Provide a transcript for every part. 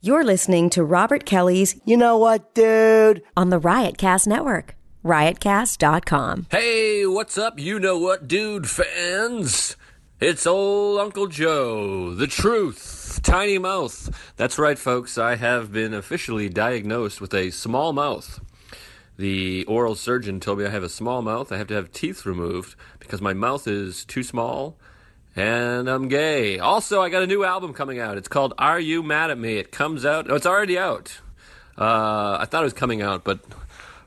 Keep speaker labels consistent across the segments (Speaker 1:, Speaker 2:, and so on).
Speaker 1: You're listening to Robert Kelly's
Speaker 2: You know what, dude?
Speaker 1: on the Riotcast Network, riotcast.com.
Speaker 3: Hey, what's up, you know what, dude fans? It's old Uncle Joe, the truth, tiny mouth. That's right, folks, I have been officially diagnosed with a small mouth. The oral surgeon told me I have a small mouth, I have to have teeth removed because my mouth is too small, and I'm gay. Also, I got a new album coming out. It's called Are You Mad at Me? It comes out, oh, it's already out. Uh, I thought it was coming out, but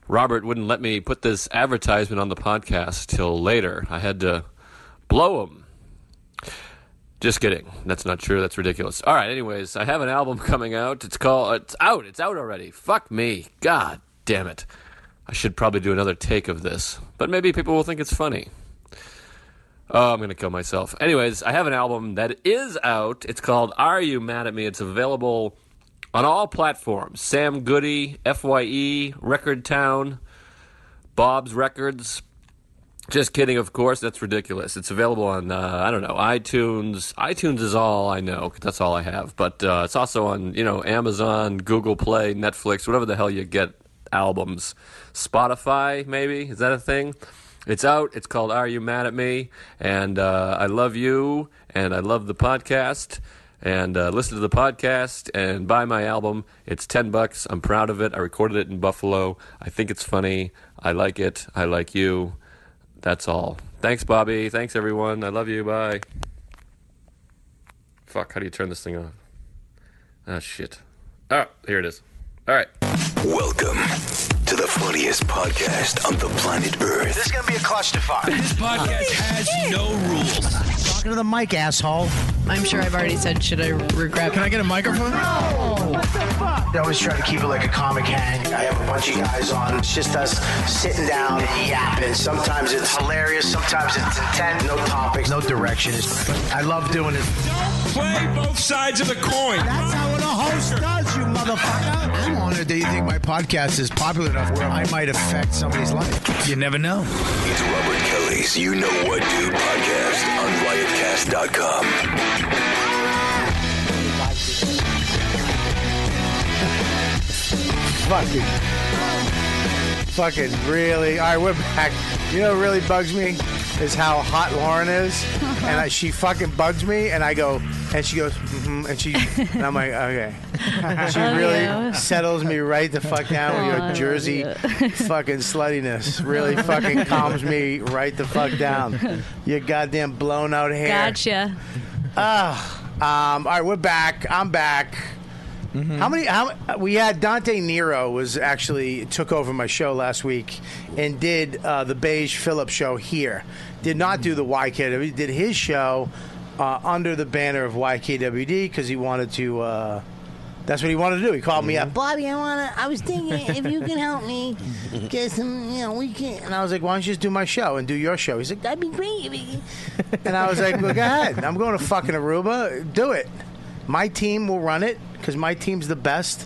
Speaker 3: Robert wouldn't let me put this advertisement on the podcast till later. I had to blow him. Just kidding. That's not true. That's ridiculous. All right. Anyways, I have an album coming out. It's called. It's out. It's out already. Fuck me. God damn it. I should probably do another take of this, but maybe people will think it's funny. Oh, I'm going to kill myself. Anyways, I have an album that is out. It's called Are You Mad at Me? It's available on all platforms Sam Goody, FYE, Record Town, Bob's Records. Just kidding, of course. That's ridiculous. It's available on, uh, I don't know, iTunes. iTunes is all I know. 'cause That's all I have. But uh, it's also on, you know, Amazon, Google Play, Netflix, whatever the hell you get albums. Spotify, maybe? Is that a thing? It's out. It's called Are You Mad at Me? And uh, I love you, and I love the podcast. And uh, listen to the podcast and buy my album. It's 10 bucks. I'm proud of it. I recorded it in Buffalo. I think it's funny. I like it. I like you. That's all. Thanks, Bobby. Thanks, everyone. I love you. Bye. Fuck, how do you turn this thing on? Ah, shit. Ah, here it is. All right.
Speaker 4: Welcome to the funniest podcast on the planet Earth.
Speaker 5: This is gonna be a clusterfuck.
Speaker 6: podcast has no rules.
Speaker 2: Talking to the mic, asshole.
Speaker 7: I'm sure I've already said, should I regret?
Speaker 6: Can I get a microphone?
Speaker 5: I always try to keep it like a comic hang. I have a bunch of guys on. It's just us sitting down and yapping. Sometimes it's hilarious. Sometimes it's intent. No topics. No directions. I love doing it.
Speaker 6: Play both sides of the coin.
Speaker 2: That's how a host does, you motherfucker.
Speaker 5: I'm honored that you think my podcast is popular enough where I might affect somebody's life.
Speaker 6: You never know.
Speaker 4: It's Robert Kelly's You Know What Dude podcast on riotcast.com.
Speaker 5: Fucking. Fucking really. All right, we're back. You know what really bugs me is how hot Lauren is. And I, she fucking bugs me, and I go, and she goes, mm-hmm, and she, and I'm like, okay. She really settles me right the fuck down with your Jersey fucking sluttiness. Really fucking calms me right the fuck down. Your goddamn blown out hair.
Speaker 7: Gotcha.
Speaker 5: Um, all right, we're back. I'm back. How many? How we had Dante Nero was actually took over my show last week and did uh, the Beige Phillips show here. Did not do the YKWd. He did his show uh, under the banner of YKWd because he wanted to. Uh, that's what he wanted to do. He called me up,
Speaker 8: Mm-hmm.
Speaker 5: Bobby. I want to. I was thinking if you can help me get some, you know, we can. And I was like, Why don't you just do my show and do your show? He's like, That'd be great. if you can." And I was like, Well, go ahead. I'm going to fucking Aruba. Do it. My team will run it because my team's the best.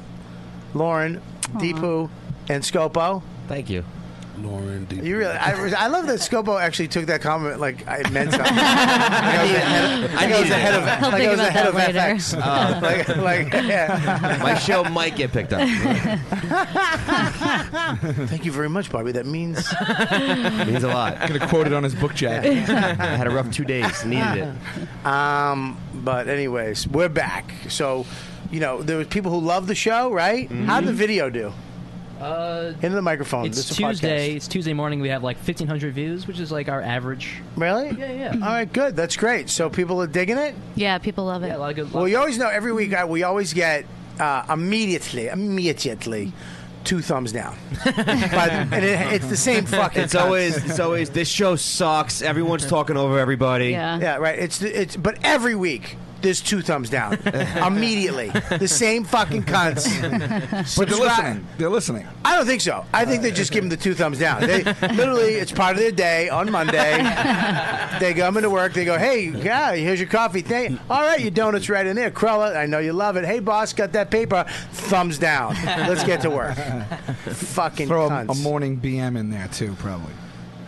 Speaker 5: Lauren, Deepu, and Scopo.
Speaker 9: Thank you.
Speaker 5: You really, I, was- I love that Scopo actually took that comment like I meant something. like I was the head of, like I was the head
Speaker 7: He'll
Speaker 5: of, like
Speaker 7: think
Speaker 5: I was the
Speaker 7: about
Speaker 5: head of
Speaker 7: that later.
Speaker 5: FX.
Speaker 3: uh,
Speaker 5: like, like, yeah.
Speaker 9: My show might get picked up.
Speaker 5: Thank you very much, Bobby. That means
Speaker 9: It means a lot.
Speaker 6: Gonna quote it on his book jacket.
Speaker 9: I had a rough two days. Needed it.
Speaker 5: Um, but anyways, we're back. So, you know, there was people who love the show, right? How did the video do? Uh, Into the microphone.
Speaker 10: It's
Speaker 5: this is a
Speaker 10: Tuesday. It's Tuesday morning. We have like 1,500 views, which is like our average.
Speaker 5: podcast. Really?
Speaker 10: Yeah, yeah.
Speaker 5: All right, good. That's great. So people are digging it.
Speaker 7: Yeah, people love it.
Speaker 10: Yeah, a lot of good.
Speaker 5: Well, you always know every week I, we always get uh, immediately, immediately, two thumbs down. but, and it, it's the same fucking.
Speaker 9: It's
Speaker 5: time.
Speaker 9: always, it's always. This show sucks. Everyone's talking over everybody.
Speaker 7: yeah.
Speaker 5: Yeah, right. It's it's but every week there's two thumbs down immediately. The same fucking cunts.
Speaker 6: But they're
Speaker 5: Subscribe-
Speaker 6: listening. They're listening.
Speaker 5: I don't think so. I think they just give them the two thumbs down. They literally, it's part of their day on Monday. they come into work. They go, "Hey, guy, here's your coffee. Thank, all right, your donuts right in there. Crulla, I know you love it. Hey, boss, got that paper? Thumbs down. Let's get to work. Fucking
Speaker 6: Throw a,
Speaker 5: cunts.
Speaker 6: a morning BM in there too, probably.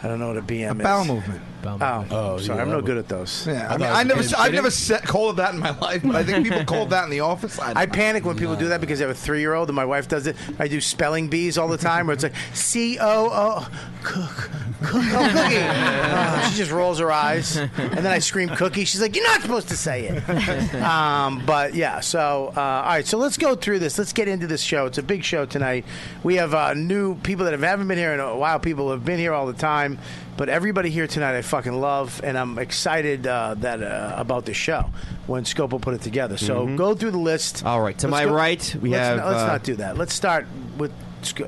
Speaker 5: I don't know what a BM
Speaker 6: A
Speaker 5: is.
Speaker 6: bowel movement.
Speaker 5: Oh, oh sorry, I'm no good at those.
Speaker 6: Yeah, I, mean, I never, s- I've never set, called it that in my life. But I think people called that in the office. I,
Speaker 5: I panic when people do that because I have a three year old and my wife does it. I do spelling bees all the time where it's like C O O cook cook oh, cookie. Uh, she just rolls her eyes and then I scream cookie. She's like, "You're not supposed to say it." Um, but yeah, so uh, all right, so let's go through this. Let's get into this show. It's a big show tonight. We have uh, new people that have, haven't been here in a while. People have been here all the time. But everybody here tonight, I fucking love, and I'm excited uh, that uh, about the show when Scopo put it together. So go through the list.
Speaker 9: Mm-hmm. All right, to
Speaker 5: Let's
Speaker 9: my right, we
Speaker 5: let's
Speaker 9: have,
Speaker 5: Not, let's
Speaker 9: uh,
Speaker 5: not do that. Let's start with.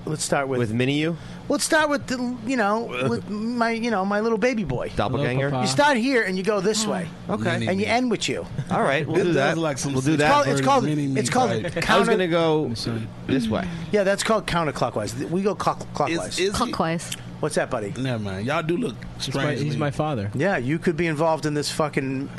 Speaker 5: Let's start with.
Speaker 9: with Mini You,
Speaker 5: let's start with the. You know, with my. You know, my little baby boy.
Speaker 9: Doppelganger.
Speaker 5: You start here and you go this way.
Speaker 9: Okay.
Speaker 5: And you end with you.
Speaker 9: All right, we'll do that. We'll do
Speaker 5: It's called.
Speaker 9: that.
Speaker 5: It's called.
Speaker 11: mini me
Speaker 5: It's called
Speaker 9: I was gonna
Speaker 5: counter.
Speaker 9: go this way.
Speaker 5: Yeah, that's called counterclockwise. We go clock, clockwise.
Speaker 7: Clockwise.
Speaker 5: What's that, buddy?
Speaker 11: Never mind. Y'all do look strange.
Speaker 10: he's my father.
Speaker 5: Yeah, you could be involved in this fucking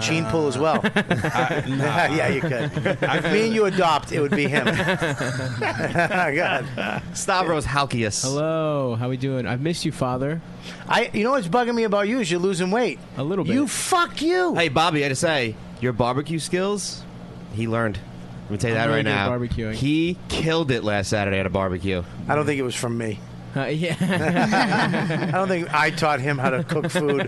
Speaker 5: gene pool as well. yeah, you could. If me and you adopt, it would be him. Oh, God.
Speaker 9: Stavros Halkias.
Speaker 10: Hello, how we doing? I've missed you, father.
Speaker 5: I, you know what's bugging me about you is you're losing weight.
Speaker 10: A little bit.
Speaker 5: You fuck you.
Speaker 9: Hey, Bobby, I had to say, your barbecue skills, he learned. Let me tell you
Speaker 10: I'm
Speaker 9: that
Speaker 10: really
Speaker 9: right
Speaker 10: good
Speaker 9: now.
Speaker 10: at barbecuing.
Speaker 9: He killed it last Saturday at a barbecue.
Speaker 5: I don't think it was from me.
Speaker 10: Uh, yeah,
Speaker 5: I don't think I taught him how to cook food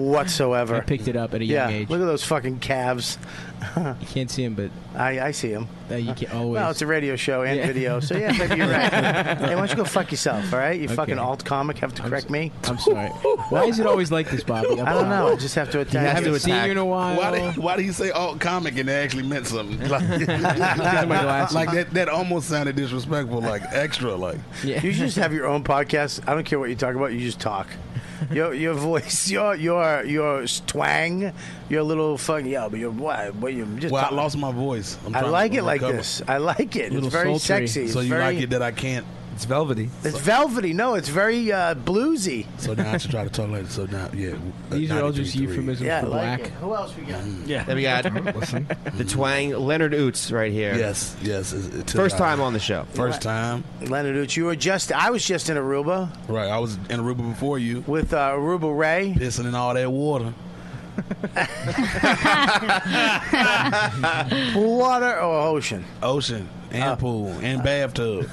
Speaker 5: whatsoever.
Speaker 10: I picked it up at a
Speaker 5: yeah,
Speaker 10: young age.
Speaker 5: look at those fucking calves.
Speaker 10: You can't see him, but
Speaker 5: I, I see him.
Speaker 10: uh, you can always.
Speaker 5: Well, it's a radio show and
Speaker 10: Yeah.
Speaker 5: video, so yeah, maybe you're right. hey, why don't you go fuck yourself, all right? You fucking
Speaker 10: Okay.
Speaker 5: alt comic have to correct me.
Speaker 10: I'm sorry. Why is it always like this, Bobby? I'm
Speaker 5: I don't
Speaker 10: sorry.
Speaker 5: know. I just have to
Speaker 9: has
Speaker 10: I
Speaker 5: attack.
Speaker 9: to
Speaker 10: haven't seen
Speaker 9: attack.
Speaker 10: you in a while.
Speaker 11: Why did, why did he say alt comic and it actually meant something? Like, like that, that almost sounded disrespectful, like extra, like.
Speaker 10: Yeah.
Speaker 5: You should just have your own podcast. I don't care what you talk about. You just talk. Your your voice, your your your twang, your little fucking yeah, but your what? But you just.
Speaker 11: Well, I
Speaker 5: talk.
Speaker 11: lost my voice. I'm
Speaker 5: I
Speaker 11: trying to
Speaker 5: like it like
Speaker 11: recover.
Speaker 5: this. I like it. It's
Speaker 10: Little
Speaker 5: very
Speaker 10: sultry.
Speaker 5: sexy.
Speaker 11: So
Speaker 5: It's
Speaker 11: you
Speaker 5: very,
Speaker 11: like it that I can't.
Speaker 6: it's velvety.
Speaker 5: It's velvety. No, it's very uh, bluesy.
Speaker 11: So now I should try to talk like So now, yeah. uh,
Speaker 10: These are all just
Speaker 11: 93.3.
Speaker 10: euphemisms
Speaker 5: Yeah, I
Speaker 10: for
Speaker 5: like
Speaker 10: black.
Speaker 5: it. Who else we got?
Speaker 11: Mm.
Speaker 9: Then we got the twang, Leonard Oots, right here.
Speaker 11: Yes, yes. it's- it's-
Speaker 9: First time on the show.
Speaker 11: First time.
Speaker 5: Leonard Uch, you were just. I was just in Aruba
Speaker 11: Right. I was in Aruba before you,
Speaker 5: with uh, Aruba Ray.
Speaker 11: pissing in all that water.
Speaker 5: Water or ocean? Oh.
Speaker 11: Ocean and pool and bathtub.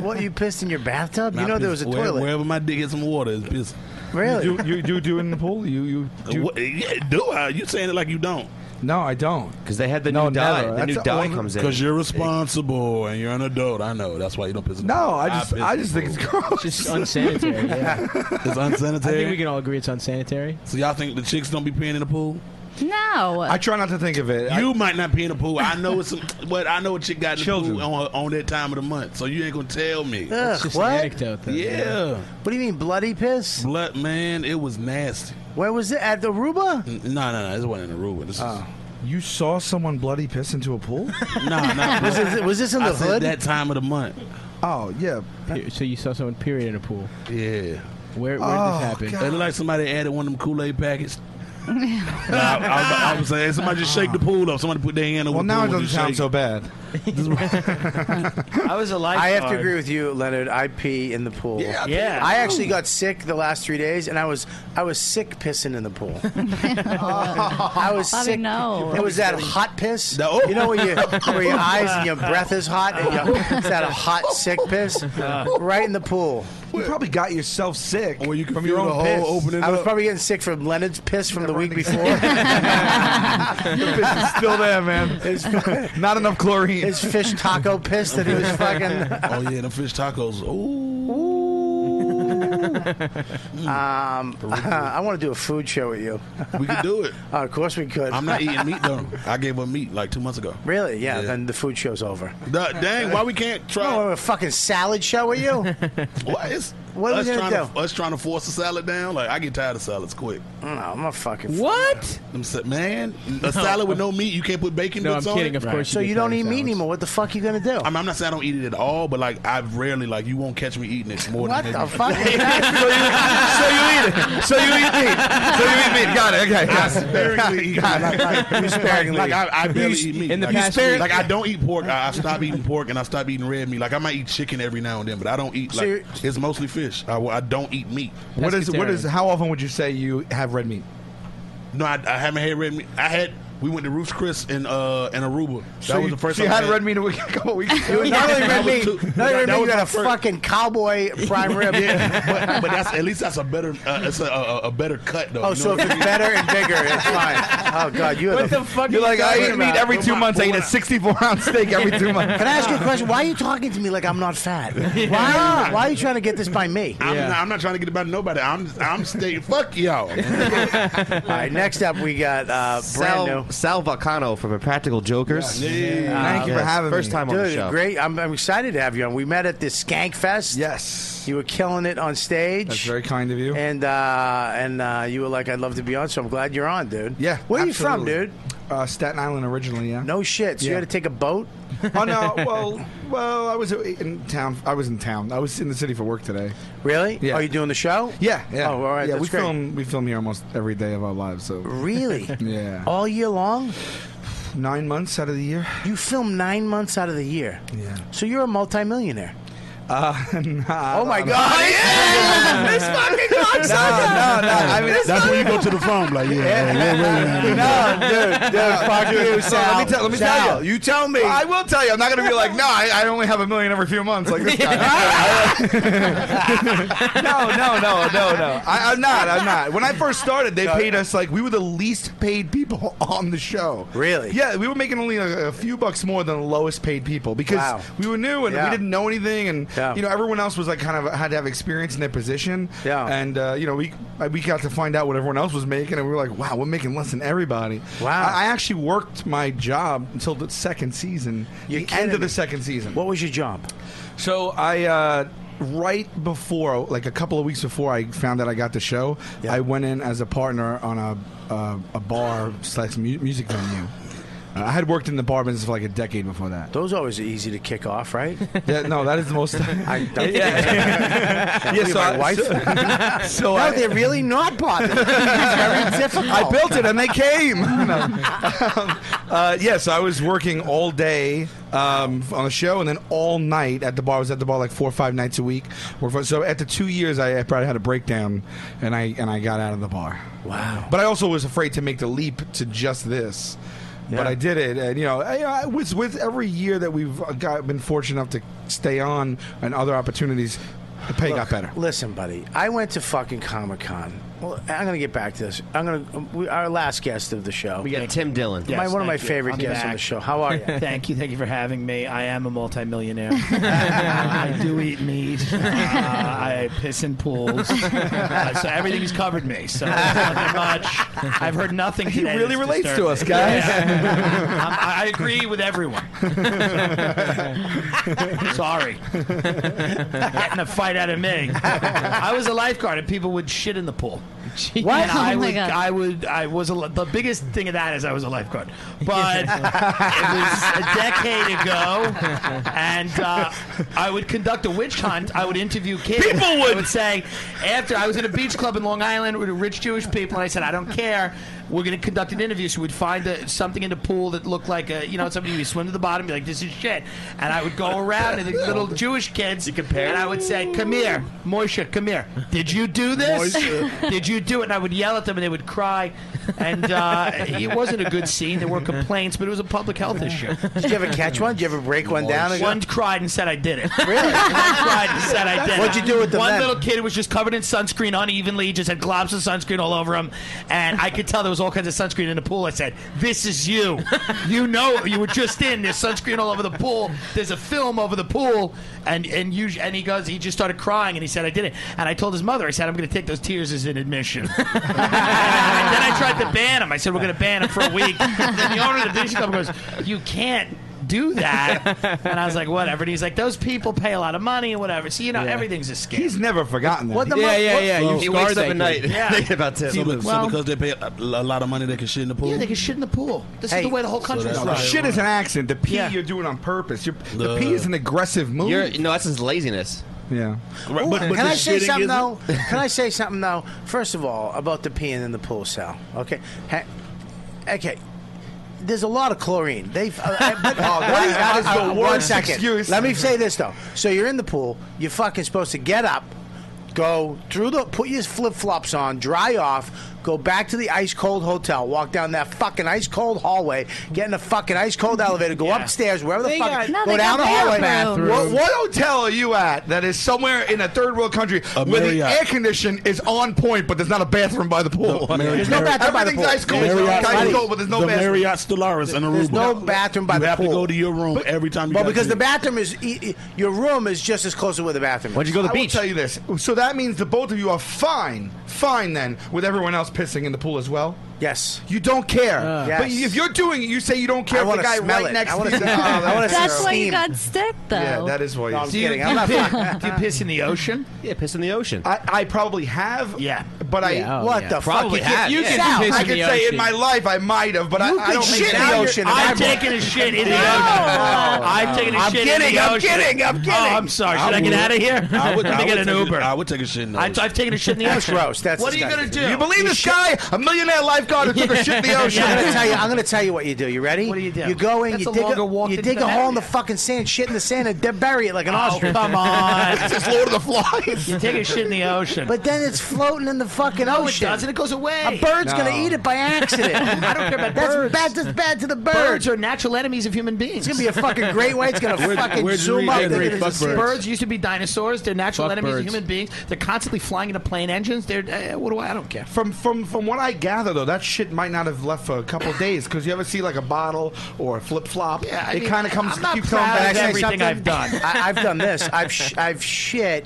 Speaker 5: What you pissed in your bathtub?
Speaker 11: Nah,
Speaker 5: you know there was
Speaker 11: piss-
Speaker 5: a
Speaker 11: where-
Speaker 5: toilet.
Speaker 11: Wherever my dick gets some water, it's piss.
Speaker 5: Really?
Speaker 6: You you do do it in the pool? You you do?
Speaker 11: What- yeah, do I? You saying it like you don't?
Speaker 6: No, I don't.
Speaker 9: Because they had the
Speaker 6: No,
Speaker 9: new dye.
Speaker 6: never.
Speaker 9: The
Speaker 6: That's
Speaker 9: new
Speaker 6: the
Speaker 9: dye
Speaker 6: only-
Speaker 9: comes in.
Speaker 11: Because you're responsible and you're an adult. I know. That's why you don't piss. in the
Speaker 6: No,
Speaker 11: pool.
Speaker 6: I just
Speaker 11: piss
Speaker 6: I
Speaker 11: in the
Speaker 6: just think it's
Speaker 11: pool.
Speaker 6: gross.
Speaker 10: Just unsanitary. yeah.
Speaker 11: it's
Speaker 10: I
Speaker 11: unsanitary.
Speaker 10: think we can all agree it's unsanitary.
Speaker 11: so y'all think the chicks don't be peeing in the pool?
Speaker 7: No.
Speaker 6: I try not to think of it. I-
Speaker 11: You might not pee in the pool. I know it's some, but I know what you got in
Speaker 6: Children.
Speaker 11: the pool on, on that time of the month. So you ain't gonna tell me.
Speaker 5: Ugh,
Speaker 10: Just an
Speaker 5: what?
Speaker 10: anecdote, though.
Speaker 11: yeah,
Speaker 5: What do you mean bloody piss?
Speaker 11: blood man, it was nasty.
Speaker 5: Where was it? At Aruba? Oh.
Speaker 11: N- No, no, no, this wasn't in Aruba. This is
Speaker 6: you saw someone bloody piss into a pool?
Speaker 11: no, no.
Speaker 5: Was this, was this in the
Speaker 11: I said
Speaker 5: hood?
Speaker 11: that time of the month.
Speaker 6: oh yeah.
Speaker 10: Pe- So you saw someone period in a pool.
Speaker 11: Yeah,
Speaker 10: Where, where did
Speaker 6: Oh,
Speaker 10: this happen?
Speaker 6: God.
Speaker 11: it looked like somebody added one of them Kool Aid packets. Nah, I, I was, I was saying somebody just shake the pool up. Somebody put their hand over.
Speaker 6: Well,
Speaker 11: the
Speaker 6: now
Speaker 11: pool
Speaker 6: it doesn't
Speaker 11: and just shake
Speaker 6: sound so bad.
Speaker 10: I was a
Speaker 5: I have to agree with you, Leonard. I pee in the pool.
Speaker 11: Yeah, I pee Yeah. in the
Speaker 5: I actually got sick the last three days, and I was I was sick pissing in the pool. Uh, I was
Speaker 7: Bobby,
Speaker 5: sick.
Speaker 7: no.
Speaker 5: It was that hot piss.
Speaker 11: No.
Speaker 5: You know where you where your eyes and your breath is hot, and you it's that hot sick piss right in the pool.
Speaker 6: You probably got yourself sick
Speaker 11: Or you can
Speaker 6: from your
Speaker 11: feel
Speaker 6: own
Speaker 11: the hole
Speaker 6: piss.
Speaker 11: opening
Speaker 5: I was
Speaker 11: up.
Speaker 5: probably getting sick from Leonard's piss from the week before.
Speaker 6: the piss is still there, man. Not enough chlorine.
Speaker 5: His fish taco piss that he was fucking.
Speaker 11: oh yeah, them fish tacos. Ooh.
Speaker 5: Um, I want to do a food show with you.
Speaker 11: We can do it.
Speaker 5: Uh, of course we could.
Speaker 11: I'm not eating meat though. I gave up meat like two months ago.
Speaker 5: Really? Yeah,
Speaker 11: Yeah.
Speaker 5: Then the food show's over.
Speaker 11: Duh, dang, why we can't
Speaker 5: Oh,
Speaker 11: try?
Speaker 5: a fucking salad show with you?
Speaker 11: What is
Speaker 5: What are we
Speaker 11: us
Speaker 5: gonna
Speaker 11: trying to us trying to force a salad down? Like I get tired of salads quick.
Speaker 5: no, Oh, I'm a fucking.
Speaker 10: What?
Speaker 11: Them sa- man, a salad with no meat, you can't put bacon
Speaker 10: No, I'm
Speaker 11: bits
Speaker 10: kidding.
Speaker 11: on
Speaker 10: Of
Speaker 11: it.
Speaker 10: course.
Speaker 5: So
Speaker 10: get
Speaker 5: you don't
Speaker 10: tired
Speaker 5: eat
Speaker 10: of
Speaker 5: meat
Speaker 10: salads.
Speaker 5: anymore? What the fuck you gonna do?
Speaker 11: I'm, I'm not saying I don't eat it at all, but like I rarely like you won't catch me eating it more
Speaker 5: what
Speaker 11: than
Speaker 5: the
Speaker 11: maybe-
Speaker 5: fuck?
Speaker 6: so you eat it. So you eat meat. So you eat meat. Got it.
Speaker 11: I
Speaker 6: Okay. Got it.
Speaker 11: sparingly eat meat. Like, like,
Speaker 5: You sparingly.
Speaker 11: like, I, I barely
Speaker 6: You-
Speaker 11: eat meat.
Speaker 10: in the
Speaker 11: like,
Speaker 10: past
Speaker 11: you spare-
Speaker 10: week-
Speaker 11: like I don't eat pork. I, I stop eating pork and I stop eating red meat. Like I might eat chicken every now and then, but I don't eat.
Speaker 5: So
Speaker 11: Like
Speaker 5: you're-
Speaker 11: it's mostly fish. I, I don't eat meat.
Speaker 6: What is what is how often would you say you have red meat?
Speaker 11: No, I, I haven't had red meat. I had. We went to Ruth's Chris in uh in Aruba. That
Speaker 6: So
Speaker 11: was
Speaker 6: you-
Speaker 11: the first.
Speaker 6: so you
Speaker 11: time I
Speaker 6: had red meat a week- a couple weeks ago.
Speaker 11: It was
Speaker 6: Not only
Speaker 11: that
Speaker 6: red
Speaker 11: was
Speaker 6: meat,
Speaker 11: two-
Speaker 6: not only
Speaker 11: that-
Speaker 6: red
Speaker 11: that
Speaker 6: meat,
Speaker 11: was
Speaker 6: you had
Speaker 11: my
Speaker 6: a
Speaker 11: first-
Speaker 5: fucking cowboy prime rib.
Speaker 11: Yeah, but, but that's at least that's a better. Uh, it's a, a, a better cut though.
Speaker 5: Oh,
Speaker 11: You
Speaker 5: so
Speaker 11: know
Speaker 5: if
Speaker 11: what I
Speaker 5: it's
Speaker 11: mean?
Speaker 5: better and bigger, it's fine. Oh God, you. are
Speaker 6: What the fuck You're are you like, I talking eat meat about? every two months. I eat a 64 ounce steak every two months.
Speaker 5: Can I ask you a question? Why are you talking to me like I'm not fat? Why? Why are you trying to get this by me?
Speaker 11: I'm, not, I'm not trying to get about nobody. I'm I'm staying. Fuck y'all.
Speaker 5: All right. Next up, we got uh,
Speaker 9: Sal,
Speaker 5: brand new.
Speaker 9: Sal Vacano from Impractical Jokers.
Speaker 5: Uh,
Speaker 9: Thank you for having First
Speaker 5: me.
Speaker 9: time
Speaker 5: Dude,
Speaker 9: on the show.
Speaker 5: Great. I'm, I'm excited to have you on. We met at the Skank Fest.
Speaker 6: Yes.
Speaker 5: You were killing it on stage.
Speaker 6: That's very kind of you.
Speaker 5: And uh, and uh, you were like, I'd love to be on, so I'm glad you're on, dude.
Speaker 6: Yeah.
Speaker 5: Where
Speaker 6: absolutely.
Speaker 5: are you from, dude?
Speaker 6: Uh, Staten Island originally, yeah.
Speaker 5: No shit. So you
Speaker 6: Yeah.
Speaker 5: had to take a boat?
Speaker 6: oh no, well, well, I was in town. I was in town. I was in the city for work today.
Speaker 5: Really?
Speaker 6: Yeah.
Speaker 5: Are you doing the show?
Speaker 6: Yeah, yeah.
Speaker 5: Oh, all right.
Speaker 6: Yeah,
Speaker 5: that's
Speaker 6: we
Speaker 5: great.
Speaker 6: film we film here almost every day of our lives. So
Speaker 5: Really? Oh,
Speaker 6: yeah,
Speaker 5: All year long?
Speaker 6: nine months out of the year.
Speaker 5: You film nine months out of the year.
Speaker 6: Yeah.
Speaker 5: So you're a multimillionaire.
Speaker 6: Uh, nah,
Speaker 5: Oh my God!
Speaker 6: this fucking cocksucker! No, no, no. I mean,
Speaker 11: That's when you go to the phone. Like yeah, yeah, yeah, yeah, yeah.
Speaker 6: no, dude, dude,
Speaker 5: fuck you, Sal.
Speaker 6: Let me, tell, let me
Speaker 5: Sal,
Speaker 6: tell you. You tell me. I will tell you. I'm not going to be like, no, I, I only have a million every few months like this guy. no, no, no, no, no. I, I'm not. I'm not. When I first started, they paid us like we were the least paid people on the show.
Speaker 5: Really?
Speaker 6: Yeah, we were making only a, a few bucks more than the lowest paid people because
Speaker 5: Wow.
Speaker 6: we were new and
Speaker 5: Yeah.
Speaker 6: we didn't know anything, and
Speaker 5: Yeah.
Speaker 6: you know everyone else was like kind of had to have experience in their position.
Speaker 5: Yeah.
Speaker 6: And uh, you know we we got to find out what everyone else was making, and we were like, wow, we're making less than everybody.
Speaker 5: Wow.
Speaker 6: I, I actually worked my job until the second season,
Speaker 5: You're
Speaker 6: the end
Speaker 5: kidding
Speaker 6: of the
Speaker 5: me.
Speaker 6: second season.
Speaker 5: What was your job?
Speaker 6: So I uh, right before, like a couple of weeks before I found out I got the show,
Speaker 5: Yeah.
Speaker 6: I went in as a partner on a uh, a bar slash mu- music venue. Uh, I had worked in the bar business for like a decade before that.
Speaker 5: Those always are easy to kick off, right?
Speaker 6: Yeah, no, that is the most.
Speaker 5: I don't
Speaker 6: Yeah, so
Speaker 5: my
Speaker 6: I-
Speaker 5: wife.
Speaker 6: So, so
Speaker 5: no,
Speaker 6: I,
Speaker 5: they're really not bothered. It's very difficult.
Speaker 6: I built it and they came. No. Um, uh, yeah, so I was working all day um, on the show and then all night at the bar. I was at the bar like four or five nights a week. Worked for- So after two years, I, I probably had a breakdown and I and I got out of the bar.
Speaker 5: Wow.
Speaker 6: But I also was afraid to make the leap to just this. But
Speaker 5: Yeah.
Speaker 6: I did it, and you know, I, I, with with every year that we've uh, got, been fortunate enough to stay on and other opportunities, the pay got better.
Speaker 5: Listen, buddy, I went to fucking Comic Con. Well, I'm gonna get back to this. I'm gonna we, our last guest of the show.
Speaker 9: We got Tim Dillon.
Speaker 5: my, one of my
Speaker 8: thank you.
Speaker 5: favorite
Speaker 8: I'm
Speaker 5: guests on
Speaker 8: back.
Speaker 5: the show. How are you?
Speaker 8: Thank you, thank you for having me. I am a multimillionaire. uh, I do eat meat. Uh, I piss in pools. Uh, so everything's covered me. So there's nothing much. I've heard nothing.
Speaker 6: He
Speaker 8: today
Speaker 6: really
Speaker 8: that's
Speaker 6: relates to
Speaker 8: disturbing.
Speaker 6: us, guys.
Speaker 8: Yeah. Um, I I agree with everyone. Sorry, getting a fight out of me. I was a lifeguard, and people would shit in the pool.
Speaker 7: What?
Speaker 8: And I
Speaker 7: Oh my
Speaker 8: would,
Speaker 7: God.
Speaker 8: I would, I was a, li- the biggest thing of that is I was a lifeguard, but it was a decade ago, and uh, I would conduct a witch hunt. I would interview kids. People would, I would say after I was in a beach club in Long Island with rich Jewish people, and I said I don't care. We're going to conduct an interview. So we'd find a, something in the pool that looked like a, you know, somebody would swim to the bottom, and be like, "This is shit," and I would go around and the little Jewish kids, and I would say, "Come here, Moisha, come here. Did you do this? Did you do it?" And I would yell at them, and they would cry. And uh, it wasn't a good scene. There were complaints, but it was a public health issue.
Speaker 5: Did you ever catch one? Did you ever break one down? and go-
Speaker 8: One cried and said, "I did it." Really? One cried and said, "I did it."
Speaker 5: What'd you do with the
Speaker 8: One
Speaker 5: men?
Speaker 8: little kid was just covered in sunscreen unevenly, just had globs of sunscreen all over him, and I could tell there was all kinds of sunscreen in the pool. I said, "This is you. You know, you were just in. There's sunscreen all over the pool. There's a film over the pool." And and you and he goes, he just started crying, and he said, "I did it." And I told his mother, I said, "I'm going to take those tears as an admission." and then I tried to ban him. I said, "We're going to ban him for a week." And then the owner of the Disney Club goes, "You can't." Do that, and I was like, whatever. And he's like, those people pay a lot of money and whatever. So you know, everything's a scam.
Speaker 6: He's never forgotten that.
Speaker 5: What the
Speaker 10: Yeah,
Speaker 5: fuck?
Speaker 10: yeah,
Speaker 5: What-
Speaker 10: yeah. You
Speaker 9: He
Speaker 10: scarred
Speaker 9: wakes up
Speaker 10: that
Speaker 9: at
Speaker 10: kid.
Speaker 9: night
Speaker 8: Yeah.
Speaker 9: thinking about Tim.
Speaker 11: So, be- so
Speaker 8: Well-
Speaker 11: because they pay a, a lot of money, they can shit in the pool.
Speaker 8: Yeah, they can shit in the pool. This
Speaker 5: Hey,
Speaker 8: is the way the whole country's
Speaker 11: that's
Speaker 6: No,
Speaker 8: run.
Speaker 11: right.
Speaker 6: shit is an accident. The pee
Speaker 8: Yeah.
Speaker 6: you're doing on purpose. You're, the
Speaker 11: Uh,
Speaker 6: pee is an aggressive move.
Speaker 9: You're, no, that's his laziness.
Speaker 6: yeah.
Speaker 11: Right,
Speaker 5: Ooh,
Speaker 11: but- but
Speaker 5: can
Speaker 11: the
Speaker 5: I say
Speaker 11: shitting
Speaker 5: something
Speaker 11: isn't-
Speaker 5: though? Can I say something though? First of all, about the peeing in the pool, Sal. Okay, Ha- okay. There's a lot of chlorine. They've. Uh, uh, but-
Speaker 11: Oh,
Speaker 6: that-
Speaker 5: Wait,
Speaker 6: that is
Speaker 5: uh,
Speaker 6: the
Speaker 5: uh, one
Speaker 6: worst
Speaker 5: second.
Speaker 6: excuse.
Speaker 5: Let me say this though. So you're in the pool. You're fucking supposed to get up, Go through the put your flip flops on, dry off, go back to the ice cold hotel, walk down that fucking ice cold hallway, get in the fucking ice cold elevator, go upstairs, wherever the
Speaker 6: They
Speaker 5: fuck,
Speaker 6: got-
Speaker 5: go down the hallway.
Speaker 6: What, what hotel are you at that is somewhere in a third world country where the
Speaker 11: Marriott.
Speaker 6: air condition is on point, but there's not a bathroom by the pool? there's no bathroom by the pool. Everything's ice cold,
Speaker 11: Marriott-
Speaker 6: ice cold, but there's no
Speaker 11: the
Speaker 6: bathroom.
Speaker 11: Marriott Stellaris in Aruba.
Speaker 5: There's no bathroom by
Speaker 11: you
Speaker 5: the
Speaker 11: have to
Speaker 5: pool.
Speaker 11: go to your room every time. you
Speaker 5: Well,
Speaker 11: gotta
Speaker 5: because
Speaker 11: pee.
Speaker 5: the bathroom is e- e- your room is just as close to where the bathroom. is.
Speaker 6: I will tell you this. So that means the both of you are fine, fine then, with everyone else pissing in the pool as well.
Speaker 5: Yes.
Speaker 6: You don't care.
Speaker 5: Yes.
Speaker 6: But if you're doing it, you say you don't
Speaker 5: I
Speaker 6: care. if
Speaker 5: wanna
Speaker 6: The guy
Speaker 5: smell
Speaker 6: right
Speaker 5: it.
Speaker 6: next
Speaker 5: I wanna
Speaker 6: to you.
Speaker 5: smell it. I wanna That's smell why you steam. got
Speaker 7: stick,
Speaker 6: Yeah, that is why.
Speaker 5: No,
Speaker 6: you-
Speaker 5: I'm kidding. I'm not fine.
Speaker 8: Do you piss in the ocean?
Speaker 9: Yeah, piss in the ocean.
Speaker 6: I, I probably have.
Speaker 8: Yeah.
Speaker 6: But I
Speaker 8: Yeah, oh,
Speaker 5: What yeah. the fuck? You can- you can
Speaker 6: Sal,
Speaker 5: piss
Speaker 6: I
Speaker 5: in
Speaker 6: could
Speaker 5: the
Speaker 6: say
Speaker 5: ocean.
Speaker 6: in my life I might have, but I,
Speaker 5: You
Speaker 6: I
Speaker 5: could
Speaker 6: don't
Speaker 5: shit in the ocean if I
Speaker 8: I'm
Speaker 5: want.
Speaker 8: taking a shit in the
Speaker 5: No.
Speaker 8: ocean.
Speaker 5: No.
Speaker 8: I'm taking a
Speaker 5: I'm
Speaker 8: shit in
Speaker 5: kidding,
Speaker 8: the
Speaker 5: I'm
Speaker 8: ocean.
Speaker 5: kidding, I'm kidding.
Speaker 8: Oh, I'm sorry. Should I, get
Speaker 11: would.
Speaker 8: out of here?
Speaker 11: I would,
Speaker 8: Let me
Speaker 11: I
Speaker 8: get
Speaker 11: would take
Speaker 8: an
Speaker 11: a-
Speaker 8: Uber.
Speaker 11: I would take a shit in the
Speaker 8: I, I've taken a shit in the
Speaker 5: That's
Speaker 8: ocean.
Speaker 5: gross. That's
Speaker 8: what are you gonna
Speaker 5: disgusting.
Speaker 8: do?
Speaker 6: You believe this guy, a millionaire lifeguard who took a shit in the ocean?
Speaker 5: I'm gonna tell you. I'm gonna tell you what you do. You ready? What do you do? You go in.
Speaker 8: That's
Speaker 5: you
Speaker 8: a
Speaker 5: dig
Speaker 8: longer
Speaker 5: a,
Speaker 8: walk
Speaker 5: you
Speaker 8: than
Speaker 5: dig a
Speaker 8: Philadelphia.
Speaker 5: hole in the fucking sand, shit in the sand, and de- bury it like an
Speaker 8: Oh,
Speaker 5: ostrich.
Speaker 8: come on.
Speaker 6: This is Lord of the Flies.
Speaker 8: you take a shit in the ocean.
Speaker 5: But then it's floating in the fucking
Speaker 8: no, Oh, it
Speaker 5: ocean.
Speaker 8: doesn't. It goes away.
Speaker 5: A bird's
Speaker 6: No.
Speaker 5: gonna eat it by accident.
Speaker 8: I don't care about
Speaker 5: that's
Speaker 8: birds.
Speaker 5: Bad, that's bad to the bird.
Speaker 8: Birds are natural enemies of human beings.
Speaker 5: It's gonna be a fucking great white. It's gonna
Speaker 11: Where'd-
Speaker 5: fucking
Speaker 11: where'd you read
Speaker 5: zoom up.
Speaker 11: that?
Speaker 5: and
Speaker 11: Great
Speaker 5: it's
Speaker 11: fuck
Speaker 5: a
Speaker 11: birds.
Speaker 5: bird.
Speaker 8: Birds used to be dinosaurs. They're natural
Speaker 11: Fuck
Speaker 8: enemies
Speaker 11: birds.
Speaker 8: of human beings. They're constantly flying into plane engines. They're uh, what do I? I don't care.
Speaker 6: From from from what I gather though, that shit might not have left for a couple days because you ever see like a bottle or a flip flop.
Speaker 8: Yeah, I
Speaker 6: it
Speaker 8: mean,
Speaker 6: kind of comes.
Speaker 8: I'm not
Speaker 6: keeps
Speaker 8: proud
Speaker 6: coming back.
Speaker 5: Can
Speaker 8: of
Speaker 5: I say
Speaker 8: everything
Speaker 5: something?
Speaker 8: I've done.
Speaker 5: I, I've done this. I've sh- I've shit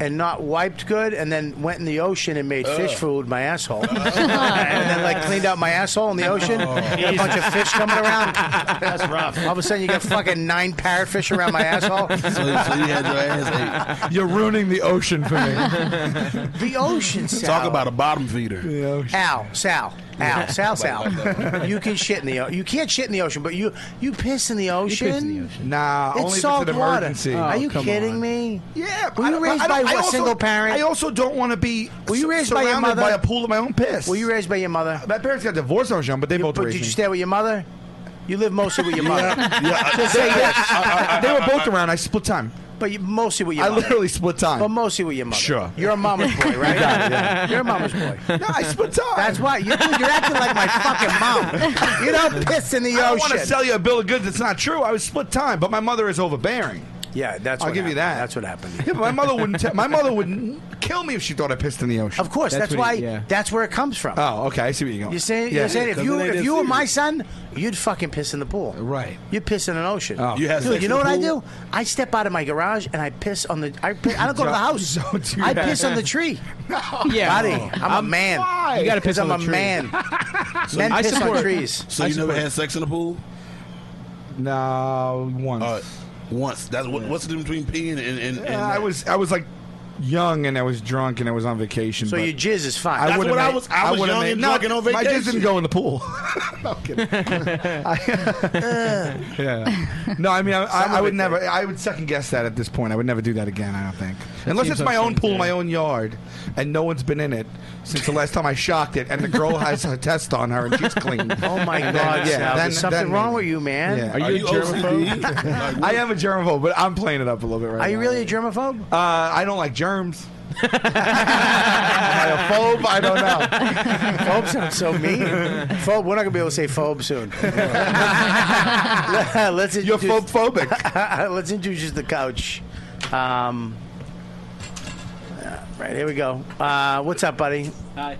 Speaker 5: and not wiped good, and then went in the ocean and made fish food my asshole, and then like cleaned out my asshole in the ocean.
Speaker 11: Oh.
Speaker 5: Got a bunch of fish coming around. That's rough. All of a sudden, you got fucking nine parrotfish around my asshole.
Speaker 11: so, so you had your ass ate.
Speaker 6: You're ruining the ocean for me.
Speaker 5: The ocean. Sal.
Speaker 11: Talk about a bottom feeder.
Speaker 5: Al, Sal, Al, Sal, Sal. You can shit in the ocean. You can't shit in the ocean, but you you piss in the ocean.
Speaker 6: nah,
Speaker 5: It's
Speaker 6: only if
Speaker 5: salt
Speaker 6: it's an
Speaker 5: water.
Speaker 6: emergency.
Speaker 5: Are you kidding me?
Speaker 6: Yeah,
Speaker 5: Were
Speaker 6: I
Speaker 5: you
Speaker 6: don't-
Speaker 5: raised
Speaker 6: I don't-
Speaker 5: by
Speaker 6: I
Speaker 5: what,
Speaker 6: also-
Speaker 5: single parent?
Speaker 6: I also don't want to be.
Speaker 5: Were you
Speaker 6: su-
Speaker 5: raised by your
Speaker 6: surrounded
Speaker 5: mother?
Speaker 6: by a pool of my own piss?
Speaker 5: Were you raised by your mother?
Speaker 6: My parents got divorced. I was young, but they both
Speaker 5: But
Speaker 6: raised
Speaker 5: did you
Speaker 6: me.
Speaker 5: stay with your mother? You live mostly with your mother,
Speaker 6: Just say yes. They were both around. I split time.
Speaker 5: but you, mostly with your
Speaker 6: I
Speaker 5: mother.
Speaker 6: literally split
Speaker 5: but
Speaker 6: time.
Speaker 5: mostly with your mother.
Speaker 6: Sure.
Speaker 5: You're a mama's boy, right? You're a mama's boy.
Speaker 6: No, I split time.
Speaker 5: That's why you, dude, you're acting like my fucking mom. You don't piss in the
Speaker 6: I don't want to
Speaker 5: ocean.
Speaker 6: sell you a bill of goods that's not true. I was split time, but my mother is overbearing.
Speaker 5: yeah, that's.
Speaker 6: I'll
Speaker 5: what
Speaker 6: give you
Speaker 5: happened.
Speaker 6: that.
Speaker 5: That's what happened.
Speaker 6: Yeah, but my mother wouldn't. Te- my mother would kill me if she thought I pissed in the ocean.
Speaker 5: Of course, that's,
Speaker 10: That's what
Speaker 5: why.
Speaker 10: he- yeah.
Speaker 5: That's where it comes from.
Speaker 6: Oh, okay. I see where you're going.
Speaker 5: You're saying,
Speaker 6: Yeah.
Speaker 5: you're saying if
Speaker 11: Yeah,
Speaker 5: you
Speaker 11: 'cause it ain't
Speaker 5: if
Speaker 11: that
Speaker 5: you were
Speaker 11: serious.
Speaker 5: my son, you'd fucking piss in the pool.
Speaker 6: Right.
Speaker 5: You'd piss in an ocean.
Speaker 6: Oh.
Speaker 11: You had
Speaker 5: Dude,
Speaker 11: sex
Speaker 5: you
Speaker 11: in
Speaker 5: know
Speaker 11: the
Speaker 5: what I
Speaker 11: pool?
Speaker 5: do? I step out of my garage and I piss on the. I, piss, I don't go to the house.
Speaker 6: Don't do
Speaker 5: I
Speaker 6: that.
Speaker 5: piss on the tree.
Speaker 10: Yeah.
Speaker 5: Buddy, I'm, a man.
Speaker 6: why? You
Speaker 10: gotta
Speaker 5: 'Cause
Speaker 10: piss on
Speaker 5: I'm
Speaker 10: the
Speaker 5: a
Speaker 10: tree.
Speaker 5: man. Men
Speaker 10: I
Speaker 5: piss on
Speaker 10: support-
Speaker 5: trees.
Speaker 11: So you never had sex in the pool?
Speaker 6: No, once.
Speaker 11: Uh, once. That's what, what's the difference between peeing and and, and
Speaker 6: Yeah, Uh, I was I was like young and I was drunk and I was on vacation.
Speaker 5: So
Speaker 6: but
Speaker 5: your jizz is fine.
Speaker 6: I
Speaker 11: That's
Speaker 6: would've
Speaker 11: what I
Speaker 6: made-
Speaker 11: was- I was
Speaker 6: would've
Speaker 11: young
Speaker 6: made,
Speaker 11: and
Speaker 6: no,
Speaker 11: drunk and on
Speaker 6: My jizz didn't
Speaker 11: vacation.
Speaker 6: go in the pool. no, I'm kidding. I- yeah. No, I mean I, I, I would never. I would second guess that at this point. I would never do that again. I don't think, unless
Speaker 10: seems
Speaker 6: it's my own
Speaker 10: absurd,
Speaker 6: pool,
Speaker 10: yeah.
Speaker 6: my own yard, and no one's been in it since the last time I shocked it, and the girl has a test on her and she's clean.
Speaker 5: oh my god,
Speaker 6: And then-
Speaker 5: yeah,
Speaker 6: yeah, then-
Speaker 5: there's something
Speaker 6: then
Speaker 5: wrong
Speaker 6: maybe.
Speaker 5: with you, man.
Speaker 6: Yeah.
Speaker 10: Are you
Speaker 11: Are
Speaker 10: a
Speaker 11: you OCD?
Speaker 10: germaphobe?
Speaker 11: Like, what-
Speaker 6: I am a germaphobe, but I'm playing it up a little bit right
Speaker 5: Are you
Speaker 6: now.
Speaker 5: really a germaphobe?
Speaker 6: Uh, I don't like germs. Am I a phobe? I don't know.
Speaker 5: Phobe sounds so mean. Phobe, we're not gonna be able to say phobe soon. Let's
Speaker 6: You're
Speaker 5: introduce,
Speaker 6: phobe phobic.
Speaker 5: Let's introduce the couch. Um, uh, right here we go. Uh, what's up, buddy?
Speaker 10: Hi.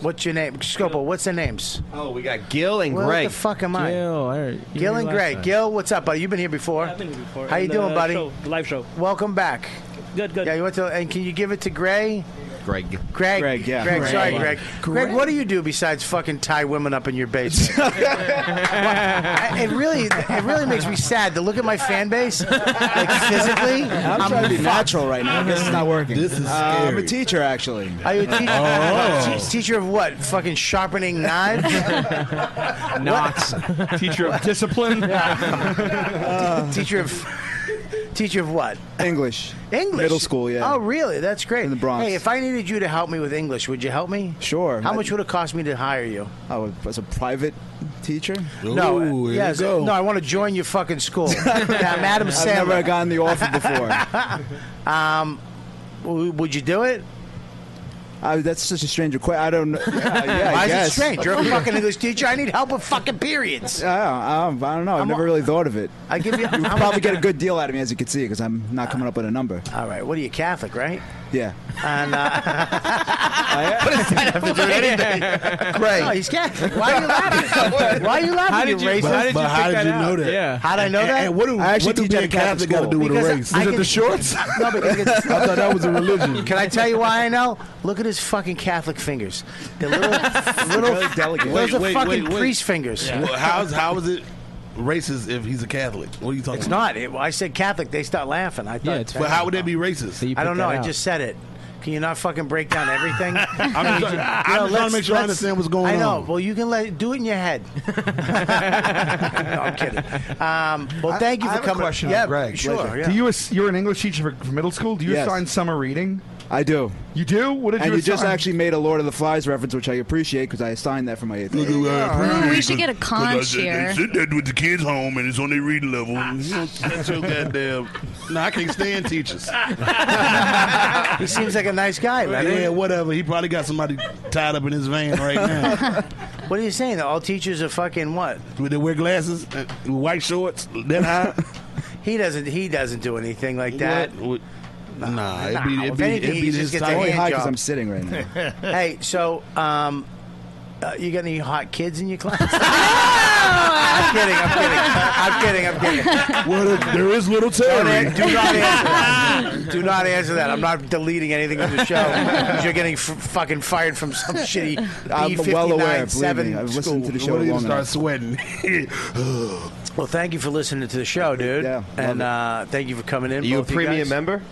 Speaker 5: What's your name, Scopo? What's their names?
Speaker 9: Oh, we got Gil and
Speaker 5: Well,
Speaker 9: Greg.
Speaker 5: What the fuck am I?
Speaker 10: Gil, all right. You
Speaker 5: Gil
Speaker 10: were
Speaker 5: and
Speaker 10: last
Speaker 5: Greg.
Speaker 10: time.
Speaker 5: Gil, what's up, buddy? You've been here before.
Speaker 12: I've been here before.
Speaker 5: How you
Speaker 12: And,
Speaker 5: doing,
Speaker 12: uh,
Speaker 5: buddy?
Speaker 12: show, live show.
Speaker 5: Welcome back.
Speaker 12: Good, good.
Speaker 5: Yeah, you went to, and can you give it to Gray?
Speaker 9: Greg.
Speaker 5: Greg.
Speaker 12: Greg, yeah.
Speaker 5: Greg,
Speaker 12: Greg.
Speaker 5: sorry, Greg. Greg. what do you do besides fucking tie women up in your basement? I- it really, it really makes me sad to look at my fan base, like physically.
Speaker 12: I'm, trying to be natural right now. I guess it's not working.
Speaker 11: This is
Speaker 12: Uh, I'm a
Speaker 11: scary.
Speaker 12: teacher, Oh. actually.
Speaker 5: Are you a teacher? Te- teacher of what? Fucking sharpening knives?
Speaker 9: Knox.
Speaker 6: Teacher of discipline.
Speaker 5: teacher of, teacher of what?
Speaker 12: English.
Speaker 5: English.
Speaker 12: Middle school, yeah.
Speaker 5: Oh, really? That's great.
Speaker 12: In the Bronx.
Speaker 5: Hey, if I needed you to help me with English, would you help me?
Speaker 12: Sure.
Speaker 5: How
Speaker 12: I-
Speaker 5: much would it cost me to hire you?
Speaker 12: I was, was a private teacher.
Speaker 11: Ooh,
Speaker 5: no, uh,
Speaker 11: here
Speaker 5: yeah,
Speaker 11: we
Speaker 5: is it-
Speaker 11: go.
Speaker 5: no, I want to join your fucking school. yeah, I'm Adam
Speaker 12: I've never
Speaker 5: Sandler.
Speaker 12: gotten the offer before.
Speaker 5: Um, W- Would you do it?
Speaker 12: Uh, that's such a strange request. I don't know. Yeah, yeah, I
Speaker 5: Why is
Speaker 12: guess.
Speaker 5: it strange? You're a fucking English teacher. I need help with fucking periods.
Speaker 12: Yeah, um, I don't know. I've never really thought of it.
Speaker 5: I give you.
Speaker 12: You would probably get a good deal out of me, as you can see, because I'm not coming up with a number.
Speaker 5: All right. What are you Catholic, right?
Speaker 12: Yeah.
Speaker 5: And uh,
Speaker 12: what does that have
Speaker 5: to do with anything?
Speaker 12: Great.
Speaker 5: No, he's Catholic. Why are you laughing? Why are you laughing?
Speaker 11: How did you-
Speaker 5: racist?
Speaker 11: but- but how did you know that? Yeah.
Speaker 5: How did I know
Speaker 11: And-
Speaker 5: that?
Speaker 11: and what do- I actually what do teach at being a Catholic Catholic gotta do with a
Speaker 5: Because
Speaker 11: race?
Speaker 5: I
Speaker 11: Is it
Speaker 5: can-
Speaker 11: the shorts?
Speaker 5: No, because it's-
Speaker 11: I thought that was a religion.
Speaker 5: Can I tell you why I know? Look at his fucking Catholic fingers. They're little, little
Speaker 11: Really delicate.
Speaker 5: Those
Speaker 11: Wait,
Speaker 5: are
Speaker 11: wait,
Speaker 5: fucking
Speaker 11: wait, wait.
Speaker 5: priest fingers.
Speaker 11: Yeah. Well, how's- how is it racist if he's a Catholic? What are you talking
Speaker 5: It's
Speaker 11: about?
Speaker 5: not. It, I said Catholic. They start laughing. I thought.
Speaker 11: Yeah, it's But how would that be racist?
Speaker 5: I don't know. I just said it. Can you not fucking break down everything?
Speaker 11: I'm just-
Speaker 5: You know,
Speaker 11: I'm just trying to
Speaker 5: let's-
Speaker 11: make sure I
Speaker 5: let's-
Speaker 11: understand what's going
Speaker 5: I know.
Speaker 11: on.
Speaker 5: Well, you can let do it in your head. no, I'm kidding. Um, well,
Speaker 6: I-
Speaker 5: thank you
Speaker 6: I
Speaker 5: for
Speaker 6: have a
Speaker 5: coming.
Speaker 6: question,
Speaker 5: yeah,
Speaker 6: on Greg.
Speaker 5: Sure. Yeah.
Speaker 6: Do you ass- you're an English teacher for, for middle school? Do you
Speaker 12: Yes.
Speaker 6: assign summer reading?
Speaker 12: I do.
Speaker 6: You do? What did
Speaker 12: and
Speaker 6: you
Speaker 12: you just
Speaker 6: assign?
Speaker 12: actually made a Lord of the Flies reference, which I appreciate because I assigned that for my eighth grade.
Speaker 7: Ooh, we should get a conch here.
Speaker 11: Sit there with the kids home and it's on their reading level. That's your goddamn. No, I can't stand teachers.
Speaker 5: he seems like a nice guy, man.
Speaker 11: Yeah, whatever. He probably got somebody tied up in his van right now.
Speaker 5: What are you saying? All teachers are fucking what?
Speaker 11: They wear glasses, uh, white shorts, that high.
Speaker 5: he doesn't. He doesn't do anything like that.
Speaker 11: What? Nah, it'd
Speaker 5: Nah,
Speaker 11: be, it'd
Speaker 5: if
Speaker 11: be,
Speaker 5: anything,
Speaker 11: it'd
Speaker 5: he
Speaker 11: be
Speaker 5: just
Speaker 11: this
Speaker 5: gets a
Speaker 11: type.
Speaker 5: hand Only high 'cause job.
Speaker 12: I'm sitting right now.
Speaker 5: hey, so um, uh, you got any hot kids in your class? I'm kidding. I'm kidding. I'm kidding. I'm kidding.
Speaker 11: What a, there is little Terry.
Speaker 5: Do not answer that. Do not answer that. I'm not deleting anything from the show. 'cause You're getting f- fucking fired from some shitty
Speaker 12: I'm well aware,
Speaker 5: B59
Speaker 12: believe me.
Speaker 5: 7
Speaker 12: I've
Speaker 5: school.
Speaker 12: listened to the show long enough.
Speaker 11: sweating.
Speaker 5: well, thank you for listening to the show, dude. Yeah, and uh, thank you for coming in.
Speaker 9: Are you a
Speaker 5: both
Speaker 9: premium
Speaker 5: guys.
Speaker 9: member?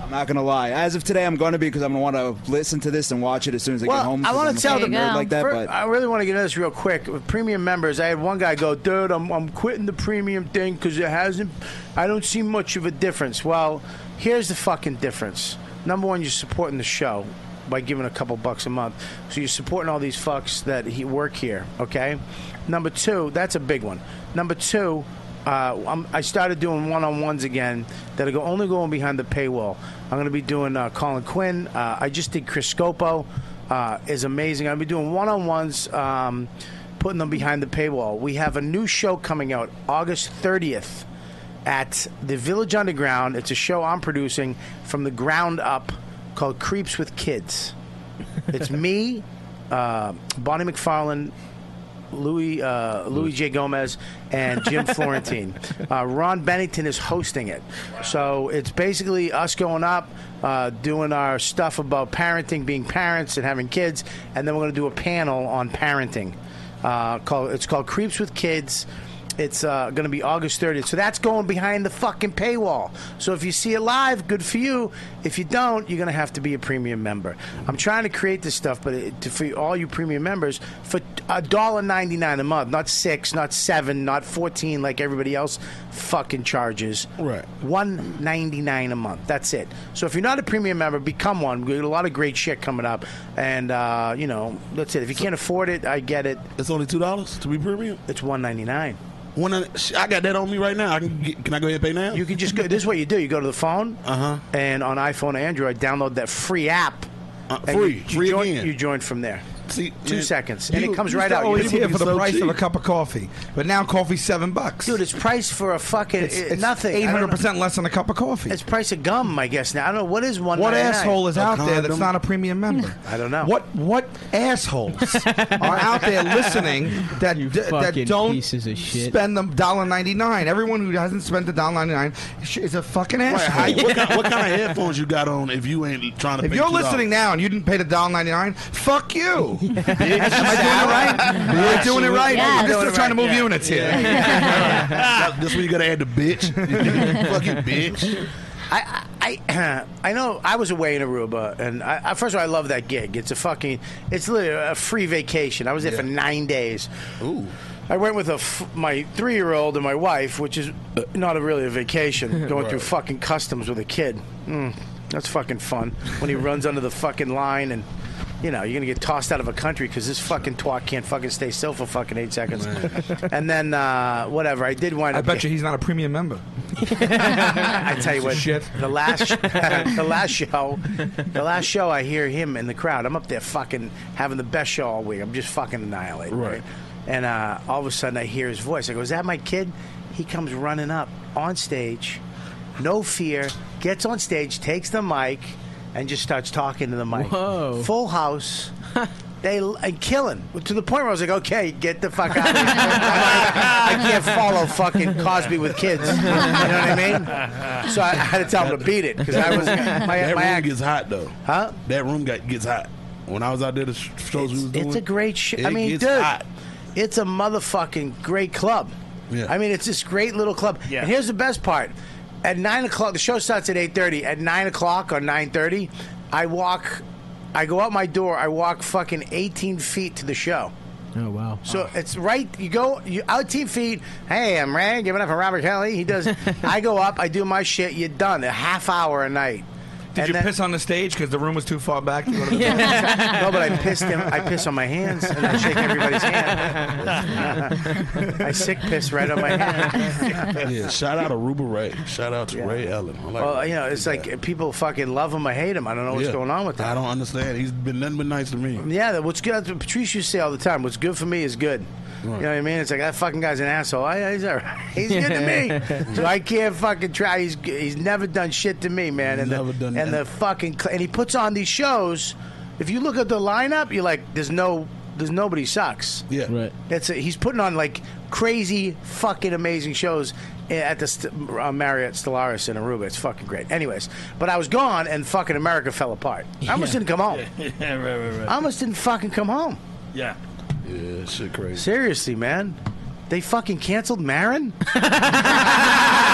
Speaker 12: I'm not gonna lie. As of today, I'm gonna be because I'm gonna want to listen to this and watch it as soon as I get home.
Speaker 5: I
Speaker 12: 'cause
Speaker 5: want
Speaker 12: I'm a
Speaker 5: to tell
Speaker 12: fucking
Speaker 5: them
Speaker 12: nerd like that,
Speaker 5: Fir-
Speaker 12: but
Speaker 5: I really want to get into this real quick. With premium members, I had one guy go, "Dude, I'm I'm quitting the premium thing because it hasn't. I don't see much of a difference." Well, here's the fucking difference. Number one, you're supporting the show by giving a couple bucks a month, so you're supporting all these fucks that he work here. Okay. Number two, that's a big one. Number two. Uh, I'm, I started doing one-on-ones again that are go, only going behind the paywall. I'm going to be doing uh, Colin Quinn. Uh, I just did Chris Scopo uh, is amazing. I'll be doing one on ones, um, putting them behind the paywall. We have a new show coming out August 30th at the Village Underground. It's a show I'm producing from the ground up called Creeps with Kids. It's me, uh, Bonnie McFarlane, Louis uh, Louis J Gomez and Jim Florentine. Uh, Ron Bennington is hosting it, so it's basically us going up, uh, doing our stuff about parenting, being parents, and having kids, and then we're going to do a panel on parenting. Uh, called it's called Creeps with Kids. It's uh, going to be August 30th. So that's going behind the fucking paywall. So if you see it live, good for you. If you don't, you're going to have to be a premium member. I'm trying to create this stuff, but it, to, for all you premium members, for a dollar ninety nine a month, not six, not seven, not fourteen, like everybody else fucking charges. Right. One ninety nine a month. That's it. So if you're not a premium member, become one. We got a lot of great shit coming up, and uh, you know that's it. If you can't afford it, I get it.
Speaker 11: It's only two dollars to be premium.
Speaker 5: It's one ninety nine.
Speaker 11: When I, sh- I got that on me right now, I can get, can I go ahead and pay now?
Speaker 5: You can just go. This is what you do. You go to the phone, uh-huh. and on iPhone, and Android, download that free app.
Speaker 11: Uh,
Speaker 5: and
Speaker 11: free,
Speaker 5: you,
Speaker 11: free
Speaker 5: you join,
Speaker 11: again.
Speaker 5: You join from there.
Speaker 11: See,
Speaker 5: two
Speaker 11: man,
Speaker 5: seconds, and
Speaker 11: you-
Speaker 5: it comes
Speaker 11: you
Speaker 5: right
Speaker 11: still
Speaker 5: out.
Speaker 11: always
Speaker 5: You-
Speaker 11: here
Speaker 6: for the
Speaker 11: so
Speaker 6: price of a
Speaker 11: cheap.
Speaker 6: cup of coffee, but now coffee's seven bucks.
Speaker 5: Dude, it's priced for a fucking
Speaker 6: It's-
Speaker 5: uh,
Speaker 6: it's
Speaker 5: nothing.
Speaker 6: 800% less than a cup of coffee.
Speaker 5: It's price of gum, I guess. Now I don't know what is one.
Speaker 6: What asshole is
Speaker 5: A
Speaker 6: out there
Speaker 5: condom?
Speaker 6: that's not a premium member?
Speaker 5: I don't know.
Speaker 6: What what assholes are out there listening that
Speaker 10: fucking
Speaker 6: that don't
Speaker 10: pieces of shit.
Speaker 6: spend the dollar ninety nine? Everyone who hasn't spent the dollar ninety nine is a fucking
Speaker 11: Right,
Speaker 6: asshole.
Speaker 11: how, what, kind, what kind of headphones you got on if you ain't trying to
Speaker 6: If
Speaker 11: pay
Speaker 6: you're
Speaker 11: $2?
Speaker 6: listening now and you didn't pay the dollar ninety nine, fuck you. Am I doing it right? Am I
Speaker 11: Yes.
Speaker 6: doing it right?
Speaker 11: Yeah.
Speaker 6: I'm just
Speaker 11: Doing it
Speaker 6: trying to
Speaker 11: right,
Speaker 6: move
Speaker 11: yeah.
Speaker 6: units here.
Speaker 11: That- That's where you gotta add the bitch. Fucking bitch.
Speaker 5: I, I, I know I was away in Aruba, and I, I, first of all, I love that gig. It's a fucking, it's literally a free vacation. I was there for nine days. Ooh. I went with a f- my three year old and my wife, which is uh, not a, really a vacation. Going through fucking Hmm. customs with a kid. Mm, that's fucking fun when he runs under the fucking line and you know, you're gonna get tossed out of a country because this fucking twat can't fucking stay still for fucking eight seconds. and then uh, whatever, I did wind
Speaker 6: I
Speaker 5: up.
Speaker 6: bet you he's not a premium member.
Speaker 5: I tell you what, the last the last show, the last show, I hear him in the crowd. I'm up there fucking having the best show all week. I'm just fucking annihilated. Right. And uh, all of a sudden, I hear his voice. I go, "Is that my kid?" He comes running up on stage, no fear, gets on stage, takes the mic, and just starts talking to the mic. Whoa! Full house. They and killing to the point where I was like, "Okay, get the fuck out!" of here. I can't follow fucking Cosby with kids. You know what I mean? So I had to tell him to beat it because I was my,
Speaker 11: that
Speaker 5: my
Speaker 11: room
Speaker 5: act.
Speaker 11: gets hot though.
Speaker 5: Huh?
Speaker 11: That room got, gets hot. When I was out there, the sh- shows we was doing.
Speaker 5: It's a great shit. I
Speaker 11: it
Speaker 5: mean,
Speaker 11: gets
Speaker 5: dude,
Speaker 11: hot.
Speaker 5: it's a motherfucking great club. I mean, it's this great little club. And here's the best part: at nine o'clock, the show starts at eight thirty. At nine o'clock or nine thirty, I walk, I go out my door. I walk fucking eighteen feet to the show.
Speaker 13: Oh wow.
Speaker 5: So it's right. You go you out team feet. Hey, I'm Ray. Giving up for Robert Kelly. He does. I go up. I do my shit. You're done. A half hour a night.
Speaker 6: Did you piss on the stage because the room was too far back?
Speaker 5: no, but I pissed him. I piss on my hands and I shake everybody's hand. I sick piss right on my hand.
Speaker 11: yeah, shout out to Ruba Ray. Shout out to Ray Allen. I like
Speaker 5: well, you know, it's like people fucking love him or hate him. I don't know what's
Speaker 11: Yeah.
Speaker 5: going on with that. I
Speaker 11: don't understand. He's been nothing but nice to me.
Speaker 5: Yeah, that- what's good? that's what Patrice used to say all the time. What's good for me is good. You know what I mean? It's like that fucking guy's an asshole. I, he's all right. he's good to me, so I can't fucking try. He's he's never done shit to me, man. And the, and the fucking cl- and he puts on these shows. If you look at the lineup, you're like, there's no, there's nobody sucks.
Speaker 11: Yeah,
Speaker 13: right.
Speaker 5: That's it. He's putting on like crazy, fucking amazing shows at the St- uh, Marriott Stellaris in Aruba. It's fucking great. Anyways, but I was gone and fucking America fell apart. I almost didn't come home.
Speaker 8: yeah, right, right, right.
Speaker 5: I almost didn't fucking come home.
Speaker 8: yeah.
Speaker 11: Yeah, shit crazy.
Speaker 5: Seriously, man. They fucking canceled Marin?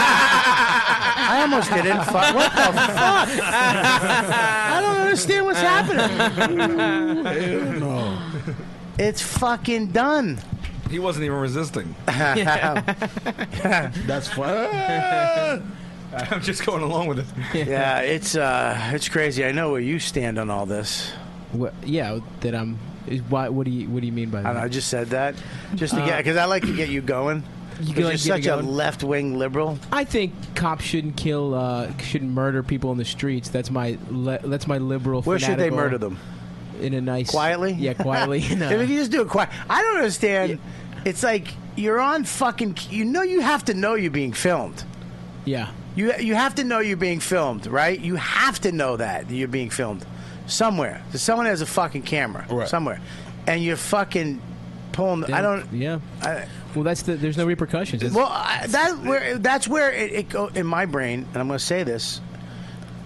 Speaker 5: I almost didn't. Fu- what the fuck? I don't understand what's happening.
Speaker 11: no.
Speaker 5: It's fucking done.
Speaker 6: He wasn't even resisting.
Speaker 11: That's fun.
Speaker 6: I'm just going along with it.
Speaker 5: Yeah, it's uh, it's crazy. I know where you stand on all this.
Speaker 13: What, yeah, that I'm. Is, why, what do you What do you mean by
Speaker 5: I,
Speaker 13: that?
Speaker 5: don't know, I just said that just to
Speaker 13: Uh,
Speaker 5: get because I like to get you going.
Speaker 13: You
Speaker 5: 'Cause
Speaker 13: like to
Speaker 5: you're
Speaker 13: get
Speaker 5: such
Speaker 13: me
Speaker 5: a
Speaker 13: going?
Speaker 5: left wing liberal.
Speaker 13: I think cops shouldn't kill, uh, shouldn't murder people in the streets. That's my le- that's my liberal.
Speaker 5: Where should they
Speaker 13: fanatical-
Speaker 5: murder them?
Speaker 13: In a nice
Speaker 5: quietly.
Speaker 13: Yeah, quietly. in a-
Speaker 5: If you just do it quiet, I don't understand. It's like you're on fucking. You know, you have to know you're being filmed.
Speaker 13: yeah.
Speaker 5: You you have to know you're being filmed, right? You have to know that you're being filmed somewhere. So someone has a fucking camera somewhere, and you're fucking pulling. I don't.
Speaker 13: Yeah. well, that's the. There's no repercussions. It's-
Speaker 5: Well, I, that where that's where it, it go in my brain, and I'm going to say this.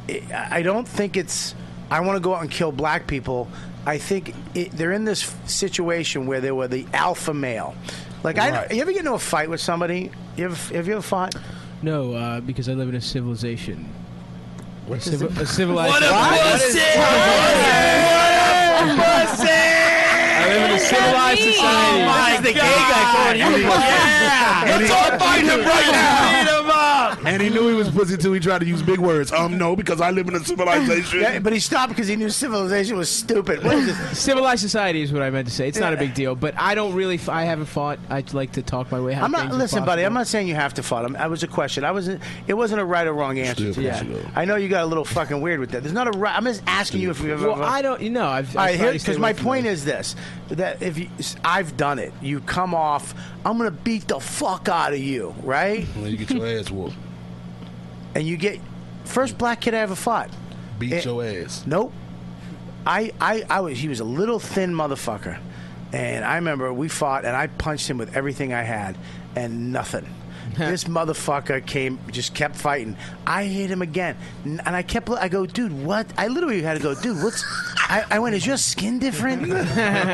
Speaker 5: It, I I don't think it's. I want to go out and kill black people. I think it, they're in this situation where they were the alpha male. Like, I, you ever get into a fight with somebody? You ever, have you ever fought?
Speaker 13: No, uh, because I live in a civilization. What
Speaker 5: is it?
Speaker 13: a civilized?
Speaker 2: What a What? pussy! What is-
Speaker 13: What
Speaker 2: pussy! I
Speaker 13: live in a civilized
Speaker 8: Oh
Speaker 13: society.
Speaker 2: my the gay guy calling you. Yeah.
Speaker 11: Let's all fight him right now. Beat him up. And he knew he was pussy too. He tried to use big words. Um, no, because I live in a civilization.
Speaker 5: Yeah, but he stopped because he knew civilization was stupid. What is this?
Speaker 13: Civilized society is what I meant to say. It's not a big deal, but I don't really. f- I haven't fought. I'd like to talk my way. out of
Speaker 5: I'm not
Speaker 13: things if
Speaker 5: listen, buddy.
Speaker 13: possible.
Speaker 5: I'm not saying you have to fight him. That was a question. I wasn't. It wasn't a right or wrong answer. To
Speaker 13: Stupid.
Speaker 5: that.
Speaker 13: Yeah.
Speaker 5: I know you got a little fucking weird with that. There's not a right. I'm just asking you if you've ever.
Speaker 13: Well, I don't. You know, I've.
Speaker 5: All
Speaker 13: I've
Speaker 5: right, here
Speaker 13: probably stayed
Speaker 5: because
Speaker 13: away
Speaker 5: my
Speaker 13: from
Speaker 5: point is this: that if you, I've done it, you come off. I'm gonna beat the fuck out of you, right?
Speaker 11: And then you get your ass whooped.
Speaker 5: And you get first black kid I ever fought. Eh,
Speaker 11: Beat your ass.
Speaker 5: Nope. I, I, I was. He was a little thin motherfucker, and I remember we fought, and I punched him with everything I had, and nothing. this motherfucker came, just kept fighting. I hit him again, N- and I kept. I go, dude, what? I literally had to go, dude, what's? I, I went, is your skin different?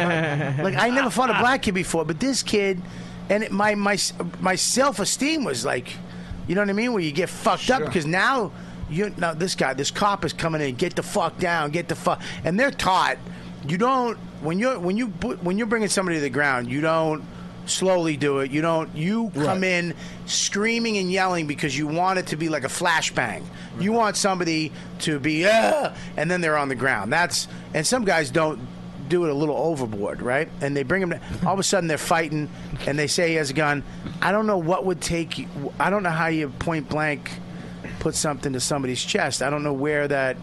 Speaker 5: like I never fought a black kid before, but this kid, and it, my my my self esteem was like, you know what I mean? Where you get fucked up because now you now this guy, this cop is coming in, get the fuck down, get the fuck, and they're taught you don't when you're when you bu- when you're bringing somebody to the ground, you don't slowly do it. You don't. You come in screaming and yelling because you want it to be like a flashbang. You want somebody to be ah, and then they're on the ground. That's and some guys don't do it a little overboard, right? And they bring him. All of a sudden, they're fighting, and they say he has a gun. I don't know what would take. you I don't know how you point blank put something to somebody's chest. I don't know where that,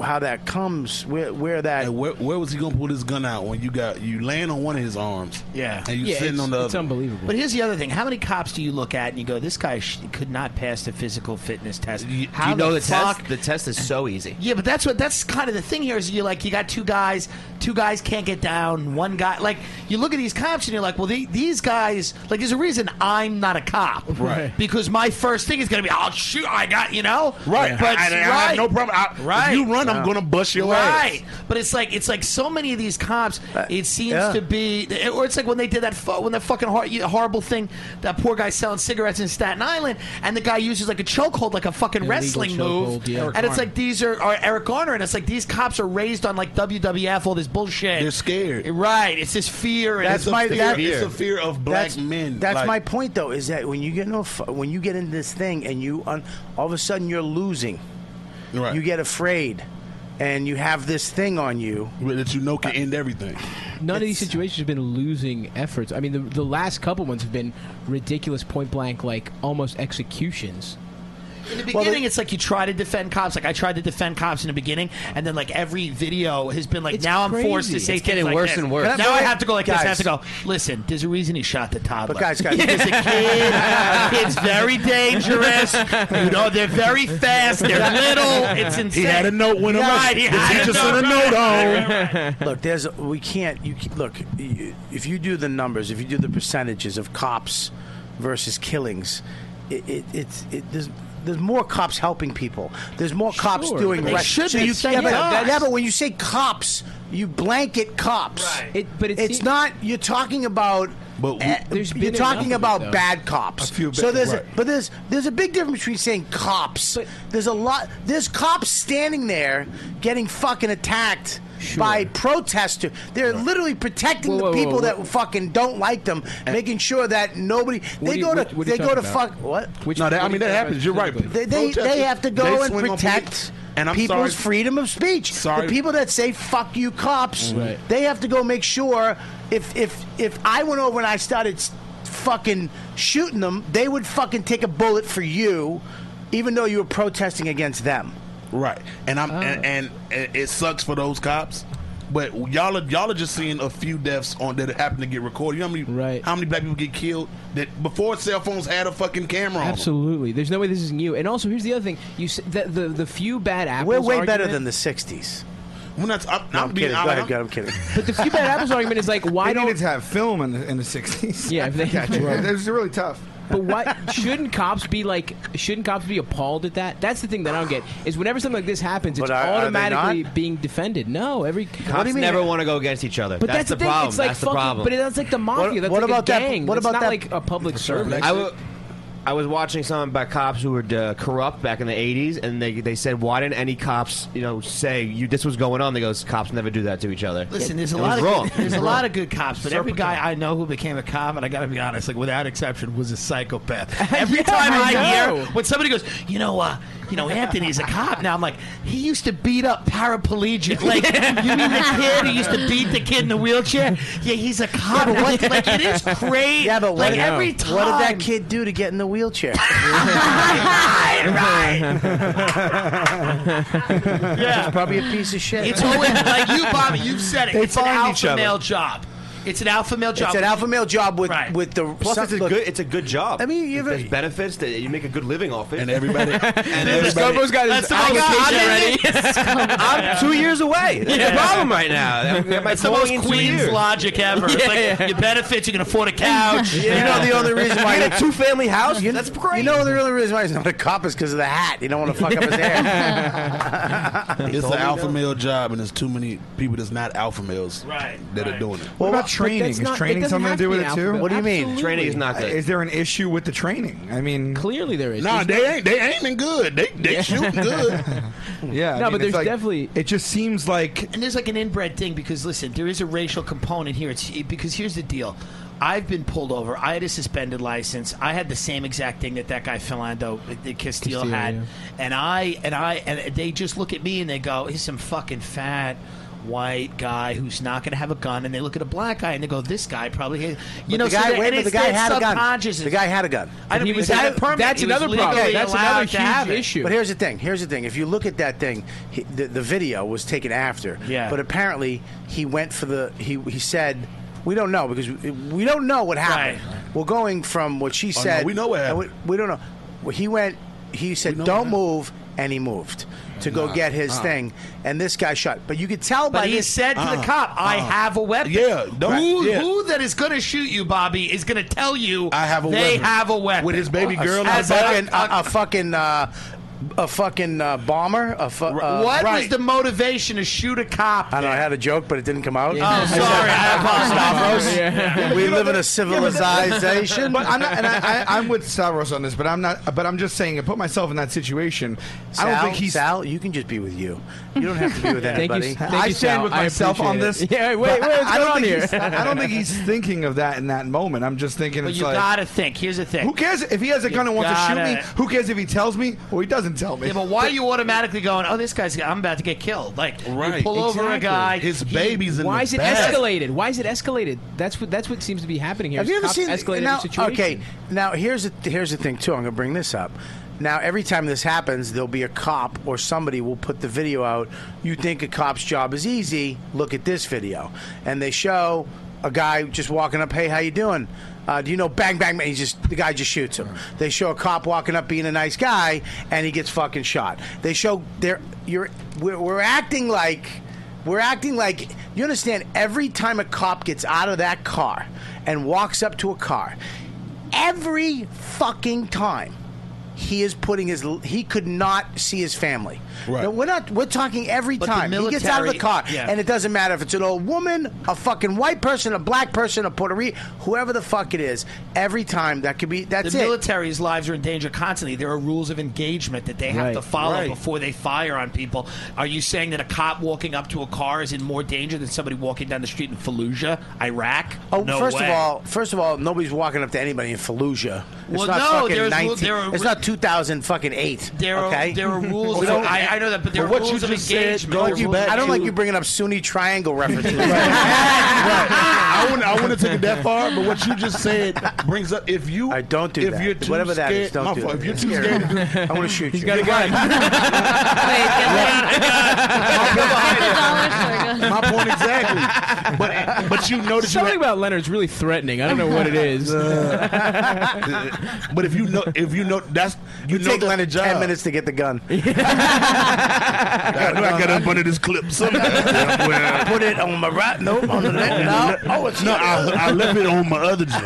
Speaker 5: how that comes, where where that.
Speaker 11: where, where was he gonna pull this gun out when you got you laying on one of his arms?
Speaker 8: Yeah.
Speaker 11: and you
Speaker 8: Yeah,
Speaker 11: sitting
Speaker 8: it's-
Speaker 11: on the.
Speaker 8: it's
Speaker 11: other.
Speaker 13: unbelievable.
Speaker 8: But here's the other thing: How many cops do you look at and you go, "This guy sh- could not pass the physical fitness test"? How
Speaker 9: you know the,
Speaker 8: fuck?
Speaker 9: test? The test is so easy.
Speaker 8: Yeah, but that's what that's kind of the thing here is you're like you got two guys, two guys can't get down, one guy like you look at these cops and you're like, well the, these guys like there's a reason I'm not a cop,
Speaker 2: Right.
Speaker 8: Because my first thing is gonna be oh shoot I got you know
Speaker 11: Right.
Speaker 8: but
Speaker 11: I- I- I have no problem. I- if
Speaker 8: right
Speaker 11: you run, I'm gonna bust your
Speaker 8: right.
Speaker 11: ass.
Speaker 8: Right, but it's like it's like so many of these cops. It seems
Speaker 11: yeah.
Speaker 8: to be, or it's like when they did that fu- when that fucking hor- horrible thing. That poor guy selling cigarettes in Staten Island, and the guy uses like a chokehold, like a fucking
Speaker 13: Illegal
Speaker 8: wrestling
Speaker 13: chokehold,
Speaker 8: move.
Speaker 13: yeah. Eric
Speaker 8: And it's
Speaker 13: Garner.
Speaker 8: like these are, are Eric Garner, and it's like these cops are raised on like WWF, all this bullshit. They're
Speaker 11: scared,
Speaker 8: right? It's this fear. and
Speaker 5: That's
Speaker 8: it's
Speaker 5: my
Speaker 8: fear.
Speaker 5: that-
Speaker 8: That's-
Speaker 5: that's, That's my point, though, is that when you get no, fu- when you get into this thing and you un, all of a sudden you're losing,
Speaker 11: Right.
Speaker 5: you get afraid, and you have this thing on you
Speaker 11: that you know can end everything.
Speaker 13: None of these situations have been losing efforts. I mean, the, the last couple ones have been ridiculous, point blank, like almost executions.
Speaker 8: In the beginning, it's like you try to defend cops. Like I tried to defend cops in the beginning, and then like every video has been like, now I'm forced to
Speaker 9: crazy.
Speaker 8: say
Speaker 9: It's
Speaker 8: things
Speaker 9: getting
Speaker 8: like
Speaker 9: worse
Speaker 8: this.
Speaker 9: and worse.
Speaker 8: Now
Speaker 9: Can I-
Speaker 8: I have to go like this. I
Speaker 9: Guys.
Speaker 8: have to go. Listen, there's a reason he shot the toddler.
Speaker 5: But guys, guys-
Speaker 8: he is a kid. A kid's very dangerous. You know, they're very fast. They're little. It's insane.
Speaker 5: He had a note when
Speaker 8: right,
Speaker 5: it was-
Speaker 8: He
Speaker 5: the
Speaker 8: had
Speaker 5: teacher
Speaker 8: a
Speaker 5: sent a
Speaker 8: note.
Speaker 5: note look, there's a- we can't. You c- look y- if you do the numbers, if you do the percentages of cops versus killings, it, it it's it, there's there's more cops helping people. There's more cops
Speaker 13: Sure,
Speaker 5: doing
Speaker 13: but they
Speaker 5: right.
Speaker 13: should
Speaker 5: so
Speaker 13: be
Speaker 5: you
Speaker 13: saying
Speaker 5: yeah, but,
Speaker 13: cops.
Speaker 5: yeah, but when you say cops, you blanket cops. Right.
Speaker 13: It, but it
Speaker 5: it's
Speaker 13: seem-
Speaker 5: not. You're talking about.
Speaker 11: But
Speaker 13: There's
Speaker 5: you're
Speaker 13: been
Speaker 5: talking
Speaker 13: enough of
Speaker 5: about
Speaker 13: it, though.
Speaker 5: bad cops.
Speaker 13: A few
Speaker 5: so
Speaker 13: bad-
Speaker 5: there's
Speaker 13: right.
Speaker 5: a, but there's there's a big difference between saying cops. there's a lot. There's cops standing there getting fucking attacked by protesters. They're literally protecting
Speaker 13: Whoa, whoa,
Speaker 5: the people
Speaker 13: whoa,
Speaker 5: that fucking don't like them, making sure that nobody.
Speaker 13: do
Speaker 5: They
Speaker 13: you-
Speaker 5: go to
Speaker 13: what- what are you
Speaker 5: they go to
Speaker 13: talking about?
Speaker 5: fuck what?
Speaker 13: Which- No, that- I what mean, are you that talking happens. about You're right,
Speaker 5: They
Speaker 13: specifically?
Speaker 5: they, they
Speaker 13: Protesters,
Speaker 5: have to
Speaker 13: they
Speaker 5: go and
Speaker 13: swing on
Speaker 5: protect.
Speaker 13: police. And I'm
Speaker 5: people's
Speaker 13: sorry-
Speaker 5: freedom of speech.
Speaker 13: Sorry.
Speaker 5: The people that say "fuck you, cops,"
Speaker 13: Right.
Speaker 5: they have to go make sure. If if if I went over and I started s- fucking shooting them, they would fucking take a bullet for you, even though you were protesting against them.
Speaker 11: Right, and I'm and, and, and it sucks for those cops. But y'all are y'all are just seeing a few deaths on that happen to get recorded. You know how many how many black people get killed that before cell phones had a fucking camera on them.
Speaker 13: Absolutely. There's no way this is new. And also, here's the other thing: you s- the the, the few bad apples.
Speaker 5: We're way better
Speaker 13: argument-
Speaker 5: than the '60s.
Speaker 11: We're not. I'm,
Speaker 5: I'm,
Speaker 6: being
Speaker 5: kidding. Go ahead,
Speaker 6: honest.
Speaker 5: go ahead. I'm kidding.
Speaker 13: But the few bad apples argument is like, why
Speaker 6: They
Speaker 13: don't
Speaker 6: needed to have film in the, in the 60s.
Speaker 13: Yeah, if they- Right.
Speaker 6: it was really tough.
Speaker 13: But why shouldn't cops be like? Shouldn't cops be appalled at that? That's the thing that I don't get is whenever something like this happens, it's
Speaker 9: are- are they
Speaker 13: automatically being defended. No, every
Speaker 9: Cops never want to go against each other.
Speaker 13: But that's
Speaker 9: that's, the,
Speaker 13: the thing,
Speaker 9: problem.
Speaker 13: it's like
Speaker 9: that's the
Speaker 13: fucking-
Speaker 9: problem.
Speaker 13: but that's like the mafia, What- that's what like a about that- gang, what that's about not that- like a public service.
Speaker 9: I wa- I was watching something by cops who were uh, corrupt back in the '80s, and they they said, "Why didn't any cops, you know, say you this was going on?" They goes, "Cops never do that to each other."
Speaker 8: Listen, there's a
Speaker 9: It
Speaker 8: lot
Speaker 9: was
Speaker 8: of
Speaker 9: wrong.
Speaker 8: Good, there's a
Speaker 9: Wrong.
Speaker 8: lot of good cops, but every
Speaker 9: Serpentine.
Speaker 8: guy I know who became a cop, and I got to be honest, like without exception, was a psychopath. Every time I,
Speaker 2: I
Speaker 8: hear
Speaker 2: know.
Speaker 8: when somebody goes, you know, uh, you know, Anthony's a cop now. I'm like, he used to beat up paraplegic. Like, you mean the kid who used to beat the kid in the wheelchair? Yeah, he's a cop. like, like, it is crazy.
Speaker 5: Yeah, but what,
Speaker 8: like, every time.
Speaker 5: what did that kid do to get in the wheelchair?
Speaker 8: Yeah.
Speaker 5: He's probably a piece of shit.
Speaker 8: It's always like you, Bobby. You've said it.
Speaker 5: They
Speaker 8: it's an
Speaker 5: find
Speaker 8: alpha
Speaker 5: each other.
Speaker 8: male job. It's an alpha male job.
Speaker 5: It's an alpha male job with with the
Speaker 9: Plus,
Speaker 5: some-
Speaker 9: it's a
Speaker 5: look,
Speaker 9: good it's a good job.
Speaker 5: I mean, you ever-
Speaker 9: there's benefits that you make a good living off it,
Speaker 11: and everybody.
Speaker 9: and
Speaker 13: Scobo's got his application ready.
Speaker 9: I'm two years away. That's the problem right now. I'm- I'm
Speaker 8: That's the most
Speaker 9: in two
Speaker 8: Queens
Speaker 9: years.
Speaker 8: logic ever. It's
Speaker 9: Yeah,
Speaker 8: like your benefits, you can afford a couch.
Speaker 5: You know the only reason why
Speaker 8: You get a two-
Speaker 9: family house.
Speaker 5: You, That's great. You know the only reason why he's not a cop is because of the hat. You don't want to fuck up his hair.
Speaker 11: it's an alpha male job, and there's too many people that's not alpha males
Speaker 8: right,
Speaker 11: that are doing it.
Speaker 6: What about training? Is training something to do with it too? Uh, Is there an issue with the training? I mean,
Speaker 13: clearly there is.
Speaker 11: Nah, they ain't. They aiming good. They they shooting good.
Speaker 6: yeah, I
Speaker 8: No,
Speaker 6: mean,
Speaker 8: but
Speaker 6: it's
Speaker 8: there's
Speaker 6: like-
Speaker 13: definitely.
Speaker 6: It just seems like
Speaker 8: And there's like an inbred thing because listen, there is a racial component here. It's because here's the deal. I've been pulled over. I had a suspended license. I had the same exact thing that that guy Philando uh, Castile,
Speaker 13: Castile,
Speaker 8: had,
Speaker 13: yeah.
Speaker 8: and I and I and they just look at me and they go, "He's some fucking fat." White guy who's not going to have a gun, and they look at a black guy and they go, "This guy probably." Has, you know,
Speaker 5: the
Speaker 8: so
Speaker 5: guy,
Speaker 8: that-
Speaker 5: wait,
Speaker 8: and
Speaker 5: but the
Speaker 8: it's
Speaker 5: guy
Speaker 8: that
Speaker 5: had a gun.
Speaker 8: subconscious-
Speaker 5: The guy had a gun.
Speaker 8: I don't He mean, was- he had a permit.
Speaker 5: That's
Speaker 8: He was
Speaker 5: another problem.
Speaker 8: legally
Speaker 5: That's
Speaker 8: allowed
Speaker 5: another
Speaker 8: to have
Speaker 5: huge
Speaker 8: it.
Speaker 5: issue. But here's the thing. Here's the thing. If you look at that thing, he, the, the video was taken after.
Speaker 8: Yeah.
Speaker 5: But apparently, he went for the. He he said. We don't know because we- we don't know what happened. We're going from what she
Speaker 11: Oh, no,
Speaker 5: said.
Speaker 11: we know what
Speaker 5: and We, we don't know. Well, he went. He said, "Don't move," and he moved to go
Speaker 8: Nah,
Speaker 5: get his
Speaker 8: nah.
Speaker 5: thing. And this guy shot. But you could tell
Speaker 8: But
Speaker 5: by
Speaker 8: he
Speaker 5: this-
Speaker 8: said to the cop, "I have a weapon."
Speaker 11: Yeah, don't-
Speaker 8: who,
Speaker 11: yeah.
Speaker 8: who that is going to shoot you, Bobby, is going to tell you
Speaker 11: I have a
Speaker 8: they
Speaker 11: weapon.
Speaker 8: have a weapon
Speaker 11: With his baby girl
Speaker 5: a,
Speaker 8: As a-
Speaker 5: fucking, a, a fucking, uh, a fucking uh, bomber. A fu- uh,
Speaker 8: what was
Speaker 5: right.
Speaker 8: the motivation to shoot a cop?
Speaker 5: I don't know. I had a joke, but it didn't come out.
Speaker 8: Oh, sorry, I apologize.
Speaker 5: Yeah. We
Speaker 6: You know,
Speaker 5: live in a
Speaker 6: but-
Speaker 5: civilization.
Speaker 6: but I'm not. And I, I, I'm with Stavros on this, but I'm not. But I'm just saying, I put myself in that situation. I
Speaker 5: Sal,
Speaker 6: don't think he's
Speaker 5: Sal. You can just be with you. You don't have to be with
Speaker 6: Thank you,
Speaker 5: anybody.
Speaker 6: thank you, I stand Sal. with I myself on
Speaker 5: appreciate it.
Speaker 6: this. but I don't think he's- I don't think he's thinking of that in that moment. I'm just thinking.
Speaker 8: But
Speaker 6: it's
Speaker 8: you
Speaker 6: like,
Speaker 8: gotta think. Here's the thing.
Speaker 6: Who cares if he has a
Speaker 8: You
Speaker 6: gun and wants to shoot me?
Speaker 8: gotta-
Speaker 6: Who cares if he tells me or he doesn't tell me?
Speaker 8: Yeah, but why are you automatically going? Oh, this guy's. I'm about to get killed. Like, you pull over a
Speaker 13: Exactly.
Speaker 8: guy.
Speaker 13: He- Why is it escalated? Why is it escalated? That's what that's what seems to be happening here.
Speaker 5: Have you
Speaker 13: is
Speaker 5: ever
Speaker 13: cops
Speaker 5: seen
Speaker 13: escalated
Speaker 5: now,
Speaker 13: the situation?
Speaker 5: Okay, now here's the, here's the thing too. I'm going to bring this up. Now, every time this happens, there'll be a cop or somebody will put the video out. You think a cop's job is easy? Look at this video, and they show a guy just walking up. Hey, how you doing? Uh, do you know bang bang bang? He just the guy just shoots him. They show a cop walking up being a nice guy, and he gets fucking shot. They show they're you're we're, we're acting like we're acting like you understand. Every time a cop gets out of that car and walks up to a car, every fucking time he is putting his he could not see his family. Right. we're not. We're talking every
Speaker 8: But the
Speaker 5: time he gets out of the
Speaker 8: military-
Speaker 5: car,
Speaker 8: yeah.
Speaker 5: and it doesn't matter if it's an old woman, a fucking white person, a black person, a Puerto Rican, whoever the fuck it is. Every time that could be that's
Speaker 8: the
Speaker 5: it.
Speaker 8: military's lives are in danger constantly. There are rules of engagement that they have
Speaker 5: Right.
Speaker 8: to follow
Speaker 5: Right.
Speaker 8: before they fire on people. Are you saying that a cop walking up to a car is in more danger than somebody walking down the street in Fallujah, Iraq?
Speaker 5: Oh,
Speaker 8: No
Speaker 5: first
Speaker 8: way.
Speaker 5: of all, first of all, nobody's walking up to anybody in Fallujah. It's
Speaker 8: Well,
Speaker 5: not
Speaker 8: no,
Speaker 5: fucking
Speaker 8: there's- well,
Speaker 5: 19,
Speaker 8: there are-
Speaker 5: It's not two thousand fucking eight.
Speaker 8: There are-
Speaker 5: okay,
Speaker 8: there are rules of-
Speaker 5: We don't-
Speaker 8: I- I know that, but there are
Speaker 5: what
Speaker 8: rules
Speaker 5: you
Speaker 8: of
Speaker 5: just said
Speaker 8: engagement.
Speaker 5: goes
Speaker 8: There are rules
Speaker 5: back
Speaker 8: of
Speaker 5: I don't like
Speaker 8: engagement.
Speaker 5: you bringing up Sunni triangle references.
Speaker 11: I wouldn't, I wouldn't take it that far, but what you just said brings up if you. I
Speaker 5: don't do
Speaker 11: if
Speaker 5: that.
Speaker 11: You're too
Speaker 5: Whatever that is,
Speaker 11: scared-
Speaker 5: don't
Speaker 11: my
Speaker 5: do
Speaker 11: fault.
Speaker 5: that.
Speaker 11: If you're
Speaker 5: It's
Speaker 11: too
Speaker 5: scary.
Speaker 11: scared,
Speaker 5: I want to shoot you.
Speaker 6: My point exactly.
Speaker 11: But but you know that
Speaker 13: something about Leonard's really threatening. I don't know what it is.
Speaker 11: but if you know, if you know, that's you know
Speaker 5: take
Speaker 11: that's
Speaker 5: Leonard
Speaker 11: the job.
Speaker 5: ten minutes to get the gun.
Speaker 11: I know I got up under this clip somewhere.
Speaker 5: I put it on my right. No, on the left. No. Oh, it's
Speaker 11: no,
Speaker 5: not.
Speaker 11: I, I left it on my other jeans.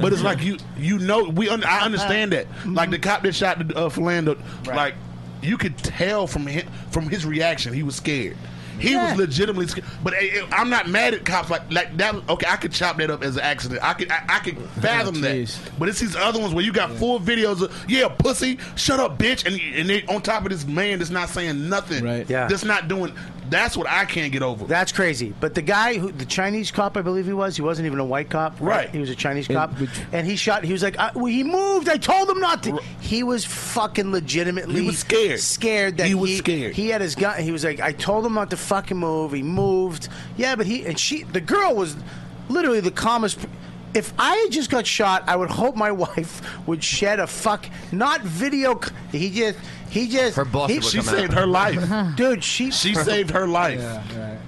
Speaker 11: but it's like you, you know, we. Un- I understand that.
Speaker 5: Mm-hmm.
Speaker 11: Like the cop that shot uh, Philando, like you could tell from him, from his reaction, he was scared. He was legitimately scared. But eh, eh, I'm not mad at cops like like that. Okay, I could chop that up as an accident. I could I, I could fathom that. But it's these other ones where you got full videos of yeah, pussy, shut up, bitch, and and they, on top of this man that's not saying nothing. Right.
Speaker 5: Yeah.
Speaker 11: That's not doing. That's what I can't get over.
Speaker 5: That's crazy. But the guy who the Chinese cop, I believe he was, he wasn't even a white cop.
Speaker 11: Right.
Speaker 5: He was a Chinese cop, and he shot. He was like, I, well, he moved. I told him not to. He was fucking legitimately.
Speaker 11: He was scared.
Speaker 5: Scared that
Speaker 11: He was scared.
Speaker 5: He had his gun. He was like, I told him not to fucking move. He moved. Yeah, but he and she, the girl was literally the calmest. If I had just got shot, I would hope my wife would shed a fuck. Not video. c- He just. He just. Her
Speaker 11: boss would She come out. saved her life.
Speaker 5: dude. She.
Speaker 11: She saved her life.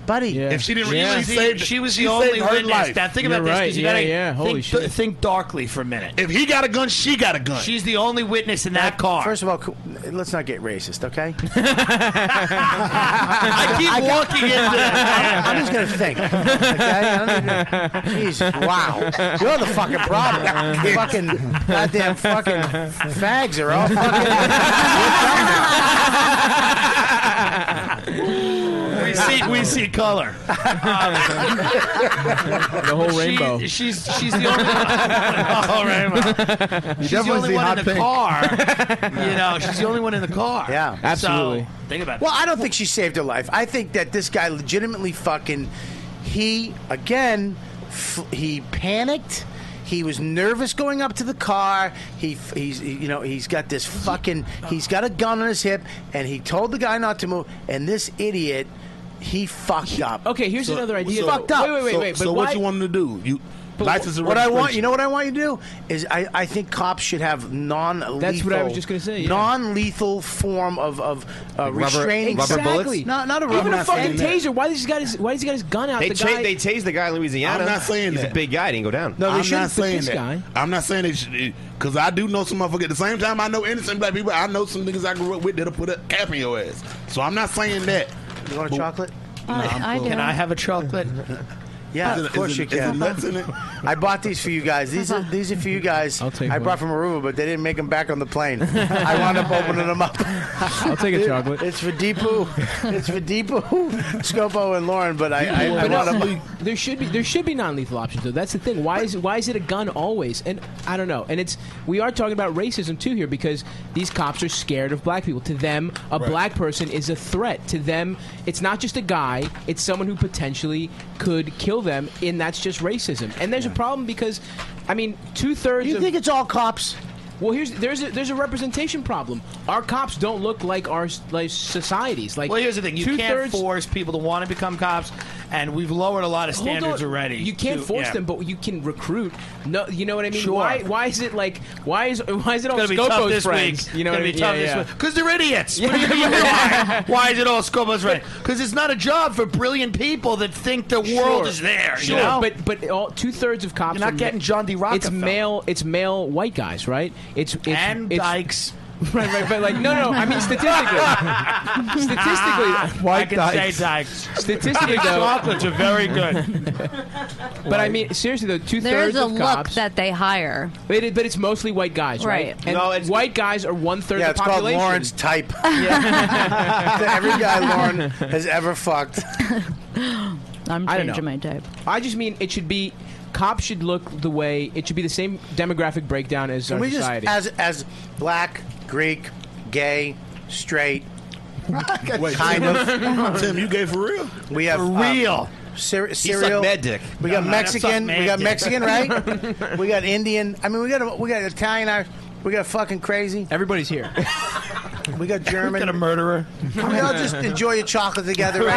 Speaker 5: buddy.
Speaker 11: If she didn't
Speaker 8: Yeah.
Speaker 11: really save,
Speaker 8: she was
Speaker 11: she
Speaker 8: the only
Speaker 11: saved her
Speaker 8: witness.
Speaker 11: life.
Speaker 8: Now think about this. 'cause You gotta think, think darkly for a minute.
Speaker 11: If he got a gun, she got a gun.
Speaker 8: She's the only witness in that car.
Speaker 5: First of all, co- let's not get racist, okay?
Speaker 8: I keep walking into.
Speaker 5: I'm, I'm just gonna think. Okay? I don't even- Jeez, wow, you're the fucking problem. fucking goddamn fucking fags are all
Speaker 8: we see we see color. Um,
Speaker 13: the whole
Speaker 8: she-
Speaker 13: rainbow.
Speaker 8: She's she's the only. Oh, rainbow. She's the
Speaker 13: definitely
Speaker 8: only
Speaker 13: see
Speaker 8: one
Speaker 13: hot
Speaker 8: in the
Speaker 13: pink.
Speaker 8: car. You know, she's the only one in the car.
Speaker 5: Yeah,
Speaker 8: So, think about it.
Speaker 5: Well, I don't think she saved her life. I think that this guy legitimately fucking he again f- he panicked. He was nervous going up to the car. He f- he's he- you know he's got this fucking he's got a gun on his hip, and he told the guy not to move. And this idiot, he fucked up.
Speaker 13: Okay, here's
Speaker 5: So-
Speaker 13: another idea.
Speaker 5: so- Fucked up.
Speaker 13: Wait, wait, wait, wait.
Speaker 11: so
Speaker 13: but
Speaker 11: what
Speaker 13: why-
Speaker 11: you want them to do? You license and
Speaker 5: what I want,
Speaker 11: registration.
Speaker 5: you know, what I want you to do is, I, I think cops should have non-lethal.
Speaker 13: That's what I was just gonna say, yeah.
Speaker 5: Non-lethal form of of uh,
Speaker 9: Like rubber-
Speaker 5: restraining.
Speaker 9: rubber bullets?
Speaker 5: Exactly. Not not a rubber.
Speaker 13: Even a fucking
Speaker 5: bullet.
Speaker 13: taser. Why does he got his Why does he got his gun out?
Speaker 9: They,
Speaker 13: the
Speaker 9: cha-
Speaker 13: guy.
Speaker 9: they tased the guy in Louisiana.
Speaker 11: I'm not saying
Speaker 9: He's
Speaker 11: that.
Speaker 9: a big guy. He didn't go down.
Speaker 11: I'm not saying that. I'm not saying they should, because I do know some motherfuckers. At the same time, I know innocent black people. I know some niggas I grew up with that'll put a cap in your ass. So I'm not saying that.
Speaker 5: You want a chocolate?
Speaker 8: I do. Can I have a chocolate?
Speaker 5: Yeah,
Speaker 11: Is it-
Speaker 5: of course
Speaker 11: is it-
Speaker 5: you
Speaker 11: is it
Speaker 5: can.
Speaker 11: nuts in it?
Speaker 5: I bought these for you guys. These are these are for you guys. I'll take I brought from Aruba, but they didn't make them back on the plane. I wound up opening them up. I'll
Speaker 13: take a chocolate.
Speaker 5: It's for Deepu. It's for Deepu, Scopo, and Lauren. But I, I, I
Speaker 13: But
Speaker 5: wound
Speaker 13: no,
Speaker 5: up.
Speaker 13: there should be there should be non-lethal options though. That's the thing. Why is why is it a gun always? And I don't know. And it's we are talking about racism too here because these cops are scared of black people. To them, a black person is a threat. To them, it's not just a guy. It's someone who potentially could kill them, and that's just racism. And there's a problem because, I mean, two thirds. You think
Speaker 5: it's all cops?
Speaker 13: Well, here's there's a, there's a representation problem. Our cops don't look like our s- like societies. Like
Speaker 8: well, here's the thing: you can't
Speaker 13: two-thirds-
Speaker 8: force people to want to become cops, and we've lowered a lot of
Speaker 13: Hold on.
Speaker 8: standards already.
Speaker 13: You can't
Speaker 8: to-
Speaker 13: force
Speaker 8: yeah.
Speaker 13: them, but you can recruit. No, you know what I mean.
Speaker 8: Sure.
Speaker 13: Why? Why is it like? Why is? Why is it all
Speaker 8: It's gonna be tough
Speaker 13: Scopo's
Speaker 8: this
Speaker 13: friends?
Speaker 8: week.
Speaker 13: You know what I
Speaker 8: It's gonna
Speaker 13: mean?
Speaker 8: be tough
Speaker 13: Yeah,
Speaker 8: this
Speaker 13: yeah.
Speaker 8: week because they're idiots. What do you mean why? Why is it all Scopo's friends? Because it's not a job for brilliant people that think the world
Speaker 13: Sure.
Speaker 8: is there.
Speaker 13: Sure,
Speaker 8: You know?
Speaker 13: but but all, two thirds of cops
Speaker 8: You're not
Speaker 13: are
Speaker 8: getting John D.
Speaker 13: It's
Speaker 8: Rockefeller.
Speaker 13: male. It's male white guys, right? It's, it's
Speaker 8: And
Speaker 13: it's,
Speaker 8: Dykes.
Speaker 13: Right, right, but like no, no. I mean statistically, statistically,
Speaker 8: I can say Dykes.
Speaker 13: Statistically, though,
Speaker 8: chocolates are very good.
Speaker 13: But I mean, seriously though, two
Speaker 7: There
Speaker 13: thirds
Speaker 7: is a
Speaker 13: of
Speaker 7: look
Speaker 13: cops.
Speaker 7: that they hire.
Speaker 13: But, it, but it's mostly white guys, right?
Speaker 7: Right.
Speaker 13: And white guys are one third
Speaker 5: Yeah,
Speaker 13: of
Speaker 5: it's
Speaker 13: the
Speaker 5: called
Speaker 13: population.
Speaker 5: Lauren's type. Every guy Lauren has ever fucked.
Speaker 7: I'm
Speaker 13: I don't
Speaker 7: changing
Speaker 13: know.
Speaker 7: my type.
Speaker 13: I just mean it should be cops should look the way it should be the same demographic breakdown as
Speaker 5: Can
Speaker 13: our
Speaker 5: we just
Speaker 13: society.
Speaker 5: as as black, Greek, gay, straight,
Speaker 11: Wait,
Speaker 5: kind of.
Speaker 11: Tim, you gay for real?
Speaker 5: We have
Speaker 11: For
Speaker 5: um,
Speaker 11: real.
Speaker 5: cer-
Speaker 11: He sucked
Speaker 5: cereal.
Speaker 11: mad dick.
Speaker 5: We
Speaker 11: No,
Speaker 5: got
Speaker 11: no, I sucked
Speaker 5: Mexican.
Speaker 11: mad
Speaker 5: We got
Speaker 11: dick.
Speaker 5: Mexican, right? we got Indian. I mean, we got a, we got Italian. I- We got fucking crazy.
Speaker 13: Everybody's here.
Speaker 5: We got German.
Speaker 8: got a murderer.
Speaker 5: Can we all just enjoy your chocolate together right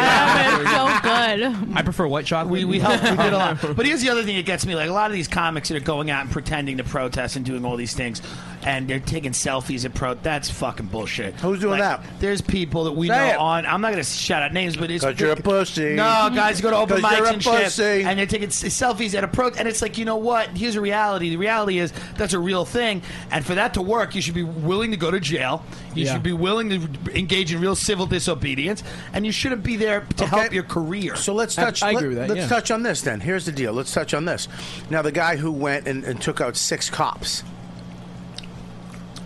Speaker 5: now?
Speaker 7: so
Speaker 8: I prefer white chocolate. We, we helped. We did a lot. But here's the other thing that gets me: like a lot of these comics that are going out and pretending to protest and doing all these things, and they're taking selfies at pro. That's fucking bullshit. Who's
Speaker 5: doing
Speaker 8: that? There's people that we
Speaker 5: Say
Speaker 8: know
Speaker 5: it.
Speaker 8: on. I'm not gonna shout out names, but it's
Speaker 5: Cause you're a pussy.
Speaker 8: No, guys go to open
Speaker 5: 'Cause you're
Speaker 8: mics
Speaker 5: a
Speaker 8: and shit,
Speaker 5: pussy.
Speaker 8: and they're taking s- selfies at a pro. And it's like, you know what? Here's a reality. The reality is that's a real thing, and for that to work, you should be willing to go to jail. You
Speaker 13: Yeah.
Speaker 8: should be willing to engage in real civil disobedience, and you shouldn't be there to help your career.
Speaker 5: So let's touch.
Speaker 8: I,
Speaker 5: let,
Speaker 8: agree with that.
Speaker 5: us touch on this then. Here's the deal. Let's touch on this. Now, the guy who went and, and took out six cops.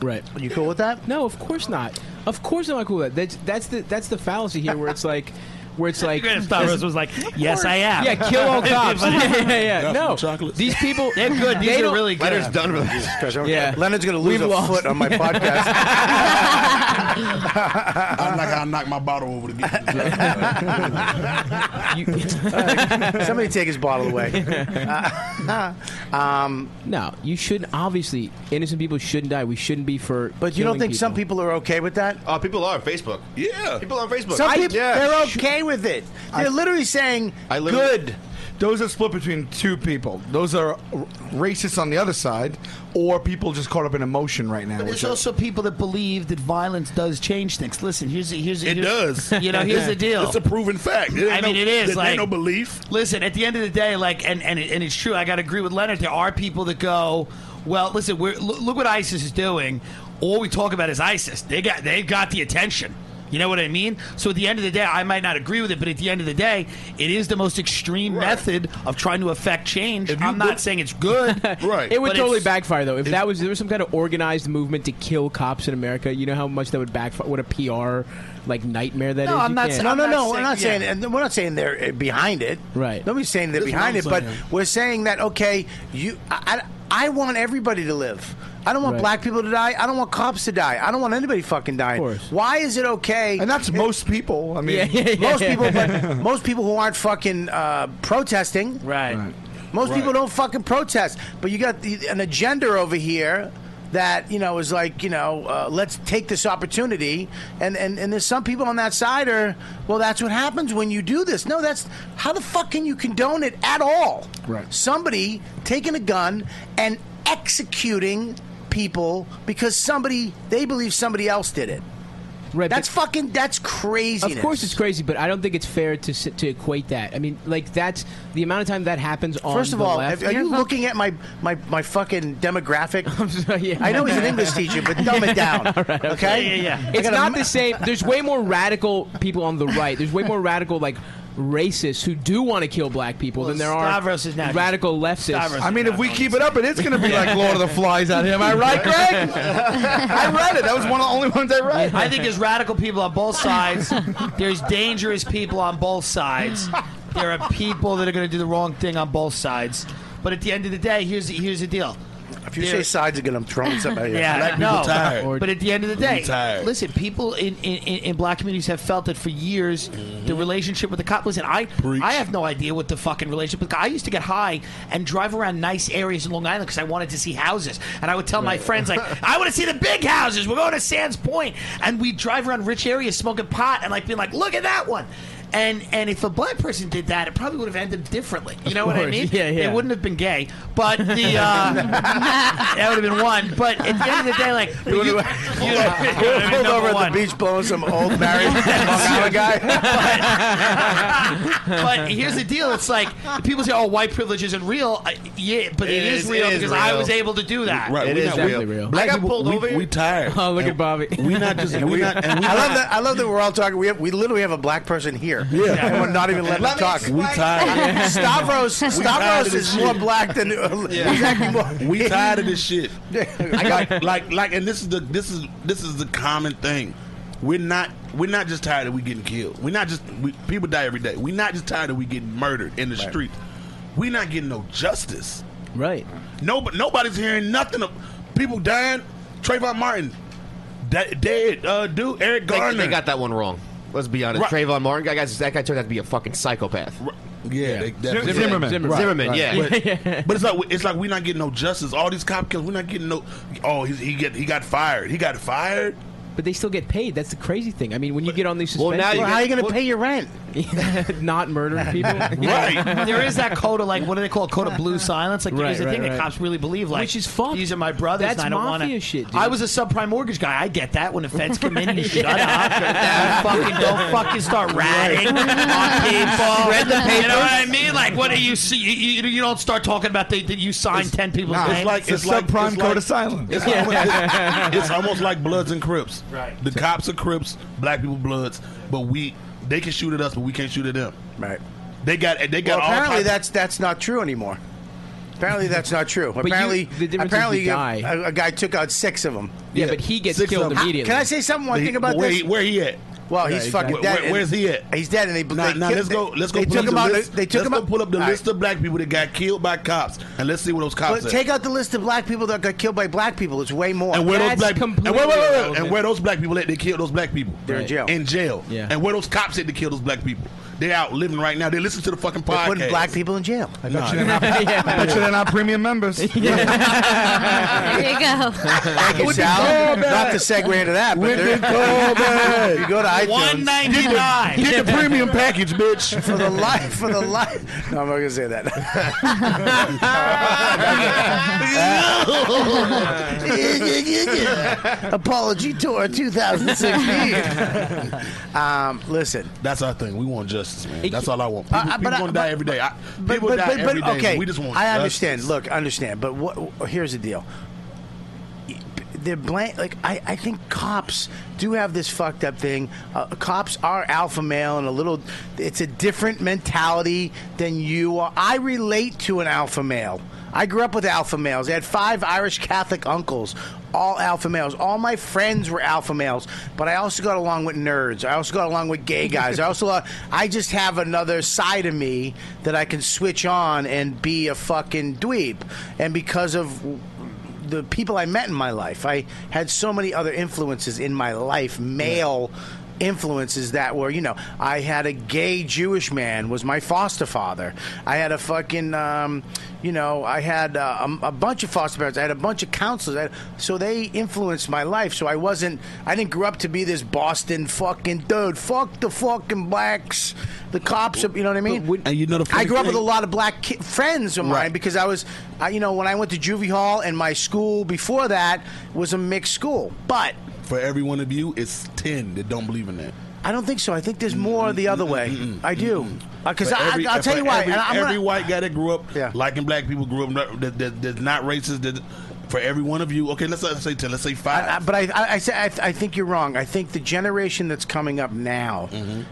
Speaker 13: Right.
Speaker 5: You cool with that?
Speaker 13: No, of course not. Of course I'm not cool with that. That's that's the that's the fallacy here where it's like where it's like
Speaker 8: Graham Stavros was like, "Yes, I am."
Speaker 13: Yeah, kill all cops. yeah, yeah, yeah.
Speaker 8: Got
Speaker 13: No.
Speaker 8: some chocolate.
Speaker 13: These people
Speaker 8: They're good. These
Speaker 13: they
Speaker 8: are
Speaker 13: don't-
Speaker 8: really good. Leonard's done with
Speaker 5: Jesus Christ, I'm-
Speaker 13: Yeah.
Speaker 5: Leonard's going to lose
Speaker 13: We've
Speaker 5: a
Speaker 13: lost.
Speaker 5: foot on my podcast.
Speaker 11: I like how I knocked my bottle over to get to the
Speaker 5: Somebody take his bottle away. um,
Speaker 13: no, you shouldn't. Obviously, innocent people shouldn't die. We shouldn't be for. Uh,
Speaker 5: But you don't think some people are okay with that?
Speaker 2: Oh, people are on Facebook. Yeah, people on Facebook.
Speaker 5: Some
Speaker 2: I-
Speaker 5: people
Speaker 2: yeah.
Speaker 5: they're okay with it. They're literally saying good.
Speaker 6: Those that split between two people. Those are r- racists on the other side, or people just caught up in emotion right now.
Speaker 8: But
Speaker 6: which
Speaker 8: there's
Speaker 6: are-
Speaker 8: also people that believe that violence does change things. Listen, here's the, here's the-
Speaker 11: It
Speaker 8: here's-
Speaker 11: does.
Speaker 8: You know, here's the deal.
Speaker 11: It's a proven fact. It ain't
Speaker 8: I mean,
Speaker 11: no-
Speaker 8: it is
Speaker 11: there ain't
Speaker 8: like
Speaker 11: no belief.
Speaker 8: Listen, at the end of the day, like, and and, it, and it's true. I got to agree with Leonard. There are people that go, well, listen, we're, look, look what ISIS is doing. All we talk about is ISIS. They got they got the attention. You know what I mean? So at the end of the day, I might not agree with it, but at the end of the day, it is the most extreme method of trying to affect change. I'm not saying it's good. right.
Speaker 13: It would totally backfire though. If that was there was some kind of organized movement to kill cops in America, you know how much that would backfire. What a PR like nightmare that is.
Speaker 5: no,
Speaker 13: You can't-
Speaker 5: No, no, no. We're not saying. and We're not saying they're uh, behind it. Right. Nobody's saying they're
Speaker 13: That's what
Speaker 5: behind it.
Speaker 13: I'm
Speaker 5: But
Speaker 13: saying.
Speaker 5: we're saying that okay, you. I, I, I want everybody to live. I don't want
Speaker 6: Right.
Speaker 5: black people to die. I don't want cops to die. I don't want anybody fucking dying. Why is it okay? And
Speaker 6: that's most people. I mean,
Speaker 5: most people, but most people who aren't fucking uh, protesting,
Speaker 8: right?
Speaker 5: Most people don't fucking protest, but you got the, an agenda over here that you know is like you know uh, let's take this opportunity and, and and there's some people on that side are well that's what happens when you do this no that's how the fuck can you condone it at all right somebody taking a gun and executing people because somebody they believe somebody else did it
Speaker 13: right
Speaker 5: that's fucking that's craziness
Speaker 13: Of course, it's crazy, but I don't think it's fair to sit, to equate that. I mean, like that's the amount of time that happens on.
Speaker 5: First of
Speaker 13: the
Speaker 5: all,
Speaker 13: left.
Speaker 5: are you looking at my my, my fucking demographic? I know he's an English teacher, but dumb it down.
Speaker 13: All right,
Speaker 5: okay? I
Speaker 13: It's
Speaker 5: gotta
Speaker 13: not
Speaker 5: m-
Speaker 13: the same. There's way more radical people on the right. There's way more radical like racists who do want to kill black people than there
Speaker 8: Stavros
Speaker 13: are
Speaker 8: is not-
Speaker 13: radical leftists.
Speaker 8: Stavros
Speaker 6: I mean, if we keep it up, it is going to be like Lord of the Flies out here. Am I right, Greg? I read it. That was one of the only ones I read.
Speaker 8: I think there's radical people on both sides. There's dangerous people on both sides. There are people that are going to do the wrong thing on both sides. But at the end of the day, here's here's the deal.
Speaker 5: If you say sides again, I'm throwing somebody.
Speaker 8: Yeah,
Speaker 5: Black people
Speaker 8: no.
Speaker 5: tired.
Speaker 8: But at the end of the
Speaker 5: People
Speaker 8: day,
Speaker 5: tired.
Speaker 8: listen, people in, in, in in black communities have felt that for years
Speaker 5: Mm-hmm.
Speaker 8: the relationship with the cop. Listen, I I have no idea what the fucking relationship with the cop. I used to get high and drive around nice areas in Long Island because I wanted to see houses, and I would tell my friends like, I want to see the big houses. We're going to Sands Point, and we drive around rich areas smoking pot and like being like, look at that one. And, and if a black person did that, it probably would have ended differently. You
Speaker 13: Of
Speaker 8: know what I
Speaker 13: course.
Speaker 8: mean?
Speaker 13: Yeah, yeah.
Speaker 8: They wouldn't have been gay, but the uh, that would have been one. But at the end of the day, like you, you,
Speaker 5: We're pulled over at the beach blowing some old married Long Island
Speaker 8: guy. but here's the deal: it's like people say, "Oh, white privilege isn't real." I, yeah, but
Speaker 11: It
Speaker 8: it is,
Speaker 11: is-
Speaker 8: real
Speaker 11: it is
Speaker 8: because I
Speaker 11: real.
Speaker 8: was able to do that.
Speaker 11: Right, we not- we- Black people, we, We tired.
Speaker 13: Oh, look
Speaker 11: And
Speaker 13: at Bobby.
Speaker 11: We not just.
Speaker 5: And
Speaker 11: we
Speaker 5: we-
Speaker 11: not.
Speaker 5: I
Speaker 11: And we
Speaker 5: love
Speaker 11: not-
Speaker 5: that. I love that we're all talking. We have, we literally have a black person here.
Speaker 11: Yeah.
Speaker 5: and we're not even letting
Speaker 11: Let
Speaker 5: him
Speaker 11: me
Speaker 5: talk.
Speaker 11: explain. We tired.
Speaker 5: Stavros.
Speaker 11: We tired of
Speaker 5: Stavros
Speaker 11: this
Speaker 5: is more
Speaker 11: shit.
Speaker 5: black than. he's actually more-
Speaker 11: we tired of this shit. like, like, like, and this is the this is this is the common thing. We're not we're not just tired of we getting killed. We're not just we, people die every day. We're not just tired of we getting murdered in the
Speaker 13: Right.
Speaker 11: street. We're not getting no justice.
Speaker 13: Right.
Speaker 11: No, nobody's hearing nothing of people dying. Trayvon Martin, that dead uh, dude. Eric
Speaker 9: They-
Speaker 11: Garner.
Speaker 9: They, got that one wrong. Let's be honest.
Speaker 11: Right.
Speaker 9: Trayvon Martin, that guy, that guy turned out to be a fucking psychopath.
Speaker 11: Yeah, they- that-
Speaker 9: Zimmerman. Zimmerman. Right, Zimmerman, right. yeah.
Speaker 11: But, but it's like it's like we're not getting no justice. All these cop kills, we're not getting no. Oh, he, he get he got fired. He got fired.
Speaker 13: But they still get paid. That's the crazy thing. I mean, when you get on these
Speaker 11: Well,
Speaker 13: suspensions,
Speaker 11: now you Well, how get-
Speaker 5: you gonna well- pay your rent?
Speaker 13: Not murdering people,
Speaker 8: there is that code of like what do they call it? code of blue silence? Like
Speaker 13: Right,
Speaker 8: there's a
Speaker 13: right,
Speaker 8: thing
Speaker 13: right.
Speaker 8: that cops really believe, like
Speaker 13: Which
Speaker 8: is fun. These are my brothers.
Speaker 13: That's
Speaker 8: and I don't
Speaker 13: mafia
Speaker 8: wanna,
Speaker 13: shit, dude.
Speaker 8: I was a subprime mortgage guy. I get that when the feds come in, you
Speaker 13: Right,
Speaker 8: shut
Speaker 13: yeah.
Speaker 8: up. You fucking don't fucking start ratting on people.
Speaker 13: Read the
Speaker 8: You know what I
Speaker 13: papers.
Speaker 8: mean? Like what do you see? You, you, you don't start talking about they, that you signed ten people's
Speaker 11: Nah,
Speaker 8: names.
Speaker 11: it's like it's like it's like- It's, almost, it's almost like Bloods and Crips. Right. The cops are Crips, black people Bloods, but we they can shoot at us, but we can't shoot at them.
Speaker 5: Right.
Speaker 11: They got they got
Speaker 5: Well,
Speaker 11: all
Speaker 5: apparently
Speaker 11: types-
Speaker 5: that's that's not true anymore. Apparently that's not true.
Speaker 13: you-
Speaker 5: apparently,
Speaker 13: the difference is
Speaker 5: apparently
Speaker 13: you
Speaker 5: you-
Speaker 13: die.
Speaker 5: A, a guy took out six of them.
Speaker 13: Yeah, but he gets killed immediately.
Speaker 5: Can I say something? One
Speaker 13: But he-
Speaker 5: thing about
Speaker 13: where
Speaker 5: this.
Speaker 13: he- where he at?
Speaker 5: Well,
Speaker 11: Yeah,
Speaker 5: he's
Speaker 11: exactly.
Speaker 5: fucking
Speaker 11: Where-
Speaker 5: dead.
Speaker 11: where- where's he at?
Speaker 5: He's dead. And they,
Speaker 11: Nah,
Speaker 5: they
Speaker 11: nah,
Speaker 5: killed-
Speaker 11: let's go.
Speaker 5: they-
Speaker 11: Let's go.
Speaker 5: They
Speaker 11: pull
Speaker 5: took
Speaker 11: up
Speaker 5: him
Speaker 11: the
Speaker 5: out.
Speaker 11: list.
Speaker 5: They took
Speaker 11: let's
Speaker 5: him
Speaker 11: go
Speaker 5: out.
Speaker 11: Pull up the
Speaker 5: All right.
Speaker 11: list of black people that got killed by cops, and let's see what those cops.
Speaker 5: But
Speaker 11: are.
Speaker 5: take out the list of black people that got killed by black people. It's way more.
Speaker 11: And where those black and where, where, where- where- and where those black people at? They killed those black people.
Speaker 5: They're in jail.
Speaker 11: In jail.
Speaker 5: Yeah.
Speaker 11: And where those cops at? They killed those black people. They're out living right now. They listen to the fucking
Speaker 5: They're
Speaker 11: podcast.
Speaker 5: putting black people in jail.
Speaker 6: I bet, you they're not, I bet you they're not premium members.
Speaker 7: There you go.
Speaker 5: Thank you, Sal. Not to segue into that, but there- if you go to iTunes,
Speaker 8: $1.99.
Speaker 5: Get the
Speaker 6: premium package, bitch.
Speaker 5: For the life, for the life. No, I'm not gonna say that. Apology tour 2016. um, listen,
Speaker 11: that's our thing. We want justice, man.
Speaker 5: It-
Speaker 11: That's all I want. People,
Speaker 5: Uh, uh, but
Speaker 11: people
Speaker 5: I-
Speaker 11: gonna
Speaker 5: but-
Speaker 11: die every day. I,
Speaker 5: but,
Speaker 11: people
Speaker 5: but,
Speaker 11: die
Speaker 5: but, but
Speaker 11: every day.
Speaker 5: okay.
Speaker 11: We just want.
Speaker 5: I
Speaker 11: justice.
Speaker 5: understand. Look, I understand. But what? Here's the deal. They're blank. Like I, I think cops do have this fucked up thing. Uh, cops are alpha male and a little. It's a different mentality than you are. I relate to an alpha male. I grew up with alpha males. I had five Irish Catholic uncles, all alpha males. All my friends were alpha males, but I also got along with nerds. I also got along with gay guys. I also, I just have another side of me that I can switch on and be a fucking dweeb. And because of the people I met in my life. I had so many other influences in my life, male influences that were, you know, I had a gay Jewish man was my foster father. I had a fucking, um, you know, I had uh, a, a bunch of foster parents. I had a bunch of counselors. I, so they influenced my life. So I wasn't, I didn't grow up to be this Boston fucking dude. Fuck the fucking blacks. The cops, are, you know what I mean?
Speaker 11: And you know the
Speaker 5: I
Speaker 11: funny
Speaker 5: grew up with a
Speaker 11: thing?
Speaker 5: lot of black ki- friends of mine because I was, I, you know, when I went to juvie hall and my school before that was a mixed school. But
Speaker 11: for every one of you, it's ten that don't believe in that.
Speaker 5: I don't think so. I think there's more the other way. I do because
Speaker 11: Mm-hmm. For
Speaker 5: I,
Speaker 11: every-
Speaker 5: I, will tell
Speaker 11: for
Speaker 5: you why.
Speaker 11: Every,
Speaker 5: and I'm
Speaker 11: every
Speaker 5: gonna-
Speaker 11: white guy that grew up liking black people grew up not- that, that, that's not racist. That, for every one of you, okay, let's, let's say ten, let's say five.
Speaker 5: I- but I, I, I, say- I, I think you're wrong. I think the generation that's coming up now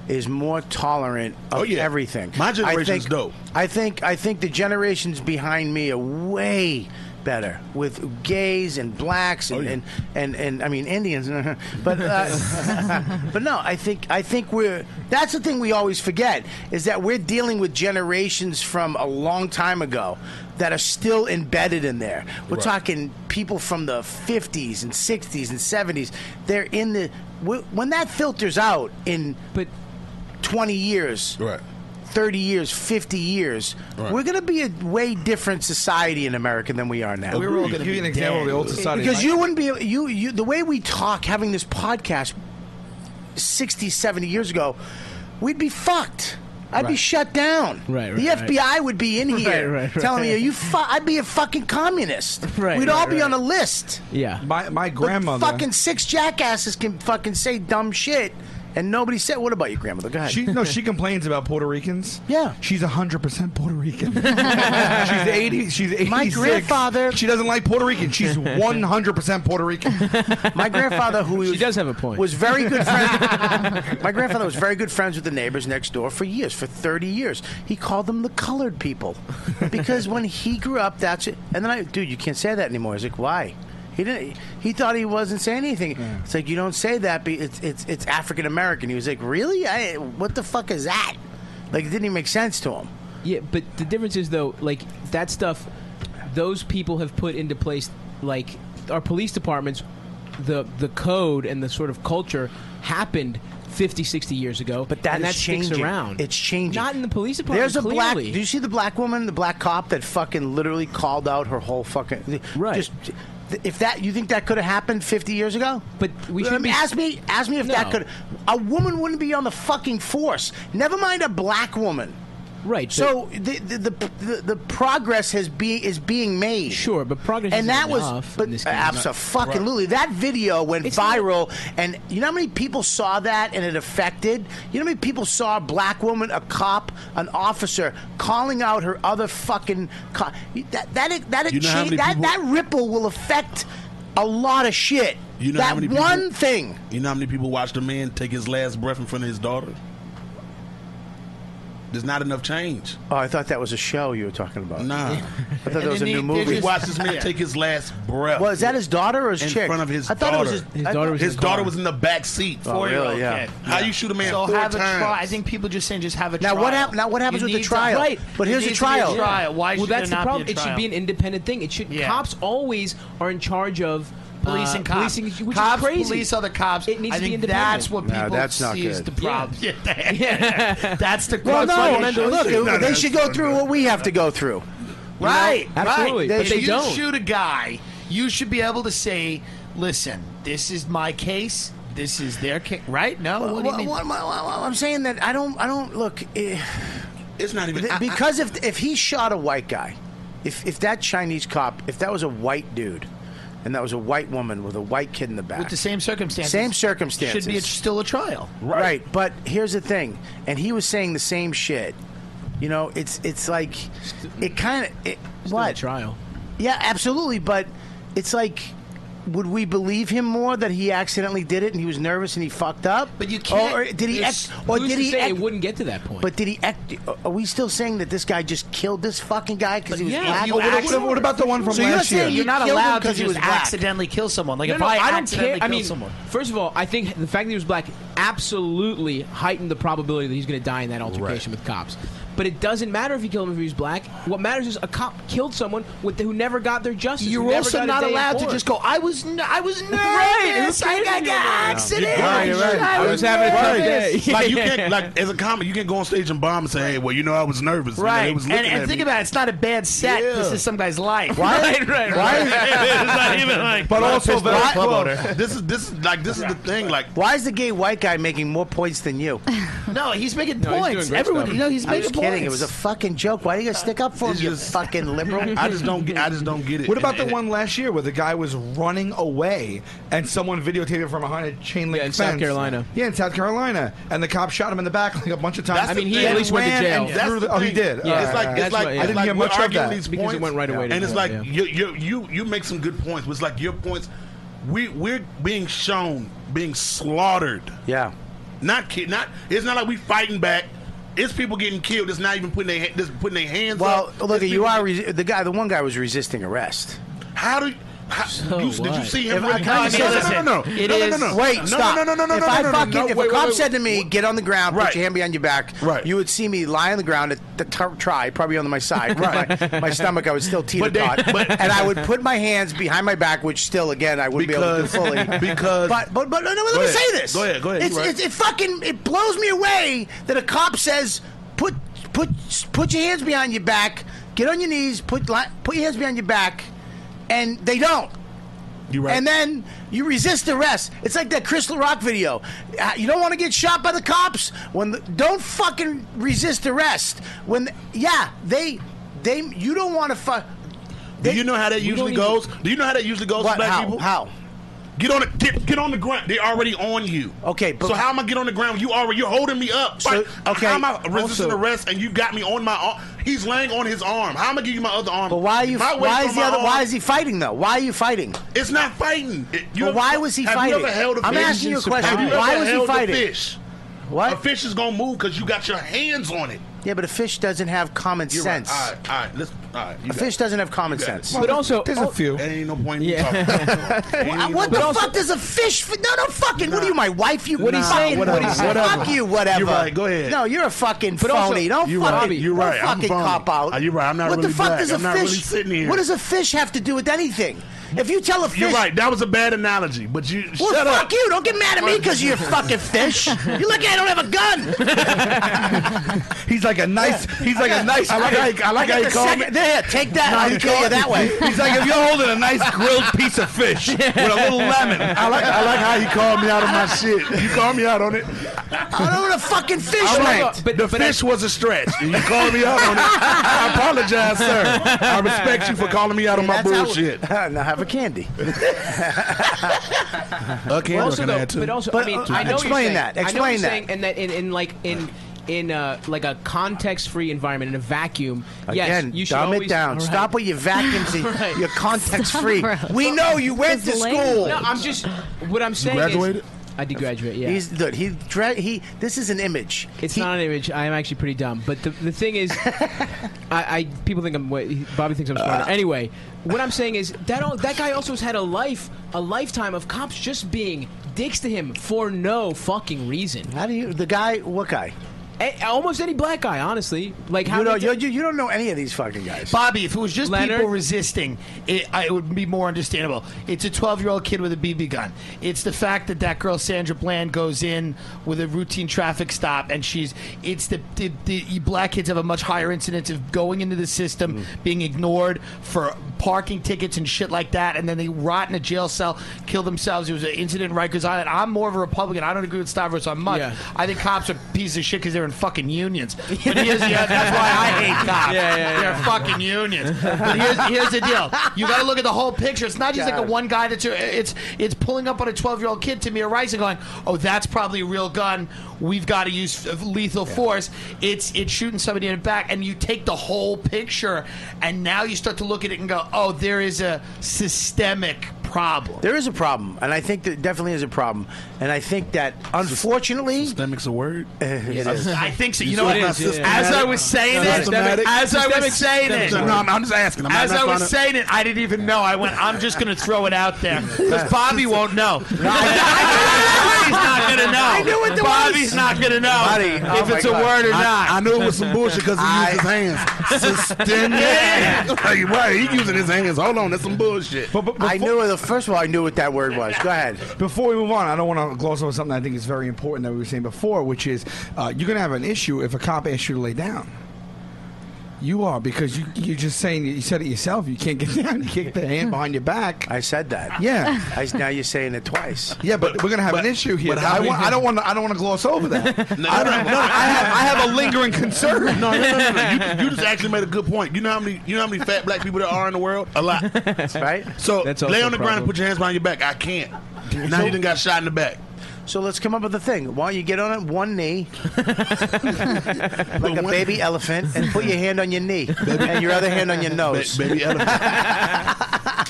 Speaker 5: is more tolerant of
Speaker 11: Mm-hmm. Oh, yeah.
Speaker 5: everything.
Speaker 11: My
Speaker 5: I
Speaker 11: generation's
Speaker 5: think-
Speaker 11: dope.
Speaker 5: I think I think the generations behind me are way better with gays and blacks and, and, and, and I mean Indians, but uh, but no, I think I think we're that's the thing we always forget is that we're dealing with generations from a long time ago that are still embedded in there. We're
Speaker 14: Right.
Speaker 5: talking people from the 50s and 60s and 70s. They're in the wh- when that filters out in
Speaker 13: but
Speaker 5: 20 years.
Speaker 11: Right.
Speaker 5: 30 years, 50 years,
Speaker 11: Right.
Speaker 5: we're going to be a way different society in America than we are now.
Speaker 6: We're all Agreed. gonna Give you be an example of the old dead. society.
Speaker 5: Because you wouldn't be you you the way we talk having this podcast 60, 70 years ago, we'd be fucked. I'd be
Speaker 13: Right.
Speaker 5: shut down.
Speaker 13: Right, right,
Speaker 5: the
Speaker 13: right.
Speaker 5: FBI would be in
Speaker 13: Right,
Speaker 5: here
Speaker 13: right, right.
Speaker 5: telling me, "Are you? Fu- I'd be a fucking communist.
Speaker 13: Right,
Speaker 5: We'd all
Speaker 13: right,
Speaker 5: be
Speaker 13: right.
Speaker 5: on a list."
Speaker 13: Yeah.
Speaker 6: My my
Speaker 5: But
Speaker 6: grandmother.
Speaker 5: fucking six jackasses can fucking say dumb shit, and nobody said. What about your grandmother? Go ahead.
Speaker 6: She no, she complains about Puerto Ricans.
Speaker 5: Yeah,
Speaker 6: she's hundred percent Puerto Rican. she's eighty. She's eighty.
Speaker 5: My grandfather-
Speaker 6: She doesn't like Puerto Rican. She's one hundred percent Puerto Rican.
Speaker 5: My grandfather, who
Speaker 13: she does have a point,
Speaker 5: was very good friends. My grandfather was very good friends with the neighbors next door for years, for 30 years. He called them the colored people because when he grew up, that's it. And then I, dude, you can't say that anymore. He's like, why? He didn't. He thought he wasn't saying anything. It's like you don't say that. Be, it's it's it's African American. He was like, really? I, what the fuck is that? Like it didn't even make sense to him.
Speaker 13: Yeah, but the difference is though, like that stuff, those people have put into place, like our police departments, the the code and the sort of culture happened 50, 60 years ago. But
Speaker 5: That
Speaker 13: and
Speaker 5: is
Speaker 13: that sticks
Speaker 5: changing.
Speaker 13: around.
Speaker 5: It's changing.
Speaker 13: Not in the police department.
Speaker 5: There's a black. Do
Speaker 13: clearly.
Speaker 5: you see the black woman, the black cop that fucking literally called out her whole fucking right? Just, if that you think that could have happened 50 years ago,
Speaker 13: but we
Speaker 5: should
Speaker 13: shouldn't be-
Speaker 5: ask me. Ask me if that
Speaker 13: No.
Speaker 5: could. A woman wouldn't be on the fucking force. Never mind a black woman.
Speaker 13: Right.
Speaker 5: So the the, the, the, the progress has be is being made.
Speaker 13: Sure, but progress
Speaker 5: and
Speaker 13: isn't
Speaker 5: that was
Speaker 13: enough
Speaker 5: but
Speaker 13: in this case.
Speaker 5: absolutely fucking
Speaker 13: Right.
Speaker 5: Absolutely. That video went viral, and you know how many people saw that and it affected? You know how many people saw a black woman, a cop, an officer calling out her other fucking co- That, that, that,
Speaker 11: You know how
Speaker 5: cha-
Speaker 11: many
Speaker 5: that,
Speaker 11: people-
Speaker 5: that ripple will affect a lot of shit.
Speaker 11: You know
Speaker 5: that
Speaker 11: how many people-
Speaker 5: one thing.
Speaker 11: You know how many people watched a man take his last breath in front of his daughter? There's not enough change.
Speaker 5: Oh, I thought that was a show you were talking about.
Speaker 11: Nah. I
Speaker 5: thought that was a new movie.
Speaker 11: We watched this man take his last breath.
Speaker 5: Well, is that his daughter or his
Speaker 11: in
Speaker 5: chick?
Speaker 11: front of his
Speaker 5: I thought it was
Speaker 11: daughter.
Speaker 5: his- His I daughter thought- was in
Speaker 11: his
Speaker 5: the
Speaker 11: daughter
Speaker 5: car.
Speaker 11: was in the back seat.
Speaker 5: Oh, really? Yeah.
Speaker 11: How you shoot a man
Speaker 8: So
Speaker 11: four
Speaker 8: have a
Speaker 11: times?
Speaker 8: trial. I think people just saying just have a
Speaker 5: Now
Speaker 8: trial.
Speaker 5: what hap- now what happens
Speaker 8: You
Speaker 5: with the
Speaker 8: need to-
Speaker 5: trial?
Speaker 8: Right.
Speaker 5: But here's
Speaker 8: It
Speaker 5: the
Speaker 8: needs to be a
Speaker 5: trial.
Speaker 8: trial. Why
Speaker 13: well,
Speaker 8: should
Speaker 13: that's
Speaker 8: there
Speaker 13: the
Speaker 8: not
Speaker 13: problem.
Speaker 8: be a
Speaker 13: It should
Speaker 8: trial?
Speaker 13: be an independent thing. It should. Cops always are in charge of uh,
Speaker 8: Police and cops.
Speaker 13: policing, which
Speaker 8: Cops,
Speaker 13: is crazy.
Speaker 8: police are the cops.
Speaker 13: It needs
Speaker 8: I
Speaker 13: to be
Speaker 8: think
Speaker 13: independent.
Speaker 8: that's what people see is the problem. Yeah. that's the
Speaker 5: Well, no.
Speaker 8: fundamental
Speaker 5: Look,
Speaker 8: issue.
Speaker 5: it- they should go through what we have to go through.
Speaker 8: Right,
Speaker 5: You know?
Speaker 8: right. if you shoot a guy, you should be able to say, "Listen, this is my case. This is their case." Right? No, what do you
Speaker 5: Well,
Speaker 8: mean?
Speaker 5: well, well, well, I'm saying that I don't. I don't look. eh,
Speaker 11: It's not even
Speaker 5: th- because if if he shot a white guy, if if that Chinese cop, if that was a white dude, and that was a white woman with a white kid in the back,
Speaker 8: With the same circumstances.
Speaker 5: same circumstances,
Speaker 8: Should be a, still a trial.
Speaker 5: Right. But here's the thing, and he was saying the same shit. You know, it's it's like it kind of it, what
Speaker 13: trial.
Speaker 5: Yeah, absolutely. But it's like. Would we believe him more that he accidentally did it and he was nervous and he fucked up? But you Or did he?
Speaker 13: There's-
Speaker 5: Ex- or
Speaker 13: who's
Speaker 5: did
Speaker 13: to
Speaker 5: he?
Speaker 13: say
Speaker 5: ex-
Speaker 13: it wouldn't get to that point?
Speaker 5: but did he act? Are we still saying that this guy just killed this fucking guy because he was
Speaker 8: yeah,
Speaker 5: black?
Speaker 8: you Well, what- actually- what about the one from
Speaker 5: so you're
Speaker 8: last
Speaker 5: saying
Speaker 8: year?
Speaker 5: you
Speaker 8: You're not
Speaker 5: killed him
Speaker 8: allowed to
Speaker 5: 'cause he was
Speaker 8: just
Speaker 5: black.
Speaker 8: accidentally kill someone. Like,
Speaker 13: no,
Speaker 8: if
Speaker 13: no,
Speaker 8: I
Speaker 13: don't
Speaker 8: accidentally
Speaker 13: care. I
Speaker 8: kill
Speaker 13: mean,
Speaker 8: someone.
Speaker 13: first of all, I think the fact that he was black absolutely heightened the probability that he's going to die in that altercation with cops. But it doesn't matter if you killed him if he was black. What matters is a cop killed someone with who never got their justice. who
Speaker 8: You're
Speaker 13: never
Speaker 8: also
Speaker 13: got a
Speaker 8: not
Speaker 13: day in
Speaker 8: allowed to
Speaker 13: court.
Speaker 8: just go. I was, n- I was
Speaker 13: Right,
Speaker 8: nervous. I
Speaker 13: who cares
Speaker 8: got an
Speaker 13: anymore?
Speaker 8: accident.
Speaker 13: You're right, you're right. I was having a tough
Speaker 11: nervous.
Speaker 8: day.
Speaker 11: Like you can't, like as a comic, you can go on stage and bomb and say, "Hey, well, you know, I was nervous. You know,
Speaker 8: Right,
Speaker 11: they was
Speaker 8: and,
Speaker 11: looking
Speaker 8: and
Speaker 11: at
Speaker 8: think
Speaker 11: me.
Speaker 8: about it. It's not a bad set.
Speaker 11: Yeah.
Speaker 8: This is some guy's life.
Speaker 11: Why-
Speaker 8: right, right,
Speaker 11: why-
Speaker 8: right. it's not even like.
Speaker 11: But
Speaker 8: Not a
Speaker 11: also
Speaker 8: fist
Speaker 11: very
Speaker 8: bump.
Speaker 11: club
Speaker 8: Well,
Speaker 11: owner. This is this is like this is the thing. Like,
Speaker 5: why is the gay white guy making more points than you?
Speaker 8: No, he's making
Speaker 5: No, he's
Speaker 8: points.
Speaker 5: doing great
Speaker 8: Everyone,
Speaker 5: stuff.
Speaker 8: you know, he's
Speaker 5: I'm
Speaker 8: making
Speaker 5: just
Speaker 8: points.
Speaker 5: kidding. It was a fucking joke. Why do you guys stick up for him, you fucking liberal?
Speaker 11: I just don't. get- I just don't get it.
Speaker 6: What about
Speaker 11: And-
Speaker 6: the one last year where the guy was running away and someone videotaped him from behind a chain link
Speaker 13: in South
Speaker 6: fence?
Speaker 13: Carolina.
Speaker 6: Yeah, in South Carolina, and the cop shot him in the back like a bunch of times.
Speaker 13: That's I the mean, he thing. at least went to
Speaker 6: Ran
Speaker 13: jail.
Speaker 6: and
Speaker 13: That's
Speaker 6: threw
Speaker 13: the
Speaker 6: the- oh, he
Speaker 13: thing.
Speaker 6: did.
Speaker 13: Yeah,
Speaker 6: All
Speaker 11: it's
Speaker 6: right,
Speaker 11: like
Speaker 6: all right.
Speaker 11: it's like
Speaker 6: I
Speaker 11: it's
Speaker 6: didn't
Speaker 11: like
Speaker 6: get
Speaker 11: we're
Speaker 6: much of
Speaker 11: arguing
Speaker 6: that
Speaker 11: these
Speaker 13: Because it
Speaker 11: points,
Speaker 13: went right away to
Speaker 11: and it's
Speaker 13: jail,
Speaker 11: like
Speaker 13: yeah.
Speaker 11: you you you you make some good points. But it's like your points, we we're being shown being slaughtered.
Speaker 5: Yeah,
Speaker 11: not kid, not it's not like we fighting back. It's people getting killed. It's not even putting their ha- just putting their hands.
Speaker 5: Well,
Speaker 11: up.
Speaker 5: look,
Speaker 11: It's
Speaker 5: you
Speaker 11: people-
Speaker 5: are re- the guy. The one guy was resisting arrest.
Speaker 11: How do? You, how, you, did you
Speaker 5: what?
Speaker 11: see him?
Speaker 5: Oh, If I
Speaker 11: really-
Speaker 5: can't
Speaker 11: no,
Speaker 5: say
Speaker 11: no,
Speaker 5: this-
Speaker 11: no, no, no,
Speaker 5: it
Speaker 11: no, no,
Speaker 5: is-
Speaker 11: no, no.
Speaker 5: Wait,
Speaker 11: no,
Speaker 5: stop.
Speaker 11: No, no, no, no,
Speaker 5: If
Speaker 11: no,
Speaker 5: I
Speaker 11: no, no,
Speaker 5: fucking,
Speaker 11: no,
Speaker 5: if
Speaker 11: wait,
Speaker 5: a cop
Speaker 11: wait, wait,
Speaker 5: said to me, "Get on the ground, put your hand behind your back," right. you would see me lie on the ground at the tar- try, probably on my side, right. my, my stomach. I would still teeter
Speaker 11: But they-
Speaker 5: tot,
Speaker 11: but-
Speaker 5: and I would put my hands behind my back, which still, again, I wouldn't
Speaker 11: Because-
Speaker 5: be able to do fully.
Speaker 11: because-
Speaker 5: but but but no, no, let
Speaker 11: Go
Speaker 5: me
Speaker 11: ahead.
Speaker 5: say this.
Speaker 11: Go ahead, go ahead,
Speaker 5: It's,
Speaker 11: you're right.
Speaker 5: it's, it fucking it blows me away that a cop says, "Put put put your hands behind your back, get on your knees, put li- put your hands behind your back," and they don't.
Speaker 11: You right.
Speaker 5: And then you resist arrest. It's like that Crystal Rock video. Uh, You don't want to get shot by the cops. When the, don't fucking resist arrest. When yeah, they they you don't want to fuck.
Speaker 11: Do you know how that usually goes? Do you know how that usually goes
Speaker 5: What?
Speaker 11: for black
Speaker 5: How?
Speaker 11: people?
Speaker 5: How?
Speaker 11: Get on the get, get on the ground. They're already on you.
Speaker 5: Okay, but
Speaker 11: so how am I get on the ground? You already you're holding me up.
Speaker 5: So- okay,
Speaker 11: how am I resisting
Speaker 5: also-
Speaker 11: arrest and you got me on my arm? He's laying on his arm. How am I give you my other arm? But
Speaker 5: Why are you? Why is the other? Why is he fighting though? Why are you fighting?
Speaker 11: It's not fighting. It- you
Speaker 5: Well,
Speaker 11: ever-
Speaker 5: why was he
Speaker 11: have
Speaker 5: fighting?
Speaker 11: You ever held a
Speaker 5: I'm
Speaker 11: fish?
Speaker 5: asking you a question.
Speaker 11: Have you
Speaker 5: Why
Speaker 11: ever
Speaker 5: was he
Speaker 11: held a
Speaker 5: fighting?
Speaker 11: fish?
Speaker 5: What?
Speaker 11: A fish is gonna move because you got your hands on it.
Speaker 5: Yeah, but a fish doesn't have common
Speaker 11: You're
Speaker 5: sense.
Speaker 11: Right. All right, all right, listen. All right, you
Speaker 5: A
Speaker 11: got
Speaker 5: fish
Speaker 11: it.
Speaker 5: doesn't have common
Speaker 11: You got it.
Speaker 5: sense.
Speaker 11: Well,
Speaker 5: But also-
Speaker 11: there's
Speaker 5: oh,
Speaker 11: a few. There ain't no point in
Speaker 5: Yeah.
Speaker 11: talking. about it. Ain't
Speaker 5: What,
Speaker 11: no
Speaker 5: what the
Speaker 11: point.
Speaker 5: fuck does a fish? f- No, no, fucking. What are you, my wife? You
Speaker 11: What he
Speaker 5: fucking-
Speaker 11: saying, what he saying.
Speaker 5: Fuck you, whatever.
Speaker 11: You're right, go ahead.
Speaker 5: No, you're a fucking
Speaker 11: But also-
Speaker 5: phony. don't
Speaker 11: You're
Speaker 5: fucking.
Speaker 11: right, you're
Speaker 5: don't
Speaker 11: right, I'm
Speaker 5: fucking
Speaker 11: phony.
Speaker 5: cop out.
Speaker 11: Uh, you're right, I'm not
Speaker 5: What the
Speaker 11: really
Speaker 5: fuck
Speaker 11: black.
Speaker 5: does a
Speaker 11: I'm not
Speaker 5: fish?
Speaker 11: really sitting here.
Speaker 5: What does a fish have to do with anything? If you tell a fish,
Speaker 11: You're right. That was a bad analogy, but you
Speaker 5: Well,
Speaker 11: shut
Speaker 5: fuck
Speaker 11: up.
Speaker 5: you. Don't get mad at me because you're a fucking fish. You're lucky I don't have a gun.
Speaker 6: He's like a nice. He's like a nice.
Speaker 5: I like
Speaker 6: guy. I like
Speaker 5: I got
Speaker 6: how he
Speaker 5: the
Speaker 6: called me.
Speaker 5: second- There, take that.
Speaker 6: No,
Speaker 5: I'll
Speaker 6: he
Speaker 5: kill you
Speaker 6: called-
Speaker 5: that way.
Speaker 6: He's like if you're holding a nice grilled piece of fish with a little lemon.
Speaker 11: I like I like how he called me out on my shit. You called me out on it.
Speaker 5: I don't know what a fucking fish
Speaker 11: I'm like,
Speaker 5: meant.
Speaker 11: the fish was a stretch. and You called me out on it. I apologize, sir. I respect you for calling me out on my
Speaker 5: That's how-
Speaker 11: bullshit.
Speaker 5: now have a candy.
Speaker 11: A candy
Speaker 13: But also,
Speaker 11: can
Speaker 13: though,
Speaker 11: add to.
Speaker 13: but also, I
Speaker 5: But,
Speaker 13: mean,
Speaker 5: uh,
Speaker 13: I know
Speaker 5: explain
Speaker 13: you're saying,
Speaker 5: that.
Speaker 13: I know what
Speaker 5: Explain
Speaker 13: you're
Speaker 5: that.
Speaker 13: saying, and that in, in like in in uh, like a context-free environment, in a vacuum.
Speaker 5: Again,
Speaker 13: yes, you should
Speaker 5: dumb
Speaker 13: always,
Speaker 5: it down.
Speaker 13: All right.
Speaker 5: Stop with your vacuums. and
Speaker 13: Right.
Speaker 5: Your context free. We know you went to school.
Speaker 13: No, I'm just what I'm saying.
Speaker 5: graduated?
Speaker 13: Is, I did graduate. Yeah.
Speaker 5: He's dude, he dre- he. This is an image.
Speaker 13: It's not an image. I am actually pretty dumb. But the, the thing is, I, I people think I'm. way- Bobby thinks I'm
Speaker 5: Uh.
Speaker 13: smarter. anyway, what I'm saying is that all, that guy also has had a life, a lifetime of cops just being dicks to him for no fucking reason.
Speaker 5: How do you? The guy? What guy?
Speaker 13: almost any black guy, honestly. Like how
Speaker 5: you know,
Speaker 13: many
Speaker 5: you, you, you don't know any of these fucking guys.
Speaker 8: Bobby, if it was just
Speaker 13: Leonard?
Speaker 8: people resisting, it, I, it would be more understandable. It's a 12 year old kid with a BB gun. It's the fact that that girl, Sandra Bland, goes in with a routine traffic stop, and she's. It's the, the, the black kids have a much higher incidence of going into the system,
Speaker 5: Mm.
Speaker 8: being ignored for parking tickets and shit like that, and then they rot in a jail cell, kill themselves. It was an incident in Rikers Island. I'm more of a Republican. I don't agree with Stavros on much.
Speaker 13: Yeah.
Speaker 8: I think cops are pieces of shit because they're in fucking unions. But here's the, that's why I hate cops.
Speaker 13: Yeah, yeah, yeah.
Speaker 8: They're fucking unions. But here's, here's the deal: you got to look at the whole picture. It's not just like a one guy that's it's it's pulling up on a 12 year old kid to me rice and going, "Oh, that's probably a real gun. We've got to use f- lethal force." It's it's shooting somebody in the back, and you take the whole picture, and now you start to look at it and go, "Oh, there is a systemic problem."
Speaker 5: There is a problem, and I think that definitely is a problem, and I think that unfortunately,
Speaker 11: systemic's a word.
Speaker 5: it is.
Speaker 8: I think so. You
Speaker 11: You
Speaker 8: know
Speaker 11: saw
Speaker 8: what?
Speaker 11: it is, yeah.
Speaker 8: As I was saying it,
Speaker 11: Systematic.
Speaker 8: as I was
Speaker 11: Systemic-
Speaker 8: saying it,
Speaker 11: systemic. No, I'm- I'm just asking. I'm not-
Speaker 8: as
Speaker 11: I'm not
Speaker 8: I was
Speaker 11: trying to-
Speaker 8: saying it, I didn't even know. I went. I'm just going to throw it out there because Bobby won't know. Bobby's not gonna know.
Speaker 11: I knew what that
Speaker 8: Bobby's
Speaker 11: was.
Speaker 8: not gonna know
Speaker 11: Buddy, oh
Speaker 8: if
Speaker 11: my
Speaker 8: it's a
Speaker 11: God.
Speaker 8: word or
Speaker 11: I-
Speaker 8: not.
Speaker 11: I knew it was some bullshit 'cause he used his hands. Systemic. Hey, why he using his hands? Hold on, that's some bullshit.
Speaker 5: I knew the first of all. I knew what that word was. Go ahead.
Speaker 6: Before we move on, I don't want to gloss over something I think is very important that we were saying before, which is uh, you're going to have an issue if a cop asks you to lay down. You are because you, you're just saying you said it yourself. You can't get down. You kick the hand behind your back.
Speaker 5: I said that.
Speaker 6: Yeah.
Speaker 5: I, now you're saying it twice.
Speaker 6: Yeah, but we're gonna have an issue here.
Speaker 5: but how
Speaker 6: I,
Speaker 5: we-
Speaker 6: want, I don't want. To, I don't want to gloss over that.
Speaker 11: No,
Speaker 6: I, don't, no, I, have, I have a lingering concern.
Speaker 11: No, no, no, no. no. You, you just actually made a good point. You know how many you know how many fat black people there are in the world? A lot. That's
Speaker 5: right.
Speaker 11: So
Speaker 5: That's also
Speaker 11: lay on
Speaker 5: a
Speaker 11: the ground
Speaker 5: problem.
Speaker 11: and put your hands behind your back. I can't. Now
Speaker 5: So-
Speaker 11: you done got shot in the back.
Speaker 5: So let's come up with a thing. Why don't you get on it one knee, like a baby elephant, and put your hand on your knee and your other hand on your nose.
Speaker 11: Ba- baby elephant.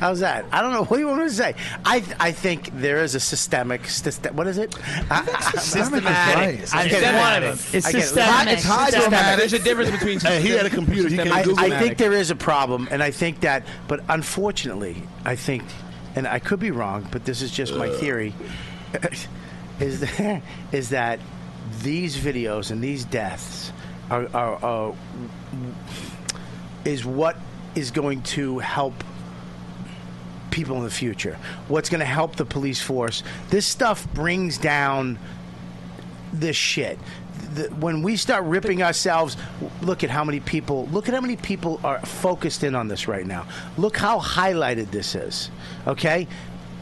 Speaker 5: How's that? I don't know. What do you want me to say? I I think there is a systemic. System, what is it? I- I-
Speaker 11: systemic is right.
Speaker 5: I get it.
Speaker 11: Systemic.
Speaker 5: I get it.
Speaker 11: It's
Speaker 5: I get it.
Speaker 11: systemic. It's high
Speaker 5: Systemic.
Speaker 11: dramatic. There's a difference between Hey, he had a computer. He can't
Speaker 5: I,
Speaker 11: Google
Speaker 5: I
Speaker 11: that.
Speaker 5: think there is a problem, and I think that. But unfortunately, I think, and I could be wrong, but this is just my
Speaker 14: Ugh.
Speaker 5: theory. is that, is that these videos and these deaths are, are, are is what is going to help people in the future what's going to help the police force this stuff brings down this shit the, when we start ripping ourselves look at how many people look at how many people are focused in on this right now look how highlighted this is okay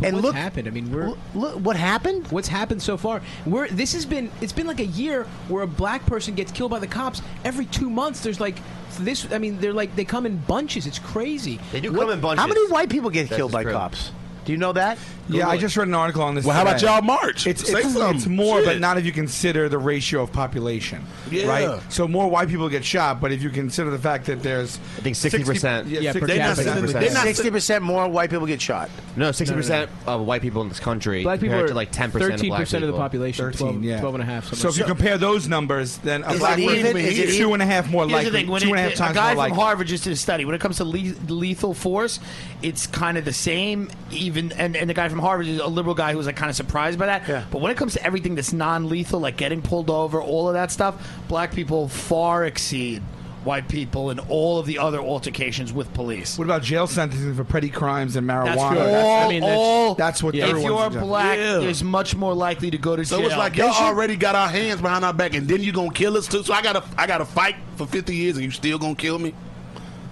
Speaker 5: and look
Speaker 13: happened. I mean, we're
Speaker 5: look what happened.
Speaker 13: What's happened so far? We're this has been it's been like a year where a black person gets killed by the cops every two months. There's like this. I mean, they're like they come in bunches. It's crazy. They
Speaker 9: do come in bunches.
Speaker 5: how many white people get
Speaker 9: This
Speaker 5: killed
Speaker 9: is
Speaker 5: by
Speaker 9: true.
Speaker 5: cops do you know that
Speaker 6: Yeah, I just read an article on this.
Speaker 11: Well, how about
Speaker 6: today.
Speaker 11: y'all march?
Speaker 6: It's,
Speaker 11: Say
Speaker 6: it's,
Speaker 11: something.
Speaker 6: it's more, but
Speaker 11: Shit.
Speaker 6: not if you consider the ratio of population.
Speaker 11: Yeah.
Speaker 6: Right? So more white people get shot, but if you consider the fact that there's. I
Speaker 9: think 60%. Yeah, per capita,
Speaker 5: They're
Speaker 9: 60%.
Speaker 5: not 60% more white people get shot.
Speaker 9: No, sixty percent of white people in this country.
Speaker 5: Black people
Speaker 9: compared
Speaker 5: are
Speaker 9: to like ten percent.
Speaker 13: 13% of the population, 12
Speaker 6: yeah.
Speaker 13: 12 and a half, something
Speaker 6: So if
Speaker 13: like
Speaker 6: you
Speaker 13: that.
Speaker 6: compare those numbers, then a
Speaker 8: Is
Speaker 6: black
Speaker 8: it
Speaker 6: person
Speaker 8: even? Is it
Speaker 6: is
Speaker 8: even?
Speaker 6: two and a half more
Speaker 8: Here's the
Speaker 6: likely.
Speaker 8: thing, when
Speaker 6: two
Speaker 8: it-
Speaker 6: and a half
Speaker 8: a
Speaker 6: times
Speaker 8: guy
Speaker 6: more
Speaker 8: from
Speaker 6: likely.
Speaker 8: Harvard just did a study. When it comes to le- lethal force, it's kind of the same. Even and, and the guy from Harvard is a liberal guy who was like kind of surprised by that. But when it comes to everything that's non-lethal, like getting pulled over, all of that stuff, black people far exceed white people in all of the other altercations with police.
Speaker 6: What about jail sentencing for petty crimes and marijuana?
Speaker 8: That's true. all, all-
Speaker 6: that's what
Speaker 8: If
Speaker 6: everyone's
Speaker 8: you're
Speaker 6: doing.
Speaker 8: black,
Speaker 11: Yeah.
Speaker 8: there's much more likely to go to
Speaker 11: So
Speaker 8: jail.
Speaker 11: it's like y'all already got our hands behind our back, and then you gonna kill us too. So I gotta, I gotta fight for fifty years, and you still gonna kill me.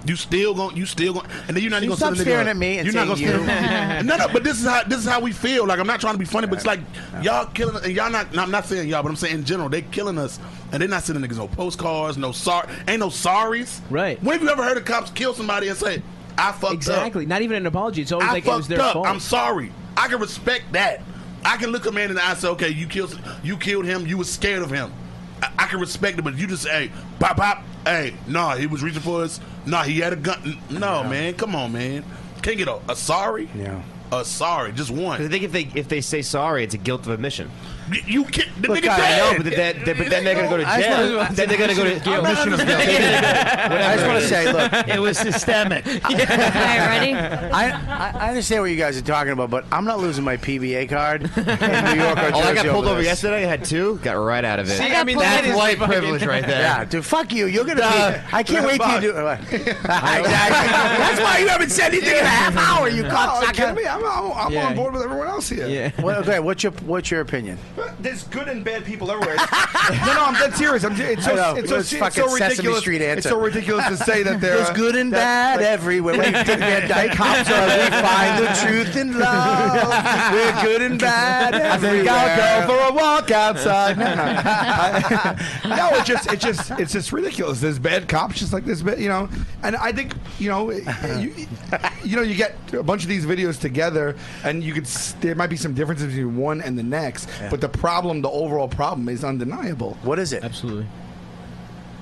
Speaker 11: You still gonna, you still gonna, and then you're not
Speaker 5: You
Speaker 11: even
Speaker 5: stop
Speaker 11: gonna sit in the
Speaker 5: staring
Speaker 11: nigga-
Speaker 5: at me and
Speaker 11: you're not
Speaker 5: saying
Speaker 11: gonna stare-
Speaker 5: you.
Speaker 11: no, no. But this is how this is how we feel. Like I'm not trying to be funny, but it's like y'all killing us, and y'all not. no, I'm not saying y'all, but I'm saying in general they killing us, and they're not sending niggas no postcards, no sorry, ain't no sorries. Right. When have you ever heard of cops kill somebody and say, "I fucked up"?
Speaker 13: exactly. Not even an apology. It's always
Speaker 11: I
Speaker 13: like
Speaker 11: fucked
Speaker 13: it was their
Speaker 11: up.
Speaker 13: fault.
Speaker 11: I'm sorry. I can respect that. I can look a man in the eye and say, okay, you killed, you killed him. You was scared of him. I, I can respect it, but you just, hey, pop, pop, hey, nah, he was reaching for us. Nah, he had a gun. N- No, man, come on, man. Can't get a, a sorry. Yeah.
Speaker 9: Uh,
Speaker 11: A sorry, just one.
Speaker 9: I think if they if they say sorry, it's a guilt of admission.
Speaker 11: You can't. The
Speaker 9: Look,
Speaker 11: nigga
Speaker 9: I
Speaker 11: dead.
Speaker 9: know, but, then- then- but then they're gonna go to
Speaker 11: I just
Speaker 9: jail.
Speaker 11: wanna-
Speaker 9: Then they're gonna go to
Speaker 11: I'm not understanding.
Speaker 5: I just want to say, look,
Speaker 8: it was systemic.
Speaker 7: ready?
Speaker 5: I, I I understand what you guys are talking about, but I'm not losing my PBA card in New York or
Speaker 9: Oh, I got
Speaker 5: Jersey
Speaker 9: pulled
Speaker 5: over
Speaker 9: over
Speaker 5: this.
Speaker 9: yesterday. I had two. Got right out of it.
Speaker 5: See, I mean, that
Speaker 9: that's
Speaker 5: is
Speaker 9: white
Speaker 5: fucking-
Speaker 9: privilege right there.
Speaker 5: Yeah, dude, fuck you. You're gonna.
Speaker 9: Uh,
Speaker 5: be, I can't wait till you do. exactly. That's why you haven't said anything in a half hour. You
Speaker 6: No,
Speaker 5: cocksucker.
Speaker 6: are you kidding me? I'm, I'm, I'm on board with everyone else here.
Speaker 5: Well, okay, what's your what's your opinion?
Speaker 6: There's good and bad people everywhere. no, no, I'm dead serious. I'm, it's
Speaker 5: I know.
Speaker 6: so, it's so,
Speaker 5: It's
Speaker 6: it's
Speaker 5: fucking
Speaker 6: so
Speaker 5: Sesame
Speaker 6: ridiculous.
Speaker 5: Street
Speaker 6: It's
Speaker 5: answer.
Speaker 6: so ridiculous to say that there
Speaker 5: There's
Speaker 6: are-
Speaker 5: good and bad everywhere. We dig Van Dyke cops are. We find the truth in love. We're good and bad
Speaker 6: I
Speaker 5: everywhere.
Speaker 6: think I'll go for a walk outside. No, no. I- no, it's just, it's just, it's just ridiculous. There's bad cops, just like this, bad, you know. And I think, you know, you, you know, you get a bunch of these videos together, and you could, s- there might be some differences between one and the next, but the problem, the overall problem, is undeniable.
Speaker 5: What is it?
Speaker 13: Absolutely.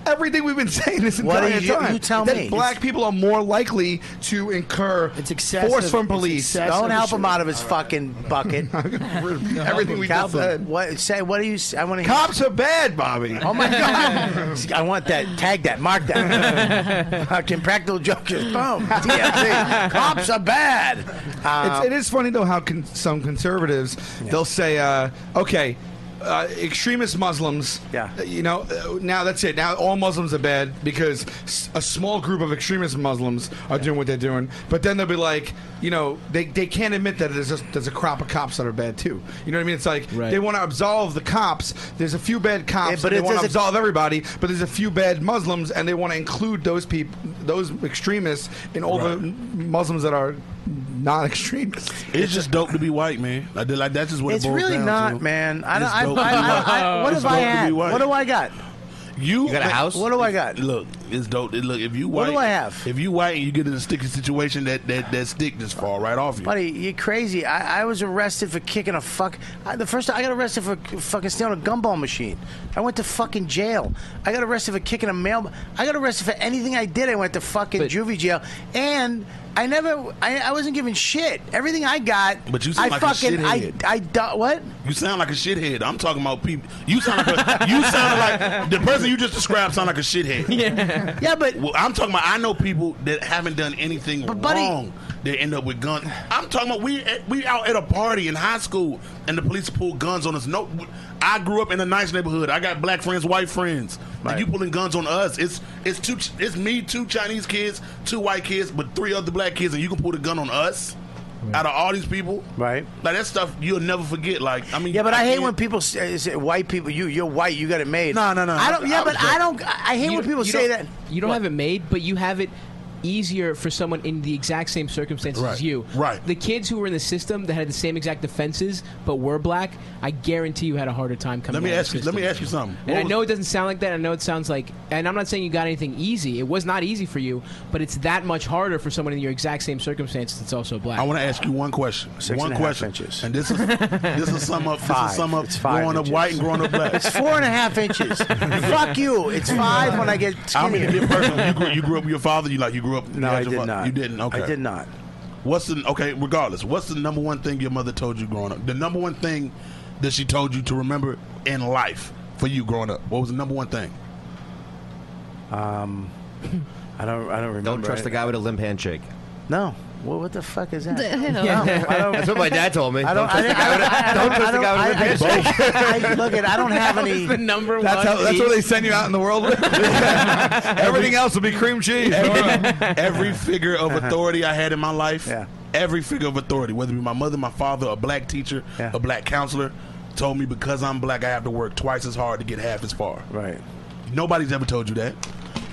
Speaker 6: everything we've been saying this
Speaker 5: What
Speaker 6: entire
Speaker 5: did you-
Speaker 6: time.
Speaker 5: you tell
Speaker 6: that
Speaker 5: me.
Speaker 6: black people are more likely to incur force from police.
Speaker 5: Don't help him out of his fucking bucket.
Speaker 6: Everything we just
Speaker 5: Calvin,
Speaker 6: said.
Speaker 5: What say? What do you? s- I want to.
Speaker 6: Cops are bad, Bobby.
Speaker 5: Oh my god! I want that. Tag that. Mark that. Fucking practical jokers. Boom. TMZ. Cops are bad. Um,
Speaker 6: it's, it is funny though how con- some conservatives they'll say, uh, "Okay, uh, extremist Muslims." Yeah. You know, uh, now that's it. Now all Muslims are bad because s- a small group of extremist Muslims are doing what they're doing. But then they'll be like, you know, they, they can't admit that there's just, there's a crop of cops that are bad too. You know what I mean? It's like they want to absolve the cops. There's a few bad cops,
Speaker 5: Yeah, Eh, but
Speaker 6: but they
Speaker 5: it
Speaker 6: want to
Speaker 5: doesn't-
Speaker 6: absolve everybody. But there's a few bad Muslims, and they want to include those people, those extremists, in all the Muslims that are not extremists.
Speaker 11: It's just dope to be white, man. Like, that- like, that's
Speaker 5: Uh,
Speaker 11: just what
Speaker 6: It's
Speaker 11: it boils
Speaker 6: really
Speaker 11: down
Speaker 6: not,
Speaker 11: to.
Speaker 5: man. I
Speaker 11: It's
Speaker 5: don't- I-
Speaker 11: dope to
Speaker 5: I-
Speaker 11: be
Speaker 5: I-
Speaker 11: white.
Speaker 5: I- what
Speaker 11: It's
Speaker 5: have I
Speaker 11: dope to be
Speaker 5: had?
Speaker 11: white.
Speaker 5: What do I got?
Speaker 11: You,
Speaker 5: got a house? What do I got?
Speaker 11: Look, it's dope. Look, if you
Speaker 5: What
Speaker 11: white,
Speaker 5: do I have?
Speaker 11: If you white and you get in a sticky situation, that that, that stick just fall right off you.
Speaker 5: Buddy, you crazy. I, I was arrested for kicking a fuck. I, the first time I got arrested for fucking stealing a gumball machine. I went to fucking jail. I got arrested for kicking a mail. I got arrested for anything I did. I went to fucking juvie jail. And I never, I, I wasn't giving shit. Everything I got,
Speaker 11: But you
Speaker 5: I
Speaker 11: sound like a
Speaker 5: fucking, I,
Speaker 11: shithead.
Speaker 5: I, do- what?
Speaker 11: You sound like a shithead. I'm talking about people. You sound like a, you sound like the person you just described. Sound like a shithead.
Speaker 5: Yeah. yeah, but
Speaker 11: well, I'm talking about. I know people that haven't done anything
Speaker 5: buddy-
Speaker 11: wrong. They end up with guns. I'm talking about we at, we out at a party in high school and the police pull guns on us. No, I grew up in a nice neighborhood. I got black friends, white friends. And you pulling guns on us? It's it's two. It's me, two Chinese kids, two white kids, but three other black kids, and you can pull the gun on us. Out of all these people,
Speaker 5: right?
Speaker 11: Like that stuff you'll never forget. Like I mean,
Speaker 5: Yeah, but I hate
Speaker 11: can't-
Speaker 5: when people say, say white people. You, you're white. You got it made. No, no,
Speaker 11: no.
Speaker 5: I don't. Yeah,
Speaker 11: I was
Speaker 5: but I
Speaker 11: joking.
Speaker 5: don't. I hate
Speaker 13: You-
Speaker 5: when people
Speaker 13: you
Speaker 5: say that.
Speaker 13: don't- You don't have it made, but you have it easier for someone in the exact same circumstances
Speaker 11: Right.
Speaker 13: as you. Right. The kids who were in the system that had the same exact offenses but were black, I guarantee you had a harder time coming.
Speaker 11: Let me
Speaker 13: out of the
Speaker 11: ask you- let
Speaker 13: system.
Speaker 11: me ask you something.
Speaker 13: And
Speaker 11: What
Speaker 13: I
Speaker 11: was-
Speaker 13: know it doesn't sound like that. I know it sounds like, and I'm not saying you got anything easy. It was not easy for you, but it's that much harder for someone in your exact same circumstances that's also black.
Speaker 11: I want to ask you one question.
Speaker 13: Six
Speaker 11: one
Speaker 13: and a half
Speaker 11: question. And this is this is sum up. This
Speaker 5: Five.
Speaker 11: is sum up.
Speaker 5: It's five
Speaker 11: growing up
Speaker 5: inches.
Speaker 11: white and growing up black.
Speaker 5: It's four and a half inches. Fuck you. It's five when I get
Speaker 11: I
Speaker 5: skinnier.
Speaker 11: mean, you, personally, you, grew, you grew up with your father. You like you grew up. No,
Speaker 5: I did not.
Speaker 11: You didn't.
Speaker 5: I
Speaker 11: Okay,
Speaker 5: did not.
Speaker 11: What's the okay? Regardless, what's the number one thing your mother told you growing up? The number one thing that she told you to remember in life for you growing up. What was the number one thing?
Speaker 5: Um, I don't. I don't remember.
Speaker 9: Don't trust the guy with a limp handshake.
Speaker 5: No. Well, what the fuck is that?
Speaker 9: Ew.
Speaker 5: No, I don't-
Speaker 9: That's what my dad told me.
Speaker 5: I don't.
Speaker 9: Don't trust the guy with a- don't trust the guy with a
Speaker 5: I- I-
Speaker 9: limp handshake.
Speaker 5: I- Look, it. I don't have any.
Speaker 13: the number
Speaker 6: That's how. That's what they send you out in the world. with. Everything else will be cream cheese.
Speaker 11: every figure of
Speaker 5: Uh-huh.
Speaker 11: authority I had in my life, every figure of authority, whether it be my mother, my father, a black teacher, a black counselor, told me because I'm black, I have to work twice as hard to get half as far.
Speaker 5: Right.
Speaker 11: Nobody's ever told you that.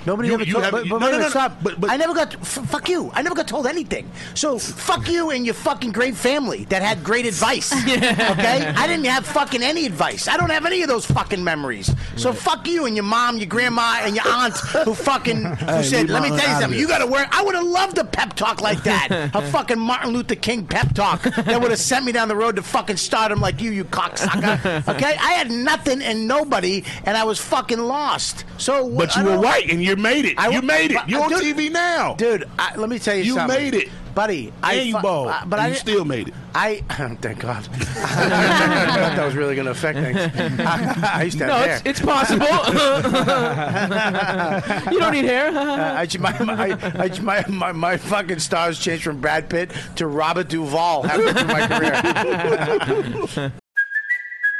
Speaker 5: Nobody
Speaker 11: You-
Speaker 5: ever
Speaker 11: you
Speaker 5: told.
Speaker 11: have-
Speaker 5: but,
Speaker 11: you-
Speaker 5: but
Speaker 11: no,
Speaker 5: wait
Speaker 11: no,
Speaker 5: a minute,
Speaker 11: no, no.
Speaker 5: stop. I never got. F- fuck you. I never got told anything. So fuck you and your fucking great family that had great advice. Okay, I didn't have fucking any advice. I don't have any of those fucking memories. So fuck you and your mom, your grandma, and your aunt who fucking who
Speaker 11: Hey,
Speaker 5: said,
Speaker 11: leave
Speaker 5: "Let me
Speaker 11: my aunt out
Speaker 5: tell you
Speaker 11: of
Speaker 5: something.
Speaker 11: this."
Speaker 5: You got to work." I would have loved a pep talk like that. A fucking Martin Luther King pep talk that would have sent me down the road to fucking stardom like you, you cocksucker. Okay, I had nothing and nobody, and I was fucking lost. So
Speaker 11: But you
Speaker 5: I
Speaker 11: were
Speaker 5: don't-
Speaker 11: white and you made it. you made it.
Speaker 5: but-
Speaker 11: You're on
Speaker 5: dude-
Speaker 11: TV now.
Speaker 5: dude. I, let me tell you,
Speaker 11: You
Speaker 5: something.
Speaker 11: made it.
Speaker 5: buddy. I
Speaker 11: And you
Speaker 5: fu-
Speaker 11: bald.
Speaker 5: I-
Speaker 11: And
Speaker 5: I
Speaker 11: you
Speaker 5: didn't-
Speaker 11: still made it.
Speaker 5: I thank God. I thought that was really going to affect things. I, I used to have
Speaker 13: No,
Speaker 5: hair.
Speaker 13: it's, it's possible. you don't need hair.
Speaker 5: Uh, I, my, my, I, my, my, my fucking stars changed from Brad Pitt to Robert Duvall halfway through my career.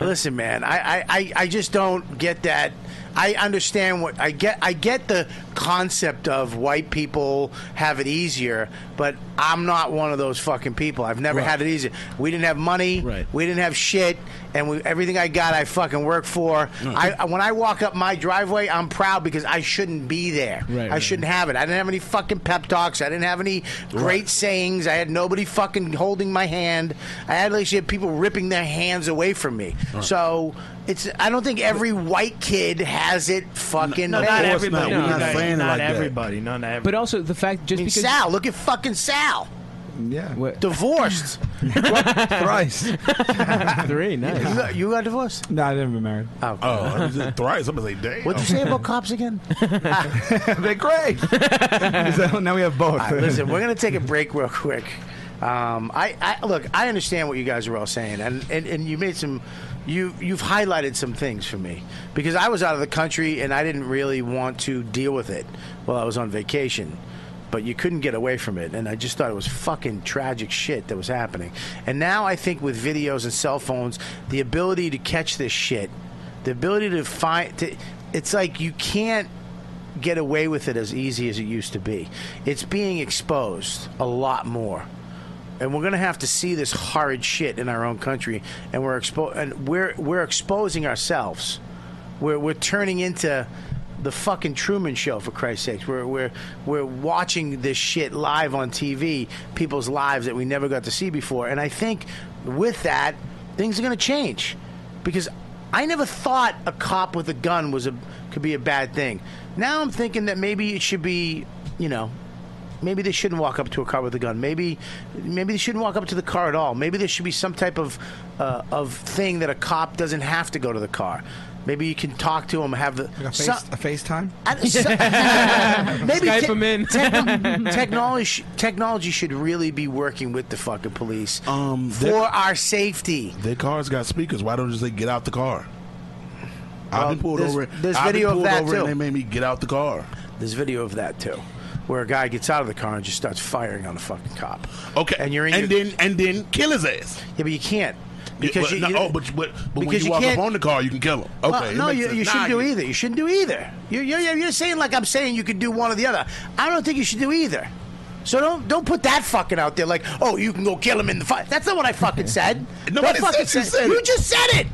Speaker 5: Listen, man, I, I, I, I just don't get that. I understand what I get. I get the concept of white people have it easier, but I'm not one of those fucking people. I've never
Speaker 15: Right.
Speaker 5: had it easier. We didn't have money. We didn't have shit, and we, everything I got, I fucking worked for.
Speaker 15: Right.
Speaker 5: I, I- when I walk up my driveway, I'm proud because I shouldn't be there.
Speaker 15: Right,
Speaker 5: I
Speaker 15: right.
Speaker 5: shouldn't have it. I didn't have any fucking pep talks. I didn't have any great sayings. I had nobody fucking holding my hand. I had like shit, people ripping their hands away from me.
Speaker 15: Right.
Speaker 5: So it's. I don't think every white kid has it fucking.
Speaker 8: No, not
Speaker 5: bad.
Speaker 8: everybody. Not, not everybody. Not everybody.
Speaker 13: But also the fact just
Speaker 5: I mean,
Speaker 13: because
Speaker 5: Sal, look at fucking Sal.
Speaker 6: Yeah.
Speaker 5: Divorced.
Speaker 6: Thrice.
Speaker 13: Three, nice.
Speaker 5: You, you got divorced?
Speaker 6: No, I've never been married.
Speaker 5: Oh,
Speaker 11: oh thrice. I'm gonna say, damn.
Speaker 5: What'd you say about cops again?
Speaker 6: They're great. so now we have both.
Speaker 5: All right, listen, we're gonna take a break real quick. Um, I, I look, I understand what you guys are all saying, and, and, and you made some, you you've highlighted some things for me because I was out of the country and I didn't really want to deal with it while I was on vacation, but you couldn't get away from it, and I just thought it was fucking tragic shit that was happening, and now I think with videos and cell phones, the ability to catch this shit, the ability to find, to, it's like you can't get away with it as easy as it used to be. It's being exposed a lot more. And we're going to have to see this horrid shit in our own country and we're expo- and we're we're exposing ourselves. We're we're turning into the fucking Truman Show for Christ's sakes. We're we're we're watching this shit live on TV, people's lives that we never got to see before. And I think with that, things are going to change because I never thought a cop with a gun was a could be a bad thing. Now I'm thinking that maybe it should be, you know, maybe they shouldn't walk up to a car with a gun. Maybe maybe they shouldn't walk up to the car at all. Maybe there should be some type of uh, of thing that a cop doesn't have to go to the car. Maybe you can talk to him, have the
Speaker 6: a, face, a FaceTime?
Speaker 5: uh, maybe
Speaker 6: Skype
Speaker 5: te-
Speaker 6: him in.
Speaker 5: techno- technology sh- technology should really be working with the fucking police for our safety.
Speaker 11: Their cars got speakers. Why don't you just say get out the car? I've
Speaker 5: Well,
Speaker 11: been pulled
Speaker 5: there's-
Speaker 11: over.
Speaker 5: there's
Speaker 11: I've been
Speaker 5: video of
Speaker 11: pulled
Speaker 5: that,
Speaker 11: over
Speaker 5: too.
Speaker 11: And they made me get out the car.
Speaker 5: There's video of that too, where a guy gets out of the car and just starts firing on a fucking cop.
Speaker 11: Okay,
Speaker 5: and you're in
Speaker 11: and
Speaker 5: your,
Speaker 11: then and then kill his ass.
Speaker 5: Yeah, but you can't because
Speaker 11: but,
Speaker 5: you,
Speaker 11: no,
Speaker 5: you-
Speaker 11: oh, but, but, but when
Speaker 5: because
Speaker 11: you,
Speaker 5: you
Speaker 11: walk
Speaker 5: can't-
Speaker 11: up on the car, you can kill him. Okay,
Speaker 5: Well,
Speaker 11: it
Speaker 5: no,
Speaker 11: makes
Speaker 5: you,
Speaker 11: sense.
Speaker 5: you
Speaker 11: Nah,
Speaker 5: shouldn't do
Speaker 11: you-
Speaker 5: either. You shouldn't do either. You're, you're, you're saying like I'm saying you could do one or the other. I don't think you should do either. So don't don't put that fucking out there like oh you can go kill him in the fight. That's not what I fucking said.
Speaker 11: Nobody
Speaker 5: Don't fucking
Speaker 11: said you
Speaker 5: say-
Speaker 11: said
Speaker 5: You
Speaker 11: it.
Speaker 5: just said it.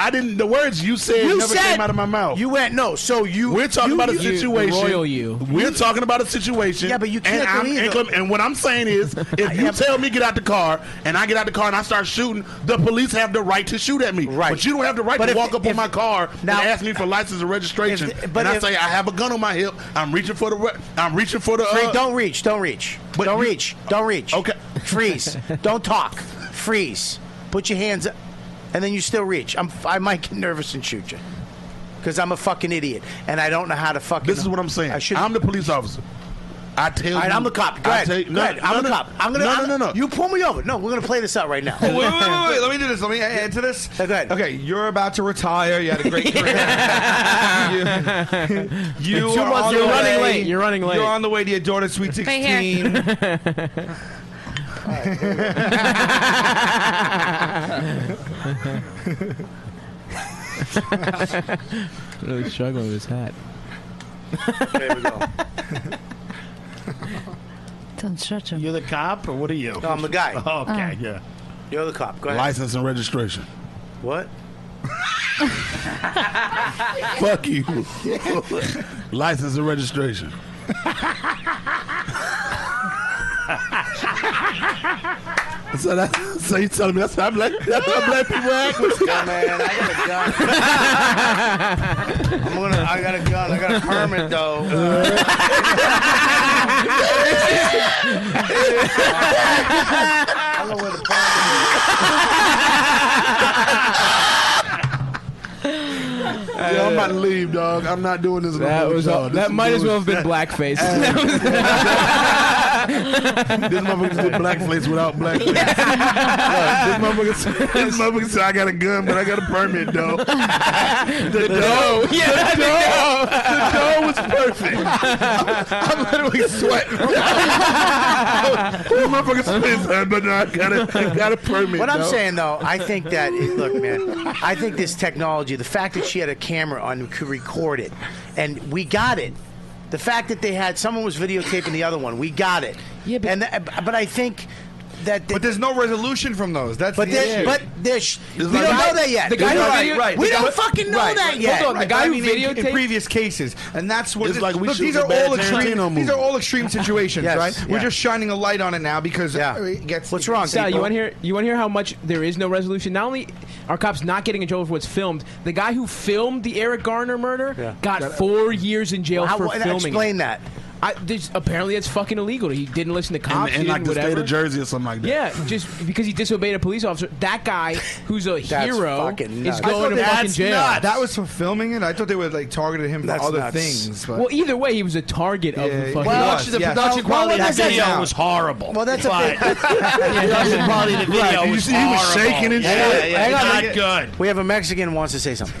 Speaker 11: I didn't. The words you said
Speaker 5: You
Speaker 11: never
Speaker 5: said-
Speaker 11: came out of my mouth.
Speaker 5: You went no. So you
Speaker 11: we're talking
Speaker 5: you-
Speaker 11: about a
Speaker 5: you-
Speaker 11: situation.
Speaker 5: royal you.
Speaker 11: We're talking about a situation.
Speaker 5: Yeah, but you
Speaker 11: and
Speaker 5: can't
Speaker 11: I'm
Speaker 5: do either.
Speaker 11: inclim- and what I'm saying is, if you tell me get out the car, and I get out the car and I start shooting, the police have the right to shoot at me. Right. But you don't have the right
Speaker 5: But
Speaker 11: to
Speaker 5: if-
Speaker 11: walk up
Speaker 5: if-
Speaker 11: on my car
Speaker 5: Now-
Speaker 11: and ask me for license and registration.
Speaker 5: but
Speaker 11: and
Speaker 5: if-
Speaker 11: I say I have a gun on my hip. I'm reaching for the. Re- I'm reaching for the. Uh,
Speaker 5: Free- don't reach. Don't reach. don't reach. Don't reach. Okay. Freeze. don't talk. Freeze. Put your hands up, and then you still reach. I'm. I might get nervous and shoot you, because I'm a fucking idiot and I don't know how to fucking.
Speaker 11: This is what I'm saying.
Speaker 5: I should.
Speaker 11: I'm the police officer. I tell
Speaker 5: All right,
Speaker 11: you,
Speaker 5: I'm the cop. Go
Speaker 11: I
Speaker 5: ahead.
Speaker 11: tell you-
Speaker 5: Go
Speaker 11: no,
Speaker 5: ahead. I'm
Speaker 11: no,
Speaker 5: the
Speaker 11: no.
Speaker 5: cop. I'm gonna.
Speaker 11: No,
Speaker 5: I'm-
Speaker 11: no, no, no.
Speaker 5: You pull me over. No, we're gonna play this out right now.
Speaker 6: wait, wait, wait, wait, wait. Let me do this. Let me add to this. Okay. Okay, you're about to retire. You had a great career. you you
Speaker 13: In two
Speaker 6: are
Speaker 13: months,
Speaker 6: on
Speaker 13: you're
Speaker 6: the
Speaker 13: running
Speaker 6: way-
Speaker 13: late. You're running late.
Speaker 6: You're on the way to your daughter's sweet
Speaker 13: Right
Speaker 6: 16.
Speaker 13: here. really struggling with his hat.
Speaker 5: There we go.
Speaker 8: Don't stretch him. You're the cop, or what are you?
Speaker 5: No, I'm the guy.
Speaker 8: Okay, yeah.
Speaker 5: You're the cop. Go ahead.
Speaker 11: License and registration.
Speaker 5: What?
Speaker 11: Fuck you. License and registration. So that so you telling me that's how black that's how black people act with
Speaker 5: man, I'm gonna. I got a gun. I got a permit though. I'm gonna wear the
Speaker 11: Yo, I'm about to leave, dog. I'm not doing this. no
Speaker 13: That
Speaker 11: more,
Speaker 13: was
Speaker 11: dog.
Speaker 13: all-
Speaker 11: This
Speaker 13: that
Speaker 11: is
Speaker 13: might as
Speaker 11: bullshit.
Speaker 13: well have been blackface.
Speaker 11: Hey. this motherfucker did blackface without blackface. Look, this motherfucker, this motherfucker said, I got a gun, but I got a permit, though. the dough.
Speaker 16: Yeah,
Speaker 11: the dough. The dough was perfect. I'm, I'm literally sweating. this motherfucker spent, but no, I got a, I got a permit.
Speaker 5: What I'm
Speaker 11: though.
Speaker 5: saying though, I think that it, look, man, I think this technology, the fact that she had a camera on who could record it, and we got it. The fact that they had someone was videotaping the other one, we got it. Yeah, but and th- but I think. That but
Speaker 6: there's no resolution from those. That's
Speaker 5: but
Speaker 6: the
Speaker 5: there-
Speaker 6: issue.
Speaker 5: But there's, we
Speaker 6: There's
Speaker 5: don't
Speaker 6: like-
Speaker 5: know that yet.
Speaker 6: The guy who
Speaker 5: Right,
Speaker 6: video-
Speaker 5: right. We
Speaker 6: the guy-
Speaker 5: don't fucking know
Speaker 6: right,
Speaker 5: that
Speaker 6: right.
Speaker 5: yet.
Speaker 6: Hold on, the
Speaker 5: Right,
Speaker 6: guy
Speaker 5: but I
Speaker 6: who
Speaker 5: mean, in-
Speaker 6: videotaped
Speaker 5: in
Speaker 6: in previous cases, and that's what
Speaker 11: It's
Speaker 6: this-
Speaker 11: like we
Speaker 6: look,
Speaker 11: shoot
Speaker 6: these
Speaker 11: the
Speaker 6: are
Speaker 11: bad
Speaker 6: all
Speaker 11: Tarantino
Speaker 6: extreme. These
Speaker 11: movie.
Speaker 6: are all extreme situations,
Speaker 13: Yes,
Speaker 6: right? We're
Speaker 13: yeah.
Speaker 6: just shining a light on it now because uh, it gets what's wrong.
Speaker 13: Sal, you want to hear? You want to hear how much there is no resolution? Not only are cops not getting control of what's filmed, the guy who filmed the Eric Garner murder got
Speaker 5: That-
Speaker 13: four years in jail
Speaker 5: How-
Speaker 13: for
Speaker 5: why-
Speaker 13: filming.
Speaker 5: explain
Speaker 13: it.
Speaker 5: that.
Speaker 13: I, there's- apparently, it's fucking illegal. He didn't listen to cops.
Speaker 11: And, and
Speaker 13: he
Speaker 11: like
Speaker 13: didn't
Speaker 11: the
Speaker 13: whatever.
Speaker 11: state of Jersey or something like that.
Speaker 13: Yeah, just because he disobeyed a police officer, that guy who's a hero is
Speaker 6: I thought
Speaker 13: going to
Speaker 6: they-
Speaker 13: fucking jail.
Speaker 6: That was for filming it. I thought they would like targeted him for
Speaker 13: That's
Speaker 6: other
Speaker 13: nuts.
Speaker 6: things. But.
Speaker 13: well, either way, he was a target of the
Speaker 6: he
Speaker 13: fucking.
Speaker 6: Well, was, the yes. production
Speaker 8: Well, quality
Speaker 6: of that video
Speaker 8: was horrible.
Speaker 5: Well, that's a
Speaker 8: But-
Speaker 5: big-
Speaker 8: Production quality of the video
Speaker 5: Right, you
Speaker 8: was
Speaker 5: see he was
Speaker 8: horrible.
Speaker 5: shaking and
Speaker 8: Yeah,
Speaker 5: shit.
Speaker 8: yeah,
Speaker 5: Hang on,
Speaker 8: not
Speaker 5: hang on.
Speaker 8: good.
Speaker 5: We have a Mexican who wants to say something.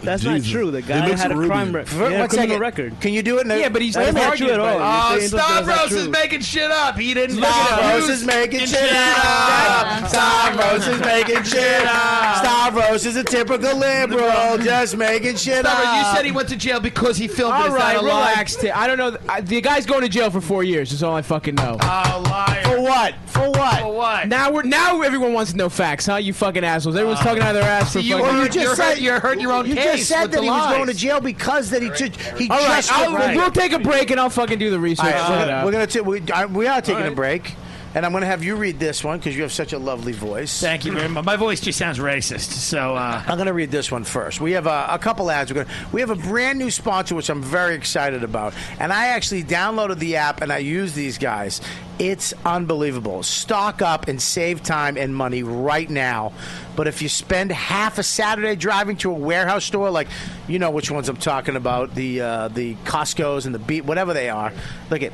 Speaker 15: That's not Jesus. true. The It guy looks had a ruby. crime re-
Speaker 5: For-
Speaker 15: yeah,
Speaker 5: one
Speaker 15: criminal
Speaker 5: second.
Speaker 15: record.
Speaker 5: Can you do it? No-
Speaker 15: Yeah, but he's
Speaker 5: Wait a
Speaker 15: not
Speaker 5: minute.
Speaker 15: true at all.
Speaker 8: Oh,
Speaker 15: You're saying something that's not
Speaker 8: Stavros is
Speaker 15: true.
Speaker 8: making shit up. He didn't.
Speaker 5: Look at
Speaker 8: fucking
Speaker 5: Stavros
Speaker 8: use
Speaker 5: is making
Speaker 8: and
Speaker 5: shit up. Stavros is making shit up. Stavros is a typical liberal, just making shit
Speaker 8: Stavros,
Speaker 5: up.
Speaker 8: you said he went to jail because he filmed it.
Speaker 13: All
Speaker 8: Is
Speaker 13: right,
Speaker 8: that a lie?
Speaker 13: relax. T- I don't know. th- I, the guy's going to jail for four years. Is all I fucking know.
Speaker 8: Oh, liar.
Speaker 5: For what? For what?
Speaker 8: For what?
Speaker 13: Now we're now everyone wants to know facts, huh? You fucking assholes. Everyone's talking out of their ass for
Speaker 5: See, you
Speaker 13: fucking.
Speaker 5: heard- you heard-
Speaker 8: you heard your own
Speaker 5: You
Speaker 8: case
Speaker 5: just said
Speaker 8: with
Speaker 5: that
Speaker 8: the
Speaker 5: he was
Speaker 8: lies.
Speaker 5: going to jail because that he took. He
Speaker 13: All right,
Speaker 5: just
Speaker 13: I'll, we'll take a break and I'll fucking do the
Speaker 5: All
Speaker 13: research.
Speaker 5: right,
Speaker 13: Shut
Speaker 5: we're gonna-
Speaker 13: up.
Speaker 5: we're gonna ta- we, I, we are taking a break, and I'm going to have you read this one because you have such a lovely voice.
Speaker 8: Thank you very much. My voice just sounds racist, so uh,
Speaker 5: I'm going to read this one first. We have a, a couple ads. We're gonna, we have a brand new sponsor which I'm very excited about, and I actually downloaded the app and I use these guys. It's unbelievable. Stock up and save time and money right now. But if you spend half a Saturday driving to a warehouse store, like you know which ones I'm talking about, the uh, the Costco's and the Beat, whatever they are. Look at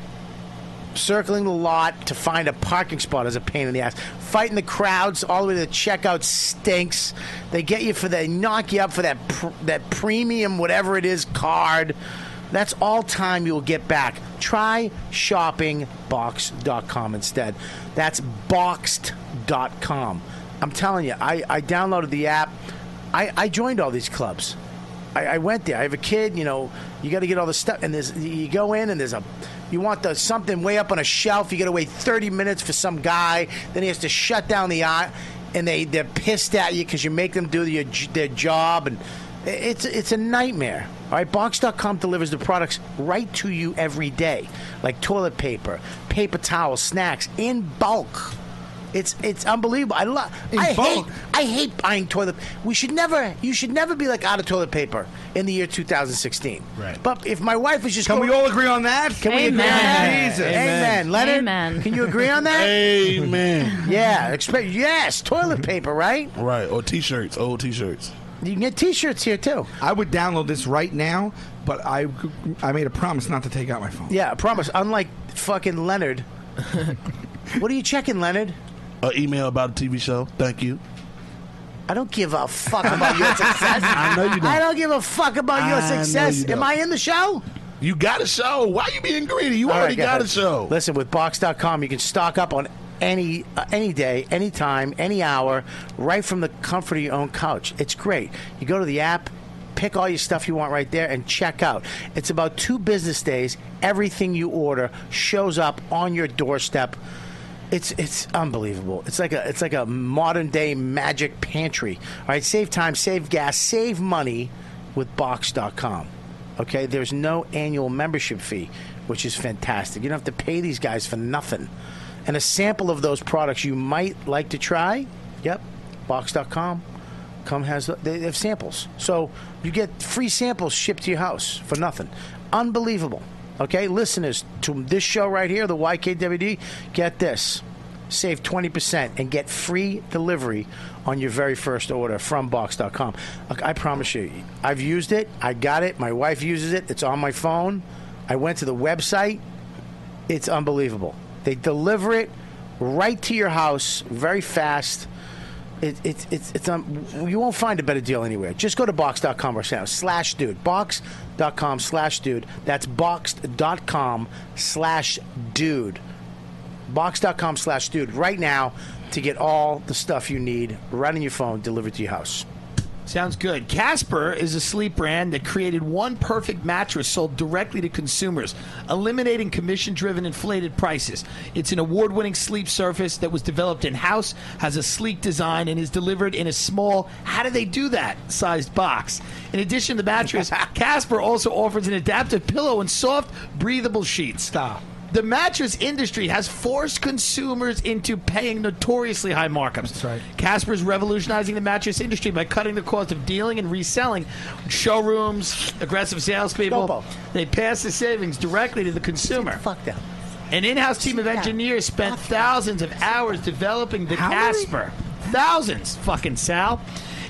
Speaker 5: circling the lot to find a parking spot is a pain in the ass. Fighting the crowds all the way to the checkout stinks. They get you for they knock you up for that pr- that premium whatever it is card. That's all time you'll get back. Try shoppingbox.com instead. That's boxed.com. I'm telling you, I, I downloaded the app. I, I joined all these clubs. I, I went there. I have a kid. You know, you got to get all the stuff. And there's you go in and there's a you want the something way up on a shelf. You got to wait 30 minutes for some guy. Then he has to shut down the aisle, and they they're pissed at you because you make them do your, j- their job and. i- It's it's a nightmare. All right, Box.com delivers the products right to you every day, like toilet paper, paper towels, snacks in bulk. It's it's unbelievable. I love. I hate. I hate buying toilet. We should never. You should never be like out of toilet paper in the year 2016. Right. But if my wife is just,
Speaker 6: Can
Speaker 5: going-
Speaker 6: we all agree on that?
Speaker 5: Can we agree on that?
Speaker 6: Jesus.
Speaker 5: Amen. Leonard,
Speaker 7: Amen.
Speaker 5: can you agree on that?
Speaker 11: Amen.
Speaker 5: Yeah. Expect yes. Toilet paper, right?
Speaker 11: Right, or t-shirts, old t-shirts.
Speaker 5: You can get T-shirts here too.
Speaker 6: I would download this right now, but I I made a promise not to take out my phone.
Speaker 5: Yeah. I promise. Unlike fucking Leonard. what are you checking, Leonard?
Speaker 11: An email about a TV show. Thank you.
Speaker 5: I don't give a fuck about your success.
Speaker 11: I know you don't.
Speaker 5: I don't give a fuck about your
Speaker 11: I know
Speaker 5: success.
Speaker 11: you don't.
Speaker 5: Am I in the show?
Speaker 11: You got a show. Why you being greedy? You
Speaker 5: All
Speaker 11: already
Speaker 5: right,
Speaker 11: got a
Speaker 5: ahead.
Speaker 11: show.
Speaker 5: Listen, with Box.com, you can stock up on any uh, any day, any time, any hour, right from the comfort of your own couch. It's great. You go to the app, pick all your stuff you want right there, and check out. It's about two business days. Everything you order shows up on your doorstep. It's it's unbelievable. It's like a it's like a modern day magic pantry. All right, save time, save gas, save money with Box.com. Okay, there's no annual membership fee, which is fantastic. You don't have to pay these guys for nothing. And a sample of those products you might like to try, yep, box.com. Come has they have samples. So you get free samples shipped to your house for nothing. Unbelievable. Okay, listeners to this show right here, the YKWD, get this. Save 20% and get free delivery on your very first order from box.com. Look, I promise you, I've used it. I got it. My wife uses it. It's on my phone. I went to the website. It's unbelievable. They deliver it right to your house very fast. It, it, it's it's um, you won't find a better deal anywhere. Just go to box.com or slash dude. Box.com slash dude. That's box.com slash dude. Box.com slash dude right now to get all the stuff you need right on your phone delivered to your house.
Speaker 8: Sounds good. Casper is a sleep brand that created one perfect mattress sold directly to consumers, eliminating commission driven inflated prices. It's an award winning sleep surface that was developed in house, has a sleek design, and is delivered in a small, how do they do that sized box. In addition to the mattress, Casper also offers an adaptive pillow and soft, breathable sheets. Stop. The mattress industry has forced consumers into paying notoriously high markups. That's right. Casper's revolutionizing the mattress industry by cutting the cost of dealing and reselling. Showrooms, aggressive salespeople, they pass the savings directly to the consumer. Fuck them. An in-house team of engineers spent thousands of hours developing the Casper. Thousands, fucking Sal.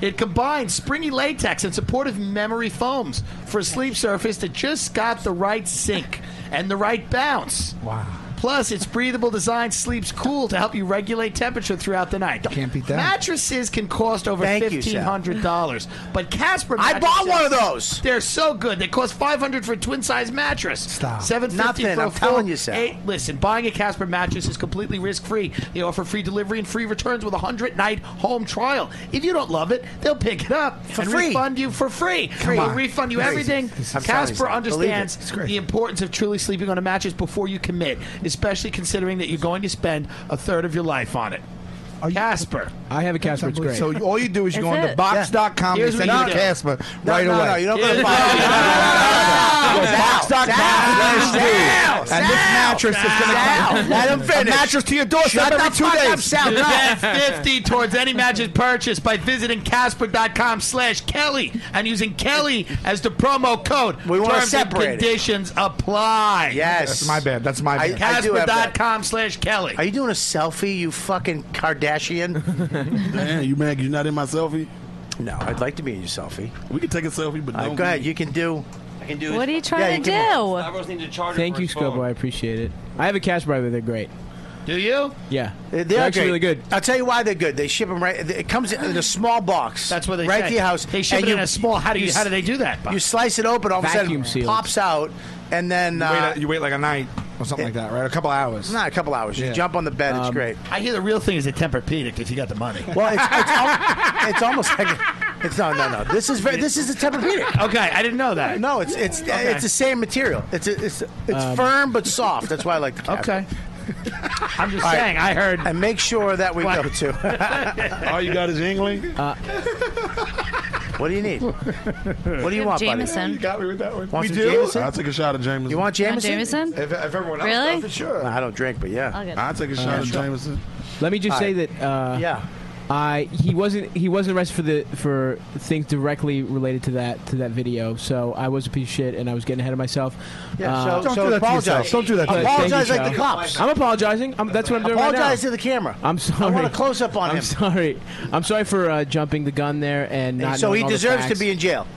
Speaker 8: It combines springy latex and supportive memory foams for a sleep surface that just got the right sink and the right bounce. Wow. Plus, its breathable design sleeps cool to help you regulate temperature throughout the night. Can't beat that. Mattresses can cost over
Speaker 5: Thank you,
Speaker 8: fifteen
Speaker 5: Sal.
Speaker 8: hundred dollars, but Casper.
Speaker 5: I bought
Speaker 8: mattresses-
Speaker 5: one of those.
Speaker 8: They're so good. They cost five hundred for a twin size mattress. Stop. Seven fifty
Speaker 5: Nothing,
Speaker 8: for
Speaker 5: I'm
Speaker 8: a full,
Speaker 5: telling you, Sal.
Speaker 8: Eight, listen, buying a Casper mattress is completely risk free. They offer free delivery and free returns with a hundred night home trial. If you don't love it, they'll pick it up and
Speaker 5: free.
Speaker 8: refund you for free.
Speaker 5: Come
Speaker 8: They'll
Speaker 5: on.
Speaker 8: refund you
Speaker 5: Crazy.
Speaker 8: everything.
Speaker 5: This is- I'm telling you,
Speaker 8: Casper
Speaker 5: Sal.
Speaker 8: understands
Speaker 5: Believe it. It's
Speaker 8: the importance of truly sleeping on a mattress before you commit, especially considering that you're going to spend a third of your life on it. Casper.
Speaker 13: I have a Casper. It's great.
Speaker 6: So you- all you do is you
Speaker 8: That's
Speaker 6: go on
Speaker 8: it.
Speaker 6: to box.com
Speaker 8: Here's
Speaker 6: and send
Speaker 8: what
Speaker 6: you
Speaker 8: you
Speaker 6: to
Speaker 8: do.
Speaker 6: Casper
Speaker 5: No,
Speaker 6: right
Speaker 5: no,
Speaker 6: away.
Speaker 5: no, you don't go to
Speaker 6: Box.com slash dude. And this mattress is going to come.
Speaker 8: Let him
Speaker 6: A
Speaker 8: finish.
Speaker 6: mattress to your doorstep every two days.
Speaker 8: Get 50 towards any matches purchased by visiting casper.com slash Kelly and using Kelly as the promo code. We
Speaker 6: wanna
Speaker 8: Terms and
Speaker 6: separate it.
Speaker 8: conditions apply.
Speaker 6: That's my bad. That's my
Speaker 5: I-
Speaker 6: bad.
Speaker 5: I do have that.
Speaker 8: Casper.com slash Kelly.
Speaker 5: Are you doing a selfie, you fucking Kardashian?
Speaker 11: Damn, you mad? You're not in my selfie.
Speaker 5: No, I'd like to be in your selfie.
Speaker 11: We can take a selfie, but
Speaker 5: All right,
Speaker 11: don't
Speaker 5: go ahead.
Speaker 11: be-
Speaker 5: You can do.
Speaker 8: I can
Speaker 11: do
Speaker 7: What are you trying to do?
Speaker 13: Thank you, Scobo. I appreciate it. I have a Casper. but They're great.
Speaker 8: Do you?
Speaker 13: Yeah,
Speaker 5: They're,
Speaker 13: actually
Speaker 5: great.
Speaker 13: really good.
Speaker 5: I'll tell you why they're good. They ship them right. It comes in a small box. That's
Speaker 8: what they
Speaker 5: right
Speaker 8: say.
Speaker 5: to your house.
Speaker 8: They ship
Speaker 5: and
Speaker 8: it in a small- how do you-
Speaker 5: s-
Speaker 8: how do they do that, Bob?
Speaker 5: You slice it open, all
Speaker 6: Vacuum
Speaker 5: of a sudden
Speaker 6: sealed.
Speaker 5: it pops out, and then
Speaker 6: You wait
Speaker 5: uh,
Speaker 6: a- you wait like a night or something like that, right? A couple hours. Um,
Speaker 5: Not a couple hours. You jump on the bed. It's great.
Speaker 8: I hear the real thing is a Tempur-Pedic if you got the money.
Speaker 5: Well, it's it's, al- it's almost like a, it's no no no. This is very, this is a Tempur-Pedic.
Speaker 8: Okay, I didn't know that.
Speaker 5: No, it's it's
Speaker 8: Okay.
Speaker 5: it's the same material. It's it's it's
Speaker 8: Um,
Speaker 5: firm but soft. That's why I like the Casper.
Speaker 8: Okay. I'm just
Speaker 5: All right.
Speaker 8: saying, I heard.
Speaker 5: And make sure that we go to.
Speaker 11: All you got is England.
Speaker 5: Uh, what do you need? What do you
Speaker 7: have
Speaker 5: want, buddy?
Speaker 7: Jameson.
Speaker 5: You
Speaker 6: got me with that one.
Speaker 5: Want
Speaker 11: we
Speaker 5: some
Speaker 11: do.
Speaker 5: Jameson?
Speaker 11: I'll take a shot of Jameson.
Speaker 5: You want
Speaker 7: Want
Speaker 5: Jameson?
Speaker 7: Jameson?
Speaker 6: If, if everyone else
Speaker 7: Really?
Speaker 6: does it, sure.
Speaker 5: I don't drink, but yeah.
Speaker 7: I'll get it.
Speaker 11: I'll take a shot of Jameson.
Speaker 13: Uh, Let me just
Speaker 5: All
Speaker 13: say
Speaker 5: right.
Speaker 13: that. Uh,
Speaker 5: Yeah.
Speaker 13: I he wasn't he wasn't arrested for the for things directly related to that to that video. So I was a piece of shit and I was getting ahead of myself.
Speaker 5: Yeah, so-
Speaker 13: Uh,
Speaker 5: Don't so do that to apologize. yourself. Don't do that to
Speaker 13: But
Speaker 5: yourself.
Speaker 13: thank you,
Speaker 5: Apologize like
Speaker 13: Sal.
Speaker 5: the cops.
Speaker 13: I'm apologizing. I'm, that's what I'm doing right now.
Speaker 5: Apologize to the camera.
Speaker 13: I'm sorry.
Speaker 5: I want a close up on
Speaker 13: I'm
Speaker 5: him.
Speaker 13: sorry. I'm sorry for uh, jumping the gun there and not.
Speaker 5: so
Speaker 13: knowing
Speaker 5: he
Speaker 13: all the
Speaker 5: deserves to
Speaker 13: facts.
Speaker 5: be in jail.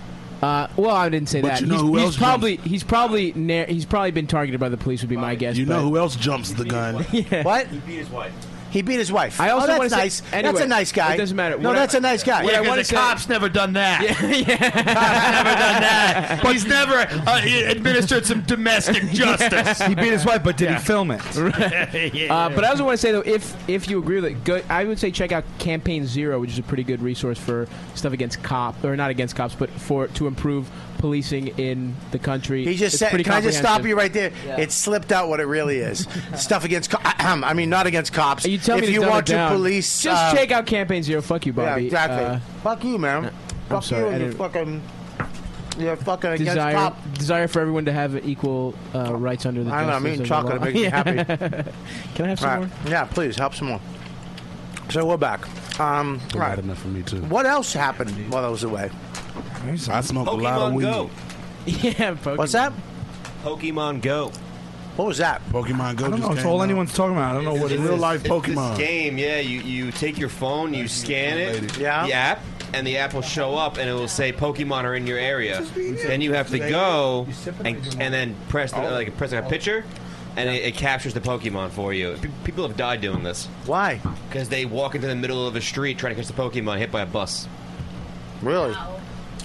Speaker 13: Uh, well, I didn't say
Speaker 11: But
Speaker 13: that.
Speaker 11: you know
Speaker 13: he's,
Speaker 11: who
Speaker 13: he's
Speaker 11: else
Speaker 13: probably he's probably nar- he's probably been targeted by the police. Would be my guess.
Speaker 11: You know
Speaker 13: but-
Speaker 11: who else jumps the gun?
Speaker 5: What?
Speaker 11: beat his wife.
Speaker 5: He beat his wife.
Speaker 13: I also
Speaker 5: oh, that's
Speaker 13: wanna say-
Speaker 5: nice. that's
Speaker 13: anyway,
Speaker 5: a nice guy.
Speaker 13: it doesn't matter.
Speaker 5: No,
Speaker 13: What I-
Speaker 5: that's a nice guy.
Speaker 13: what I
Speaker 8: Yeah,
Speaker 13: wanna
Speaker 8: because the
Speaker 13: say-
Speaker 8: cops never done that. Cops never done that. He's never uh, he administered some domestic justice.
Speaker 6: he beat his wife, but did he film it?
Speaker 13: Uh, but I also want to say though, if if you agree with it, go, I would say check out Campaign Zero, which is a pretty good resource for stuff against cops or not against cops, but for to improve policing in the country.
Speaker 5: He just
Speaker 13: It's
Speaker 5: said,
Speaker 13: pretty
Speaker 5: "Can I just stop
Speaker 13: comprehensive.
Speaker 5: you right there?"
Speaker 13: Yeah.
Speaker 5: It slipped out what it really is. Stuff against, co- ahem, I mean, not against cops.
Speaker 13: You tell
Speaker 5: if
Speaker 13: me to
Speaker 5: you
Speaker 13: dumb
Speaker 5: want
Speaker 13: it
Speaker 5: to
Speaker 13: down.
Speaker 5: police,
Speaker 13: Just
Speaker 5: uh,
Speaker 13: check out Campaign Zero. Fuck you,
Speaker 5: Yeah,
Speaker 13: Bobby.
Speaker 5: exactly.
Speaker 13: Uh,
Speaker 5: Fuck you, man. Fuck
Speaker 13: sorry,
Speaker 5: you,
Speaker 13: I
Speaker 5: and you
Speaker 13: didn't-
Speaker 5: fucking, you're fucking against
Speaker 13: desire
Speaker 5: cop.
Speaker 13: desire for everyone to have equal uh, rights under the.
Speaker 5: I don't know. I'm
Speaker 13: justice
Speaker 5: eating
Speaker 13: of the
Speaker 5: chocolate. It
Speaker 13: law.
Speaker 5: makes me happy.
Speaker 13: Can I have some
Speaker 5: All
Speaker 13: more?
Speaker 5: right. Yeah, please help some more. So we're back. Um, right.
Speaker 11: enough for me too.
Speaker 5: What else happened while I was away?
Speaker 11: I smoked a lot of weed.
Speaker 13: Yeah,
Speaker 5: What's that?
Speaker 9: Pokemon Go.
Speaker 5: What was that?
Speaker 11: Pokemon Go.
Speaker 6: I don't
Speaker 11: just
Speaker 6: know. It's
Speaker 11: came
Speaker 6: all
Speaker 11: out.
Speaker 6: anyone's talking about. I don't know what it is.
Speaker 11: Real life Pokemon.
Speaker 9: This game, yeah. You, you take your phone, you scan it,
Speaker 5: yeah.
Speaker 9: the app, and the app will show up and it will say Pokemon are in your
Speaker 5: Oh.
Speaker 9: area. Then you have to go and, and then press the, like press a picture. and it, it captures the Pokemon for you. Pe- people have died doing this.
Speaker 5: Why?
Speaker 9: Because they walk into the middle of a street trying to catch the Pokemon, hit by a bus.
Speaker 5: Really?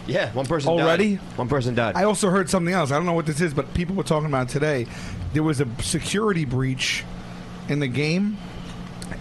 Speaker 9: Yeah, one person died.
Speaker 6: Already?
Speaker 9: One person died.
Speaker 6: I also heard something else. I don't know what this is, but people were talking about it today. There was a security breach in the game,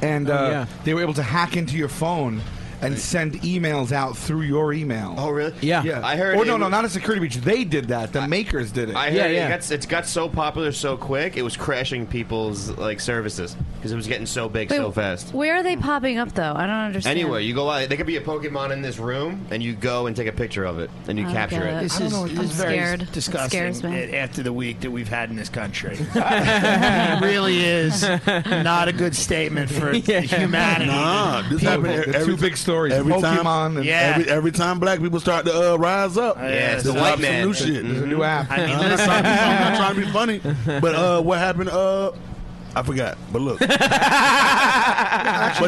Speaker 6: and uh,
Speaker 17: Oh, yeah.
Speaker 6: they were able to hack into your phone. And send emails out through your email. Oh,
Speaker 9: really?
Speaker 6: Yeah. yeah.
Speaker 9: I heard
Speaker 6: Or no,
Speaker 9: it
Speaker 6: no,
Speaker 9: was-
Speaker 6: not a security breach. They did that. The makers did it.
Speaker 9: I heard it, got, it got so popular so quick, it was crashing people's like services because it was getting so big
Speaker 7: Wait,
Speaker 9: so fast.
Speaker 7: Where are they popping up though? I don't understand.
Speaker 9: Anyway, you go out. There could be a Pokemon in this room, and you go and take a picture of it, and you
Speaker 7: I don't
Speaker 9: capture
Speaker 7: get
Speaker 9: it.
Speaker 7: it.
Speaker 8: This
Speaker 7: I don't
Speaker 8: is,
Speaker 7: know what
Speaker 8: this
Speaker 7: I'm
Speaker 8: is very
Speaker 7: scared.
Speaker 8: s-
Speaker 7: It
Speaker 8: disgusting
Speaker 7: scares me.
Speaker 8: that after the week that we've had in this country. it really is not a good statement for humanity.
Speaker 11: Nah, this
Speaker 8: People-
Speaker 11: happened e- every,
Speaker 6: stories.
Speaker 11: Every
Speaker 6: Pokemon
Speaker 11: time,
Speaker 6: and-
Speaker 8: Yeah.
Speaker 11: every, every time black people start to uh, rise up.
Speaker 6: Yeah, it's
Speaker 11: there's
Speaker 6: the white
Speaker 11: some
Speaker 6: man.
Speaker 11: New shit.
Speaker 6: There's a
Speaker 5: Mm-hmm.
Speaker 6: new app.
Speaker 11: I mean, I'm, not trying, I'm not trying to be funny, but uh, what happened? Uh, I forgot. But look,
Speaker 6: Actually,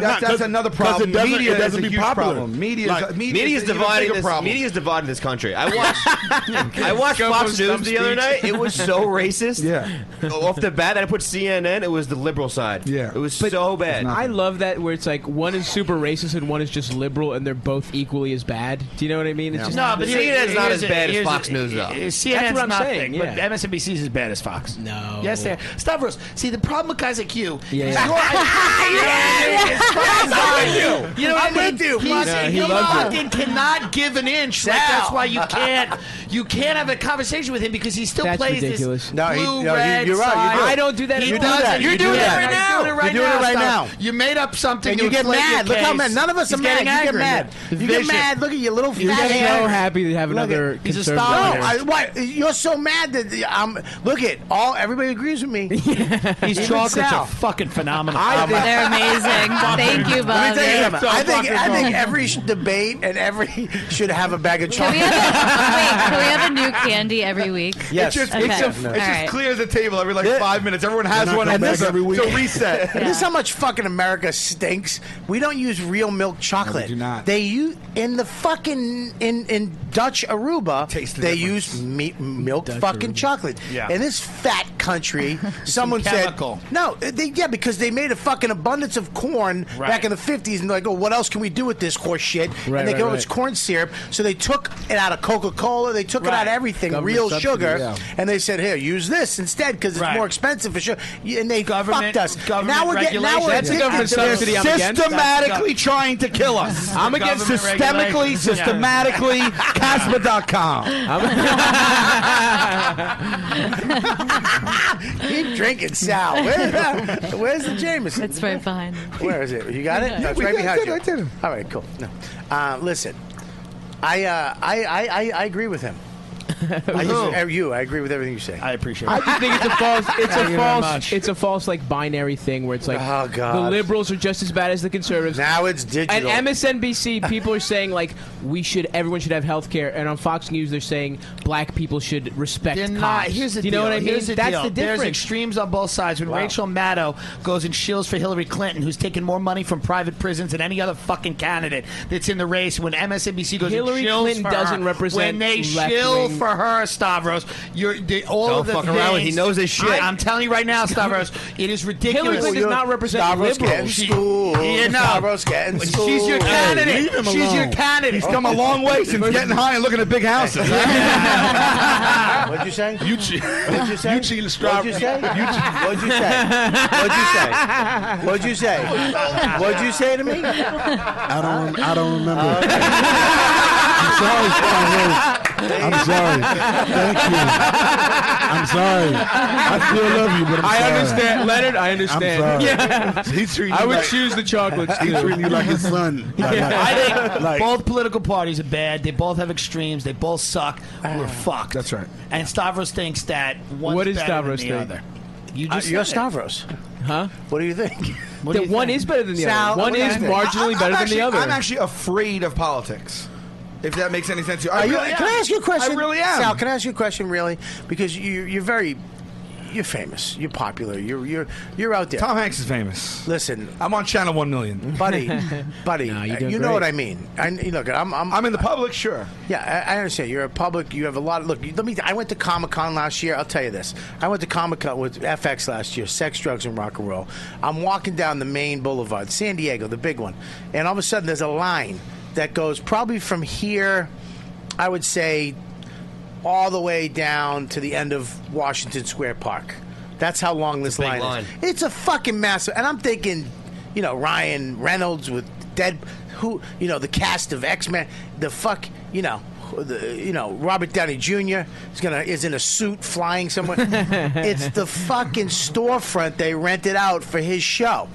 Speaker 11: But
Speaker 6: that's,
Speaker 11: not-
Speaker 6: that's
Speaker 11: 'cause-
Speaker 6: another
Speaker 11: 'cause
Speaker 6: problem.
Speaker 11: it doesn't-
Speaker 6: media
Speaker 11: it doesn't
Speaker 6: is a
Speaker 11: be
Speaker 6: huge
Speaker 11: popular.
Speaker 6: problem. Media,
Speaker 11: Like,
Speaker 6: is, media
Speaker 9: media's
Speaker 6: is an even
Speaker 9: divided.
Speaker 6: bigger
Speaker 9: This,
Speaker 6: problem.
Speaker 9: Media's divided this country. I watched. I watched
Speaker 6: Go
Speaker 9: Fox
Speaker 6: for
Speaker 9: News
Speaker 6: some
Speaker 9: the other
Speaker 6: speech.
Speaker 9: night. It was so racist.
Speaker 6: Yeah.
Speaker 9: Off the bat, I put CNN. It was the liberal side. Yeah. It was so bad.
Speaker 13: I love that where it's like one is super racist and one is just liberal and they're both equally as bad. Do you know what I mean? It's just
Speaker 8: no, but
Speaker 13: CNN's
Speaker 8: here's a- here's eh, a- CNN's
Speaker 13: That's what I'm
Speaker 8: nothing,
Speaker 13: saying. Yeah.
Speaker 8: but MSNBC is as bad as Fox. No. Yes, they are. Stavros, see, the problem with guys like you
Speaker 13: Yeah.
Speaker 8: is you're- It's Fox.
Speaker 13: I'm with you.
Speaker 8: You know what
Speaker 13: I'm
Speaker 8: I mean?
Speaker 13: with you.
Speaker 8: He's,
Speaker 13: Yeah, he
Speaker 8: he
Speaker 13: loves it.
Speaker 8: fucking cannot give an inch. Like,
Speaker 13: Sal.
Speaker 8: that's why you can't you can't have a conversation with him because he still
Speaker 13: That's
Speaker 8: plays
Speaker 13: ridiculous.
Speaker 8: this
Speaker 13: No, he-
Speaker 8: blue
Speaker 13: no, you-
Speaker 8: red
Speaker 13: you're right, you
Speaker 8: side.
Speaker 13: do. I don't do that
Speaker 8: He
Speaker 13: at all.
Speaker 8: does
Speaker 13: You do
Speaker 8: it.
Speaker 13: that.
Speaker 8: You're
Speaker 13: You
Speaker 8: doing
Speaker 13: do
Speaker 8: it
Speaker 13: that.
Speaker 8: right now.
Speaker 13: You're doing it right
Speaker 8: You're doing it right
Speaker 13: now,
Speaker 8: now.
Speaker 13: Sal.
Speaker 8: You made up something.
Speaker 5: And
Speaker 8: to
Speaker 5: you get
Speaker 8: inflate your
Speaker 5: mad. Look how
Speaker 8: case.
Speaker 5: mad. None of us are
Speaker 8: He's
Speaker 5: mad.
Speaker 8: getting
Speaker 5: You get
Speaker 8: angry.
Speaker 5: mad.
Speaker 8: He's
Speaker 5: You get
Speaker 8: vicious.
Speaker 5: mad. Look at your little
Speaker 8: You're
Speaker 5: fat
Speaker 8: just
Speaker 5: ass.
Speaker 8: so happy
Speaker 13: to have
Speaker 5: Look
Speaker 13: another
Speaker 5: at- He's a
Speaker 13: conservative
Speaker 5: star. No,
Speaker 13: here.
Speaker 5: I, what? You're so mad that I'm. Look at all. Everybody agrees with me. These
Speaker 8: These chocolates are fucking phenomenal.
Speaker 5: I think-
Speaker 7: They're amazing. Thank you,
Speaker 5: Let me
Speaker 7: Bobby.
Speaker 5: tell you something. I think
Speaker 7: Fucking
Speaker 5: I think
Speaker 7: wrong.
Speaker 5: every sh- debate and every should have a bag of chocolate.
Speaker 7: Can we have a new candy every week?
Speaker 6: Yes. It's just, it's just,
Speaker 5: No.
Speaker 6: it's just
Speaker 7: All right.
Speaker 6: clears the table every like five minutes. Everyone has one.
Speaker 5: And
Speaker 6: and
Speaker 5: this-
Speaker 6: it's a- It's a reset.
Speaker 5: And This is how much fucking America stinks. We don't use real milk chocolate.
Speaker 6: No, we do not.
Speaker 5: They use in the fucking in in Dutch Aruba. they use me, milk fucking chocolate.
Speaker 8: Yeah.
Speaker 5: In this fat country, someone
Speaker 8: chemical.
Speaker 5: said no. They, yeah, because they made a fucking abundance of corn
Speaker 8: Right.
Speaker 5: back in the fifties, and they're like, oh, what else can we do with this horse shit?
Speaker 8: Right,
Speaker 5: and they
Speaker 8: right,
Speaker 5: go,
Speaker 8: right.
Speaker 5: it's corn syrup. So they took it out of Coca Cola. They took it out of
Speaker 8: Right.
Speaker 5: everything,
Speaker 8: Government
Speaker 5: real
Speaker 8: subsidy,
Speaker 5: sugar,
Speaker 8: yeah.
Speaker 5: and they said, here, use this instead because it's more expensive for sure. And they fucked us. now we're getting now we're
Speaker 6: That's a
Speaker 5: addicted
Speaker 6: government
Speaker 5: to this.
Speaker 6: subsidy. I'm against. Systematically trying to kill us.
Speaker 13: I'm against
Speaker 6: Systemically,
Speaker 13: government regulation.
Speaker 6: systematically, Casper.com.
Speaker 5: Keep drinking, Sal. Where- where's the Jameson? It's right behind. Where is it? You got it? No, it's
Speaker 6: we
Speaker 5: right
Speaker 6: did-
Speaker 5: behind
Speaker 6: I did,
Speaker 5: you.
Speaker 6: I did.
Speaker 5: All right, cool. No. Uh, listen, I, uh, I, I, I, I agree with him. I
Speaker 13: Who?
Speaker 5: just, you, I agree with everything you say. I
Speaker 8: appreciate
Speaker 13: I just think it's a false. It's
Speaker 5: Thank
Speaker 13: a
Speaker 5: you very
Speaker 13: false. It's a false like binary thing where it's like
Speaker 5: Oh, God.
Speaker 13: the liberals are just as bad as the conservatives.
Speaker 5: Now it's digital.
Speaker 13: And MSNBC people are saying like we should everyone should have health care, and on Fox News they're saying black people should respect.
Speaker 8: They're
Speaker 13: cops.
Speaker 8: not. Here's the
Speaker 13: Do you
Speaker 8: deal.
Speaker 13: know what I mean?
Speaker 8: Here's the
Speaker 13: That's
Speaker 8: deal.
Speaker 13: the difference.
Speaker 8: There's extremes on both sides. When Rachel Maddow goes and shills for Hillary Clinton, who's taking more money from private prisons than any other fucking candidate that's in the race, when MSNBC goes
Speaker 13: Hillary
Speaker 8: and shills
Speaker 13: Clinton
Speaker 8: for
Speaker 13: doesn't
Speaker 8: her,
Speaker 13: represent
Speaker 8: when they shill
Speaker 13: left-wing-
Speaker 8: for her, Stavros, you're they, all
Speaker 9: Don't
Speaker 8: of the
Speaker 9: fuck
Speaker 8: things,
Speaker 9: around with- he knows his shit.
Speaker 8: I, am telling you right now, Stavros, it is ridiculous.
Speaker 13: Hillary Clinton does not represent
Speaker 8: Stavros
Speaker 13: liberals.
Speaker 8: She, yeah, no. She's your candidate. She's your candidate.
Speaker 6: He's come a long way since getting high and looking at big houses.
Speaker 5: What'd you say?
Speaker 11: You cheat.
Speaker 5: What'd you say?
Speaker 11: You cheat.
Speaker 5: What'd you say? What'd you say? What'd you say? What'd you say? What'd you say to me?
Speaker 18: I don't. Rem- I don't remember. I'm sorry, Spyro. I'm sorry. Thank you. I'm sorry. I still love you, but I'm
Speaker 13: I
Speaker 18: sorry.
Speaker 13: understand, Leonard. I understand.
Speaker 18: I'm sorry.
Speaker 13: Yeah.
Speaker 18: He's treating
Speaker 13: I
Speaker 18: you
Speaker 13: would
Speaker 18: like-
Speaker 13: choose the chocolates.
Speaker 18: He's
Speaker 13: too.
Speaker 18: treating you like his son.
Speaker 8: I think both political parties are bad. They both have extremes. They both suck.
Speaker 18: Ah.
Speaker 8: We're fucked. That's right. And Stavros thinks that one's
Speaker 13: What is
Speaker 8: better
Speaker 13: Stavros
Speaker 8: than the
Speaker 13: think?
Speaker 8: other.
Speaker 5: You just Uh, you're Stavros.
Speaker 13: Huh?
Speaker 5: What do you think?
Speaker 13: What do you one think? is better than the other. One is marginally better than the other.
Speaker 6: I'm actually afraid of politics. If that makes any sense to you.
Speaker 5: Are you-
Speaker 6: really
Speaker 5: can I
Speaker 6: am.
Speaker 5: ask you a question?
Speaker 6: I really am.
Speaker 5: Sal, can I ask you a question, really? Because you, you're very. you're famous. You're popular. You're you're you're out there.
Speaker 6: Tom Hanks is famous.
Speaker 5: Listen,
Speaker 6: I'm on channel one million,
Speaker 5: buddy. buddy,
Speaker 6: you're
Speaker 5: uh,
Speaker 6: doing
Speaker 5: you know
Speaker 6: great.
Speaker 5: what I mean. I you look, I'm I'm, I'm
Speaker 6: in the public, sure.
Speaker 5: Yeah, I, I understand. You're a public. You have a lot. Of, look, you- let me. I went to Comic Con last year. I'll tell you this. I went to Comic Con with FX last year. Sex, drugs, and rock and roll. I'm walking down the main boulevard, San Diego, the big one, and all of a sudden there's a line that goes probably from here. I would say all the way down to the end of Washington Square Park. That's how long this line,
Speaker 9: line.
Speaker 5: is. It's a fucking massive. And I'm thinking, you know, Ryan Reynolds with Dead, who, you know, the cast of X Men, the fuck, you know. who- The, you know Robert Downey Jr. is gonna is in a suit flying somewhere. it's the fucking storefront they rented out for his show.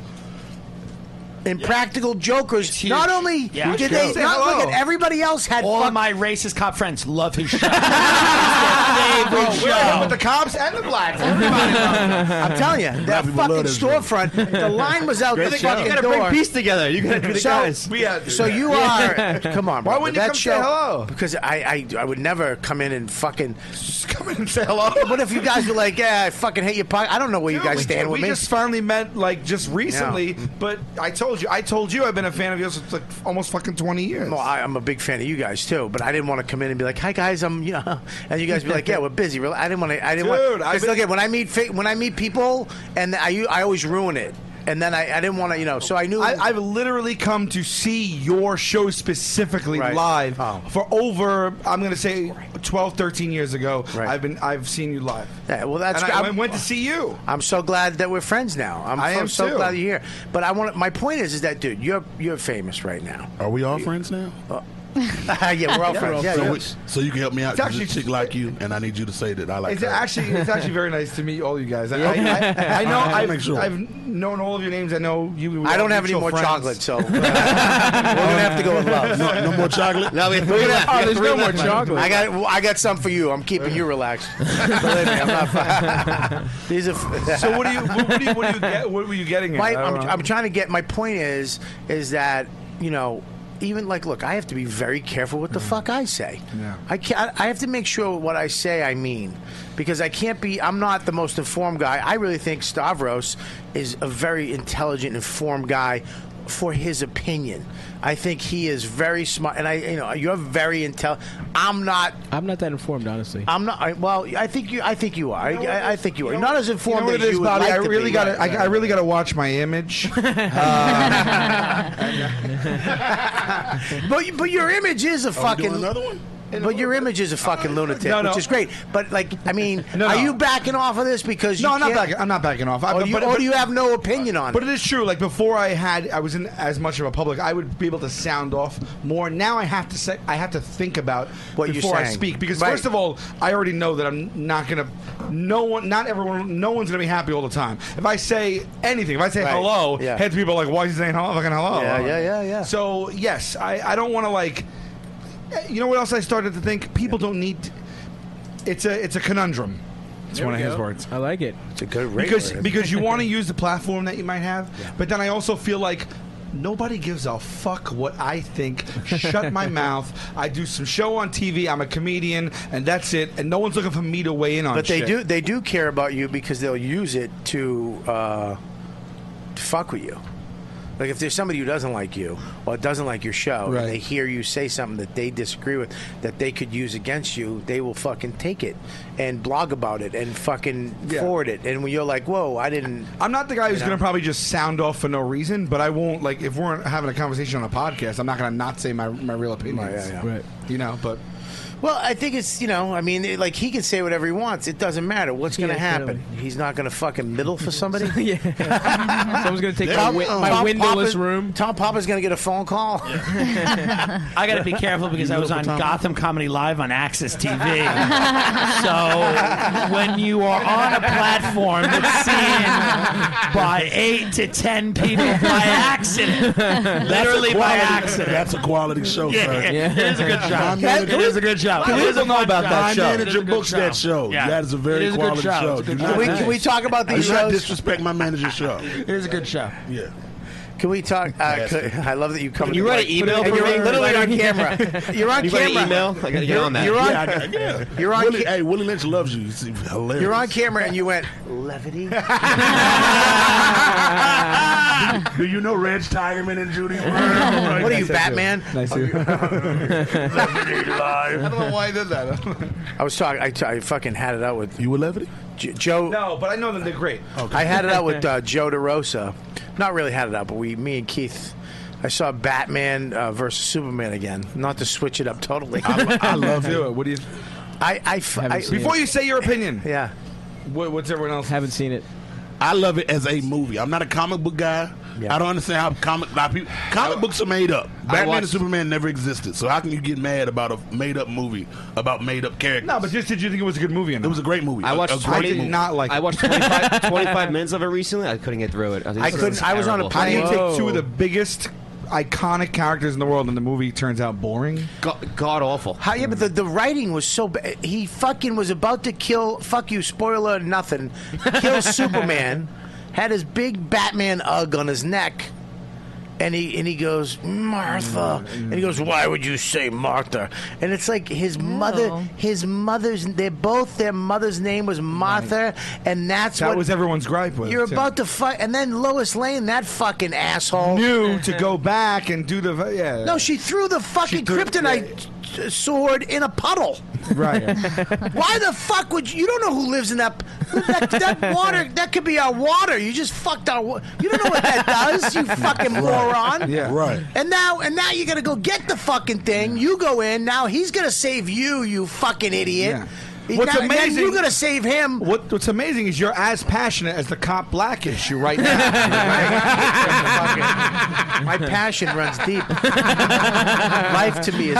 Speaker 5: Impractical Jokers. Not only
Speaker 8: Yeah.
Speaker 5: did they
Speaker 8: Say
Speaker 5: not look
Speaker 8: hello.
Speaker 5: at everybody else had
Speaker 8: All
Speaker 5: fuck-
Speaker 8: my racist cop friends love his show.
Speaker 5: Oh, we're in
Speaker 6: with the cops and the blacks.
Speaker 5: I'm telling you, that fucking storefront. The line was out
Speaker 9: Great
Speaker 5: the
Speaker 9: show.
Speaker 5: fucking
Speaker 9: You gotta
Speaker 5: door.
Speaker 9: bring peace together. You gotta be the
Speaker 5: so,
Speaker 9: guys. We
Speaker 6: had to.
Speaker 5: So you
Speaker 9: Yeah.
Speaker 5: are. Come on,
Speaker 9: Why
Speaker 5: brother,
Speaker 9: wouldn't you
Speaker 5: that
Speaker 9: come say
Speaker 5: show,
Speaker 9: hello?
Speaker 5: Because I, I I would never come in and fucking
Speaker 6: just come in and say hello.
Speaker 5: What if you guys were like, yeah, I fucking hate your podcast. I don't know where you
Speaker 6: Dude,
Speaker 5: guys
Speaker 6: we,
Speaker 5: stand
Speaker 6: ju-
Speaker 5: with me.
Speaker 6: we just finally met like just recently, but I told you, I told you, I've been a fan of yours for like almost fucking twenty years.
Speaker 5: Well, I, I'm a big fan of you guys too, but I didn't want to come in and be like, "Hi guys, I'm," you know, and you guys be like, "Yeah, we're busy." Really, I didn't want to. I didn't
Speaker 6: Dude,
Speaker 5: want.
Speaker 6: I've
Speaker 5: Because
Speaker 6: been-
Speaker 5: look at when I meet fa- when I meet people, and I I always ruin it, and then I, I didn't want to, you know. So I knew
Speaker 6: I, I've literally come to see your show specifically live
Speaker 5: Oh.
Speaker 6: for over, I'm going to say 12, 13 years ago. I've been, I've seen you live.
Speaker 5: Yeah, well, that's.
Speaker 6: And I
Speaker 5: I'm-
Speaker 6: went- went to see you.
Speaker 5: I'm so glad that we're friends now. I'm
Speaker 6: I
Speaker 5: so,
Speaker 6: am
Speaker 5: so
Speaker 6: too.
Speaker 5: glad you're here. But I want. My point is, is that dude, you're you're famous right now. Uh,
Speaker 11: Are we all friends now?
Speaker 5: yeah, we're all friends. Yeah,
Speaker 11: so,
Speaker 5: yeah.
Speaker 11: we- so you can help me out.
Speaker 6: It's
Speaker 11: It's
Speaker 6: actually-
Speaker 11: a chick like you, and I need you to say that I like.
Speaker 6: It's
Speaker 11: her.
Speaker 6: actually it's actually very nice to meet all you guys. I, I,
Speaker 11: Yeah.
Speaker 6: I, I know
Speaker 11: I'll
Speaker 6: I've,
Speaker 11: make sure.
Speaker 6: I've known all of your names. I know you.
Speaker 5: I don't have any
Speaker 6: mutual
Speaker 5: more
Speaker 6: friends.
Speaker 5: chocolate, so uh, we're gonna have to go with love.
Speaker 11: No, no oh, more chocolate.
Speaker 5: No, we have
Speaker 6: three left. We have three left, Mike.
Speaker 5: I got, well, I got some for you. I'm keeping you relaxed. Believe me, I'm not. These are.
Speaker 6: So what do you what, do you what do you get? What were you getting? Oh. At?
Speaker 5: My,
Speaker 6: I
Speaker 5: I'm,
Speaker 6: don't know.
Speaker 5: I'm trying to get. My point is, is that you know, even like, look, I have to be very careful what the fuck I say.
Speaker 6: Mm. Yeah.
Speaker 5: I can't. I have to make sure what I say I mean, because I can't be. I'm not the most informed guy. I really think Stavros is a very intelligent, informed guy for his opinion. I think he is very smart, and I, you know, you're very intelligent. I'm not.
Speaker 13: I'm not that informed, honestly.
Speaker 5: I'm not. I, well, I think you. I think you are. I, I, I think you are. You're not as
Speaker 6: You know
Speaker 5: informed
Speaker 6: what it
Speaker 5: as
Speaker 6: is,
Speaker 5: you would
Speaker 6: Bobby?
Speaker 5: like
Speaker 6: I
Speaker 5: to
Speaker 6: really
Speaker 5: be.
Speaker 6: got to.
Speaker 5: Right,
Speaker 6: I, I
Speaker 5: right.
Speaker 6: really got to watch my image.
Speaker 5: But but your image is a fucking
Speaker 11: doing another
Speaker 5: one. But your image is a fucking lunatic,
Speaker 6: No, no.
Speaker 5: which is great. But like, I mean,
Speaker 6: No,
Speaker 5: are
Speaker 6: no.
Speaker 5: you backing off of this because you
Speaker 6: No, I'm not
Speaker 5: can't-
Speaker 6: backing. I'm not backing off. I-
Speaker 5: Or,
Speaker 6: but-
Speaker 5: you,
Speaker 6: but-
Speaker 5: or
Speaker 6: but-
Speaker 5: do you have no opinion on
Speaker 6: But
Speaker 5: it?
Speaker 6: it is true. Like before, I had I was in as much of a public. I would be able to sound off more. Now I have to say I have to think about
Speaker 5: What you're
Speaker 6: before I
Speaker 5: saying.
Speaker 6: speak because
Speaker 5: Right.
Speaker 6: first of all, I already know that I'm not gonna. No one, not everyone, no one's gonna be happy all the time. If I say anything, if I say
Speaker 5: Right.
Speaker 6: hello,
Speaker 5: Yeah.
Speaker 6: heads people are like, why is he saying hello? Fucking hello.
Speaker 5: Yeah, yeah, yeah, yeah.
Speaker 6: So yes, I I don't want to like. eh, You know what else I started to think? People don't need. It's a it's a conundrum. It's
Speaker 13: There
Speaker 6: one of
Speaker 13: we
Speaker 6: his
Speaker 13: go.
Speaker 6: words.
Speaker 13: I like it.
Speaker 5: It's a good
Speaker 6: because because you want to use the platform that you might have, but then I also feel like nobody gives a fuck what I think. Shut my mouth. I do some show on TV. I'm a comedian, and that's it. And no one's looking for me to weigh in on.
Speaker 5: But they
Speaker 6: shit.
Speaker 5: do they do care about you because they'll use it to uh, to fuck with you. Like if there's somebody who doesn't like you or doesn't like your show,
Speaker 6: Right.
Speaker 5: and they hear you say something that they disagree with that they could use against you, they will fucking take it and blog about it and fucking forward it. And when you're like, "Whoa, I didn't,"
Speaker 6: I'm not the guy who's
Speaker 5: You know?
Speaker 6: going to probably just sound off for no reason, but I won't like if we're having a conversation on a podcast. I'm not going to not say my my real opinions.
Speaker 5: yeah, yeah. Right.
Speaker 6: You know, but
Speaker 5: Well, I think it's you know, I mean, it- like he can say whatever he wants. It doesn't matter what's going to
Speaker 6: Yeah,
Speaker 5: happen. He's not going to fucking middle for somebody.
Speaker 13: Someone's gonna take my, wi- my windowless room.
Speaker 5: Tom Papa's going to get a phone call.
Speaker 8: I got to be careful because I was on Gotham Comedy Live on Access TV. so when you are on a platform that's seen by eight to ten people by accident, literally by accident.
Speaker 11: That's a quality show,
Speaker 8: Yeah,
Speaker 11: sir.
Speaker 8: yeah. It is a good show.
Speaker 11: My
Speaker 8: Can-
Speaker 11: manager-
Speaker 8: can we- It is a good show.
Speaker 11: Can
Speaker 8: It
Speaker 11: we
Speaker 8: is a
Speaker 11: know
Speaker 8: fun
Speaker 11: about
Speaker 8: show.
Speaker 11: that show? My
Speaker 8: It is a
Speaker 11: manager
Speaker 8: good
Speaker 11: books
Speaker 8: show.
Speaker 11: that show.
Speaker 8: Yeah.
Speaker 11: That is a
Speaker 8: It
Speaker 11: very
Speaker 8: is a good
Speaker 11: quality
Speaker 8: show.
Speaker 11: show.
Speaker 8: It's a good
Speaker 11: Do
Speaker 8: show.
Speaker 11: not-
Speaker 8: Can we- can we
Speaker 5: talk about
Speaker 11: Do
Speaker 5: these
Speaker 11: not
Speaker 5: shows?
Speaker 11: disrespect my manager's show.
Speaker 8: It is a good show.
Speaker 11: Yeah.
Speaker 5: Can we talk? Uh, could, I love that you come.
Speaker 9: Can
Speaker 5: to
Speaker 9: you
Speaker 5: the
Speaker 9: write
Speaker 5: mic.
Speaker 9: an email
Speaker 5: And
Speaker 9: for
Speaker 5: You're
Speaker 9: me?
Speaker 5: literally on camera. You're on
Speaker 9: You write
Speaker 5: camera.
Speaker 9: an email? I gotta get
Speaker 5: you're,
Speaker 9: on that.
Speaker 5: You're on.
Speaker 9: Yeah, I gotta- yeah.
Speaker 5: You're on.
Speaker 11: Willie, hey, Willie Lynch loves you. It's hilarious.
Speaker 5: You're on camera, and you went levity.
Speaker 11: Do you know Reg Tigerman and Judy? Bird?
Speaker 5: What are you, Batman?
Speaker 6: Nice you.
Speaker 11: I
Speaker 6: don't know why I did that.
Speaker 5: I was talking. I, t- I fucking had it out with you. Were levity, J- Joe.
Speaker 6: No, but I know them. They're great.
Speaker 5: I had it out with uh, Joe DeRosa. Not really had it out, but we, me and Keith, I saw Batman uh, versus Superman again. Not to switch it up totally.
Speaker 6: I, I love it. What do you?
Speaker 5: I, I, f- I-
Speaker 6: before you say your opinion.
Speaker 5: Yeah.
Speaker 6: What, what's everyone else?
Speaker 11: Haven't seen it. I love it as a movie. I'm not a comic book guy. I don't understand how comic how people, comic books are made up. Batman and
Speaker 6: watched-
Speaker 11: Superman never existed. So how can you get mad about a made up movie about made up characters?
Speaker 6: No, but just did you think it was a good movie? Or not?
Speaker 11: It was a great movie.
Speaker 9: I
Speaker 11: A-
Speaker 9: watched
Speaker 11: a great
Speaker 9: 20,
Speaker 11: movie.
Speaker 9: I watched 25, 25 minutes of it recently. I couldn't get through it. I,
Speaker 6: I couldn't. I was on a plane. You take two of the biggest iconic characters in the world, and the movie turns out boring.
Speaker 9: God, God awful.
Speaker 5: How, yeah, but the, the writing was so bad. He fucking was about to kill, fuck you, spoiler, nothing, kill Superman, had his big Batman UG on his neck. And he and he goes Martha, and he goes, "Why would you say Martha?" And it's like his mother, his mother's. They both their mother's name was Martha, and that's
Speaker 6: That
Speaker 5: what
Speaker 6: was everyone's gripe with.
Speaker 5: You're
Speaker 6: it, too.
Speaker 5: about to fuck, and then Lois Lane, that fucking asshole,
Speaker 6: knew to go back and do the yeah.
Speaker 5: No, she threw the fucking
Speaker 6: threw-
Speaker 5: kryptonite s- sword in a puddle.
Speaker 6: Right.
Speaker 5: Why the fuck would you? You don't know who lives in that that, that water. That could be our water. You just fucked our. wa- You don't know what that does. You fucking
Speaker 11: Right.
Speaker 5: moron.
Speaker 11: Yeah. Right.
Speaker 5: And now, and now you're gonna go get the fucking thing. You go in. Now he's gonna save you. You fucking idiot.
Speaker 6: Yeah. What's
Speaker 5: Now- now
Speaker 6: amazing?
Speaker 5: You're gonna save him.
Speaker 6: What, what's amazing is you're as passionate as the cop black issue right now.
Speaker 5: My passion runs deep. Life to me is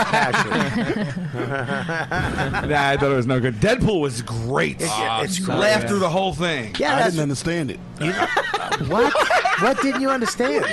Speaker 5: passion.
Speaker 6: nah, I thought it was no good. Deadpool was great. Ah,
Speaker 5: It's- it's great.
Speaker 6: Laughed through the whole thing.
Speaker 5: Yeah, I that's- didn't
Speaker 11: understand it.
Speaker 5: what? What didn't you understand?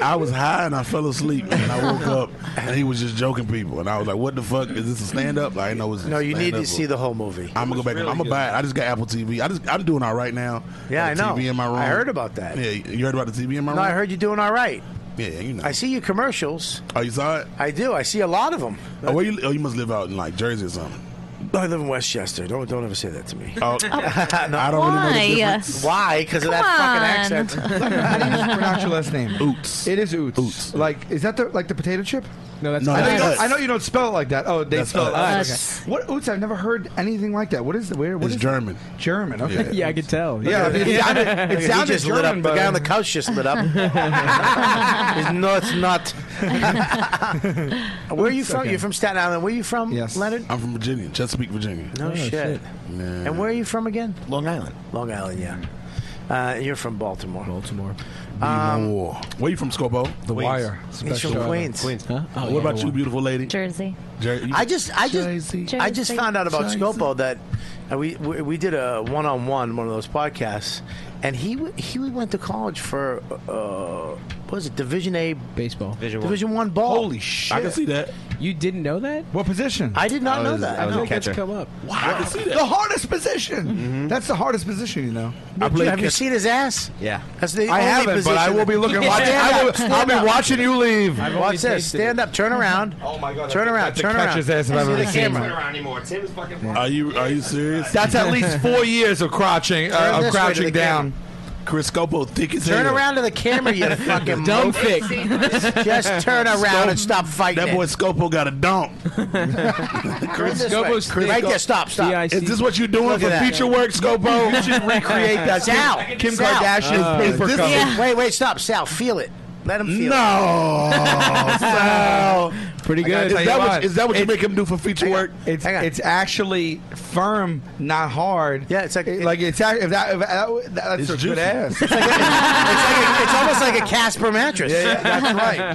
Speaker 11: I was high and I fell asleep and I woke up and he was just joking people and I was like, "What the fuck is this a stand up?" I didn't know it was.
Speaker 5: No, you need to see the whole movie.
Speaker 11: I'm gonna go back.
Speaker 5: really
Speaker 11: I'm gonna
Speaker 5: good.
Speaker 11: buy it. I just got Apple TV. I just I'm doing all right now.
Speaker 5: Yeah,
Speaker 11: Got
Speaker 5: I
Speaker 11: a
Speaker 5: know.
Speaker 11: TV in my room.
Speaker 5: I heard about that.
Speaker 11: Yeah, you heard about the TV in my
Speaker 5: No,
Speaker 11: room.
Speaker 5: I heard you're doing all right.
Speaker 11: Yeah, you know.
Speaker 5: I see your commercials.
Speaker 11: Oh, you saw it?
Speaker 5: I do. I see a lot of them.
Speaker 11: Oh, where you, oh, you must live out in like Jersey or something.
Speaker 5: I live in Westchester. Don't don't ever say that to me.
Speaker 11: Oh, I don't
Speaker 5: Why?
Speaker 11: really know the difference.
Speaker 5: Why? 'Cause of Come that fucking on. accent.
Speaker 6: How do you pronounce your last name? Oots. It is Oots. Like, is that the like the potato chip? No,
Speaker 13: that's-
Speaker 6: I,
Speaker 13: No,
Speaker 6: know you
Speaker 13: that's
Speaker 6: don't-
Speaker 13: us.
Speaker 6: I know you don't spell it like that. Oh, they
Speaker 13: That's
Speaker 6: spell it. like
Speaker 13: us.
Speaker 6: What Oots? I've never heard anything like that. What is the where? What
Speaker 11: It's
Speaker 6: is-
Speaker 11: German.
Speaker 6: German. Okay.
Speaker 13: Yeah, I could tell.
Speaker 6: Yeah, I mean, it sounded, it
Speaker 5: He
Speaker 6: sounded
Speaker 5: just
Speaker 6: German,
Speaker 5: lit up. The
Speaker 6: but-
Speaker 5: guy
Speaker 11: uh,
Speaker 5: on the couch just lit up. He's, no, it's not. Where are you from?
Speaker 11: Okay.
Speaker 5: You're from Staten Island. Where are you from, Leonard?
Speaker 11: I'm from Virginia, Chesapeake, Virginia.
Speaker 5: No shit.
Speaker 11: Man.
Speaker 5: And where are you from again?
Speaker 11: Long Island.
Speaker 5: Long Island, yeah. Uh, you're from Baltimore. Baltimore.
Speaker 11: Where you from, Scopo? The
Speaker 5: Queens. Wire. He's from Queens.
Speaker 11: Queens.
Speaker 5: Huh? Oh,
Speaker 11: what
Speaker 5: yeah,
Speaker 11: about
Speaker 5: The
Speaker 11: you,
Speaker 5: Wire.
Speaker 11: beautiful lady?
Speaker 7: Jersey.
Speaker 11: Jer- you-
Speaker 5: I just, I just, I just
Speaker 7: Jersey.
Speaker 5: found out about
Speaker 7: Jersey.
Speaker 5: Scopo that uh, we, we we did a one on one one of those podcasts, and he w- he went to college for uh, what was it Division A
Speaker 13: baseball
Speaker 5: Division, one ball.
Speaker 6: Holy shit!
Speaker 13: You didn't know that?
Speaker 6: What position?
Speaker 5: I did not
Speaker 13: I
Speaker 5: know
Speaker 13: was-
Speaker 5: Oh, that.
Speaker 13: I was a
Speaker 5: No.
Speaker 13: catcher. Come up.
Speaker 6: Wow. The hardest position. That's the hardest position, you know.
Speaker 5: Mm-hmm. I played Have you catch- seen his ass?
Speaker 6: Yeah.
Speaker 5: That's the
Speaker 6: I
Speaker 5: only
Speaker 6: haven't,
Speaker 5: position
Speaker 6: but I will be looking.
Speaker 5: Yeah.
Speaker 6: Watch,
Speaker 5: Stand
Speaker 6: I will,
Speaker 5: up, stand
Speaker 6: I'll be
Speaker 5: up.
Speaker 6: watching you leave.
Speaker 5: Watch this. Stand up. Turn around.
Speaker 6: Oh my god.
Speaker 5: Turn around.
Speaker 6: that's a
Speaker 5: Turn around.
Speaker 6: catcher's ass if I've
Speaker 5: See
Speaker 6: ever
Speaker 5: the
Speaker 6: seen
Speaker 5: camera.
Speaker 6: one.
Speaker 9: anymore. Tim's fucking.
Speaker 11: Are you Are you serious?
Speaker 6: That's at least four years of crouching,
Speaker 11: Turn this
Speaker 6: uh,
Speaker 11: way
Speaker 6: of
Speaker 11: to
Speaker 6: crouching
Speaker 11: the
Speaker 6: down.
Speaker 11: Chris Scopo, thick as
Speaker 5: Turn
Speaker 11: hell.
Speaker 5: around to the camera, you fucking
Speaker 11: Dumb
Speaker 5: moke.
Speaker 11: fick.
Speaker 5: Just turn around
Speaker 11: Scope-
Speaker 5: and stop fighting.
Speaker 11: That boy Scopo got a dump.
Speaker 5: Turn this way.
Speaker 11: Scopo's thick.
Speaker 5: right there. Stop. Stop.
Speaker 11: Is this what you're doing
Speaker 5: Look at
Speaker 11: for
Speaker 5: that.
Speaker 11: future work, Scopo?
Speaker 6: You should recreate that Kim-
Speaker 5: Sal,
Speaker 6: Kim
Speaker 5: Sal.
Speaker 6: Kardashian's Uh, paper
Speaker 5: Is this-
Speaker 6: cup. Yeah.
Speaker 5: Wait, wait, stop, Sal. Feel it. Let him feel
Speaker 11: no,
Speaker 5: it.
Speaker 11: Sal.
Speaker 6: Pretty
Speaker 11: good. Is that what- is that what you make him do for feature work?
Speaker 6: It's it's actually firm, not hard. Yeah, it's like like it's act- if that, if that that's
Speaker 5: It's
Speaker 6: a good
Speaker 5: juicy.
Speaker 6: ass.
Speaker 5: It's, like a, it's almost like a Casper mattress.
Speaker 6: Yeah, yeah,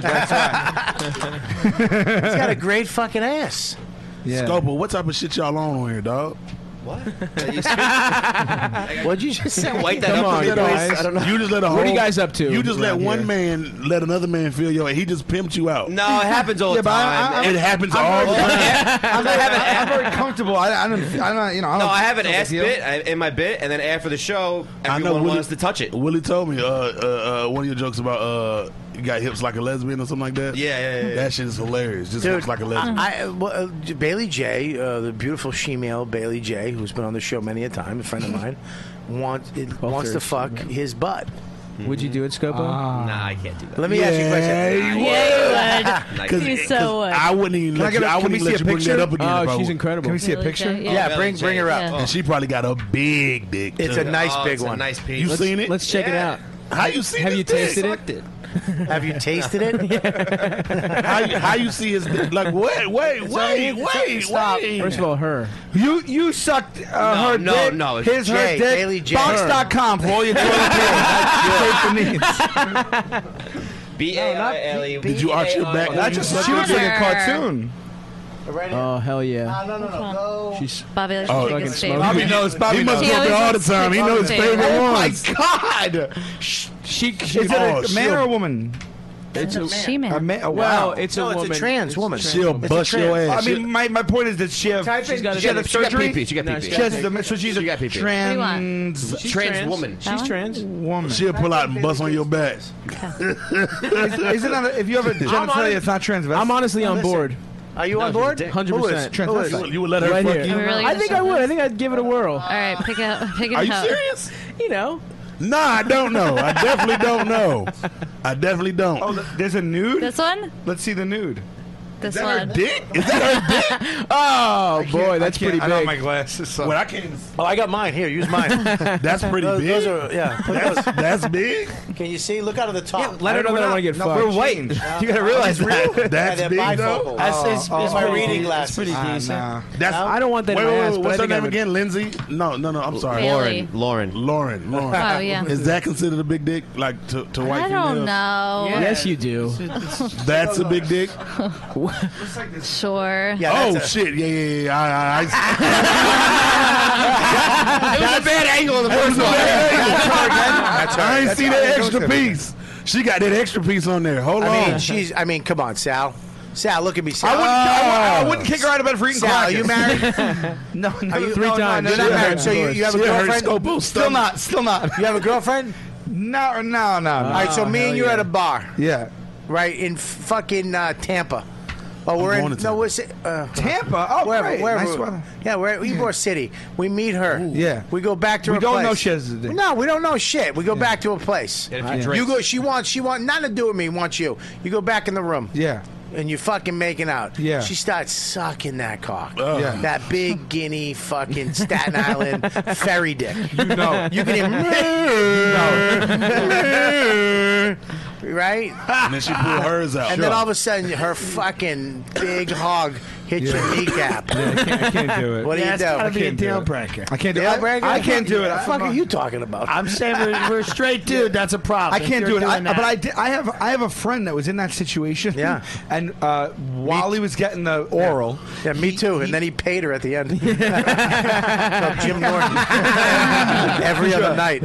Speaker 6: that's right. That's
Speaker 5: right. He's got a great fucking ass.
Speaker 11: Scopo, what type of shit y'all on on here, dog?
Speaker 5: What'd you just say?
Speaker 11: White that up on, guys. You just let a
Speaker 13: What are you
Speaker 11: whole-
Speaker 13: guys up to?
Speaker 11: You just let
Speaker 13: around
Speaker 11: one
Speaker 13: here?
Speaker 11: man let another man feel your. He just pimped you out.
Speaker 9: No, it happens all the time.
Speaker 11: it happens all the time.
Speaker 6: I'm, very, I'm very comfortable. I, I don't. I don't. You know. I
Speaker 9: No,
Speaker 6: don't
Speaker 9: I have an
Speaker 6: feel the
Speaker 9: ass
Speaker 6: deal.
Speaker 9: bit I- in my bit, and then after the show,
Speaker 11: I know
Speaker 9: everyone
Speaker 11: Willie-
Speaker 9: wants to touch it.
Speaker 11: Willie told me uh, uh, uh, one of your jokes about uh, you got hips like a lesbian or something like that. Yeah, yeah, yeah. That shit is hilarious. Just hips like a lesbian.
Speaker 5: I, I- well, uh, J- Bailey J, uh, the beautiful shemale Bailey J, who's been on the show many a time, a friend of mine, wants it, wants to
Speaker 13: thirds,
Speaker 5: fuck his butt. Ah.
Speaker 13: Would you do it, Scopo?
Speaker 9: nah, I can't do that.
Speaker 5: Let me ask you a question.
Speaker 7: Yeah, you would.
Speaker 5: 'Cause-
Speaker 7: you
Speaker 5: 'cause
Speaker 7: so would.
Speaker 11: I wouldn't even
Speaker 5: Can I
Speaker 11: let
Speaker 5: get
Speaker 11: you,
Speaker 5: a-
Speaker 11: I
Speaker 5: can
Speaker 11: wouldn't
Speaker 5: we
Speaker 11: even
Speaker 5: see
Speaker 11: let
Speaker 5: a
Speaker 11: you bring that
Speaker 5: picture?
Speaker 11: up again.
Speaker 5: Oh,
Speaker 11: if I
Speaker 5: she's
Speaker 11: would.
Speaker 5: incredible. Can we see a Really, picture? Jay? Yeah,
Speaker 11: Yeah,
Speaker 5: bring-
Speaker 11: Belly
Speaker 5: bring
Speaker 11: Jay,
Speaker 5: her up.
Speaker 11: yeah.
Speaker 5: Oh.
Speaker 11: And she probably got a big dick.
Speaker 5: It's
Speaker 11: too.
Speaker 5: a nice Oh, big it's a one. nice piece.
Speaker 11: You
Speaker 5: Let's-
Speaker 11: seen it?
Speaker 5: let's check it out.
Speaker 11: How you seen?
Speaker 5: Have
Speaker 11: this
Speaker 5: you
Speaker 11: dick?
Speaker 5: tasted it? Sucked
Speaker 11: it?
Speaker 5: Have you tasted it?
Speaker 11: how, you- how you see his dick? Like wait, wait,
Speaker 5: It's on
Speaker 11: wait,
Speaker 5: the- it's
Speaker 11: wait,
Speaker 13: Stop.
Speaker 11: wait.
Speaker 13: First of all, her.
Speaker 6: You you sucked uh,
Speaker 13: No,
Speaker 6: her
Speaker 13: no,
Speaker 6: dick.
Speaker 13: no, it's
Speaker 6: His her
Speaker 13: Jay,
Speaker 6: dick.
Speaker 13: Bailey Jay.
Speaker 6: Box.com for all your toilet paper. That's great for needs.
Speaker 9: B A I L E.
Speaker 6: Did you arch your back? That just she looks like a cartoon.
Speaker 13: Oh hell yeah!
Speaker 5: no, no, no.
Speaker 13: She's
Speaker 7: Bobby likes
Speaker 13: Oh,
Speaker 7: to take his
Speaker 13: fucking
Speaker 7: favorite.
Speaker 13: Bobby knows, Bobby
Speaker 7: He must
Speaker 13: knows.
Speaker 7: smoke it all the time. He knows his favorite
Speaker 6: Oh my
Speaker 7: ones.
Speaker 6: god! Sh- She,
Speaker 7: she-
Speaker 6: is it a
Speaker 7: Oh,
Speaker 6: man
Speaker 7: she'll-
Speaker 6: or a woman?
Speaker 7: It's a she-man.
Speaker 6: A man.
Speaker 7: No,
Speaker 6: oh, wow,
Speaker 7: it's a No, it's a woman. trans It's a woman. trans
Speaker 6: She'll
Speaker 7: woman.
Speaker 6: bust your ass. I
Speaker 7: She'll-
Speaker 6: mean, my, my point is that she have
Speaker 13: Type in-
Speaker 6: she had
Speaker 13: She got
Speaker 6: a
Speaker 13: pee- she got
Speaker 6: surgery.
Speaker 13: pee-pee, she got
Speaker 6: No,
Speaker 13: pee-pee.
Speaker 6: she has the, so she's a trans
Speaker 7: She's Trans trans. woman. That
Speaker 6: She's
Speaker 7: one?
Speaker 6: trans woman.
Speaker 11: She'll pull out and bust on your back.
Speaker 6: is, is it not a, if you have a
Speaker 11: I'm
Speaker 6: genitalia,
Speaker 11: honest-
Speaker 6: it's not trans.
Speaker 13: I'm honestly on
Speaker 6: Listen.
Speaker 13: board.
Speaker 5: Are you on board?
Speaker 13: Hundred
Speaker 5: Who
Speaker 13: percent.
Speaker 5: is? Who is?
Speaker 11: You would- you would let her
Speaker 13: right
Speaker 11: fuck
Speaker 13: here.
Speaker 11: you? Are we really
Speaker 13: I
Speaker 7: gonna
Speaker 13: think
Speaker 7: start
Speaker 13: I would. I think I'd give it a whirl.
Speaker 7: All right, pick up, pick it
Speaker 11: Are
Speaker 7: up.
Speaker 11: you serious?
Speaker 13: You know.
Speaker 11: Nah, I don't know. I definitely don't know. I definitely don't.
Speaker 6: Oh, there's a nude.
Speaker 7: This one?
Speaker 6: Let's see the nude.
Speaker 7: This
Speaker 6: that her
Speaker 7: one.
Speaker 6: dick?
Speaker 13: Oh boy, that's
Speaker 6: I can't-
Speaker 13: pretty
Speaker 6: I don't have
Speaker 13: big.
Speaker 6: my glasses. So.
Speaker 11: Well, I can't even.
Speaker 5: Oh, I got mine here. Use mine.
Speaker 11: That's pretty
Speaker 5: Those-
Speaker 11: big.
Speaker 5: Those are yeah. Put those-
Speaker 11: That's big.
Speaker 5: Can you see? Look out of the top.
Speaker 13: I don't know that I want to get
Speaker 5: No,
Speaker 13: fucked.
Speaker 5: we're white.
Speaker 13: you gotta realize that.
Speaker 11: That's
Speaker 5: they're
Speaker 11: big
Speaker 5: bifocal.
Speaker 11: though.
Speaker 5: That's- it's- it's my reading
Speaker 13: It's
Speaker 5: glasses.
Speaker 13: pretty
Speaker 5: Ah,
Speaker 13: decent.
Speaker 5: nah.
Speaker 11: That's
Speaker 13: I don't want that
Speaker 11: Wait,
Speaker 13: in my
Speaker 11: wait,
Speaker 13: ass.
Speaker 11: wait,
Speaker 13: but I
Speaker 11: what's her
Speaker 13: think I
Speaker 11: name
Speaker 13: would-
Speaker 11: again? Lindsay? No, no, no. I'm sorry.
Speaker 7: Bailey.
Speaker 11: Lauren. Lauren. Lauren.
Speaker 7: Oh, yeah.
Speaker 11: Is that considered a big dick? Like to, to white
Speaker 7: I don't
Speaker 11: females?
Speaker 7: know.
Speaker 13: Yes, you do.
Speaker 11: That's a big dick.
Speaker 7: Sure.
Speaker 11: oh shit! Yeah, yeah, yeah, yeah. I, I, I,
Speaker 9: It was a bad angle in the first one.
Speaker 11: I ain't see that extra piece. She got that extra piece on there. Hold
Speaker 5: I
Speaker 11: on.
Speaker 5: mean, she's. I mean, come on, Sal. Sal, look at me, Sal.
Speaker 6: I wouldn't, I, wouldn't, I wouldn't kick her out of bed for eating
Speaker 5: Sal, are you
Speaker 6: crackers.
Speaker 5: married?
Speaker 6: no, no,
Speaker 5: Are you-
Speaker 6: three
Speaker 5: no, no,
Speaker 6: times.
Speaker 5: you're not married. So you, you have a
Speaker 6: Yeah,
Speaker 5: girlfriend?
Speaker 6: Scopo, Still not. Still not.
Speaker 5: You have a girlfriend?
Speaker 6: No, no, no. no.
Speaker 5: All right. So me and you are at a bar,
Speaker 6: Ah, Yeah.
Speaker 5: right in fucking uh, Tampa. Oh, we're
Speaker 11: I'm
Speaker 5: in
Speaker 11: going to
Speaker 5: no, we're si- uh,
Speaker 6: Tampa? Oh,
Speaker 5: wherever,
Speaker 6: great.
Speaker 5: wherever.
Speaker 6: Nice weather.
Speaker 5: Yeah, we're at Ybor City. We meet her.
Speaker 6: Yeah.
Speaker 5: we go back to
Speaker 6: We
Speaker 5: her.
Speaker 6: don't
Speaker 5: place.
Speaker 6: know she has a dick.
Speaker 5: No, we don't know shit. We go back to a place.
Speaker 6: And if you Yeah. drink-
Speaker 5: you go. She wants. She wants nothing to do with me. Wants you. You go back in the room.
Speaker 6: Yeah.
Speaker 5: And you fucking making out.
Speaker 6: Yeah.
Speaker 5: She starts sucking that cock.
Speaker 6: Ugh. Yeah.
Speaker 5: That big guinea fucking Staten Island ferry dick.
Speaker 6: You know.
Speaker 5: You can hear. Right?
Speaker 11: And then she pulled hers out.
Speaker 5: And then all of a sudden, her fucking big hog hits your kneecap.
Speaker 6: I can't do it.
Speaker 5: What do you
Speaker 15: That's
Speaker 5: do?
Speaker 15: gotta be a
Speaker 6: can't do
Speaker 15: deal
Speaker 6: it.
Speaker 15: breaker.
Speaker 6: I can't do
Speaker 5: Deal
Speaker 6: it. I-
Speaker 5: breaker?
Speaker 6: I can't do it.
Speaker 5: What the fuck are you talking about?
Speaker 15: I'm saying we're, we're straight dude. That's a problem.
Speaker 6: I can't
Speaker 15: If
Speaker 6: do
Speaker 15: you're
Speaker 6: it. I,
Speaker 15: doing that.
Speaker 6: but I, did, I have I have a friend that was in that situation.
Speaker 5: Yeah.
Speaker 6: And uh, while he was getting the oral,
Speaker 5: Yeah, me too. And then he paid her at the end. Like Jim Norton. Every other night.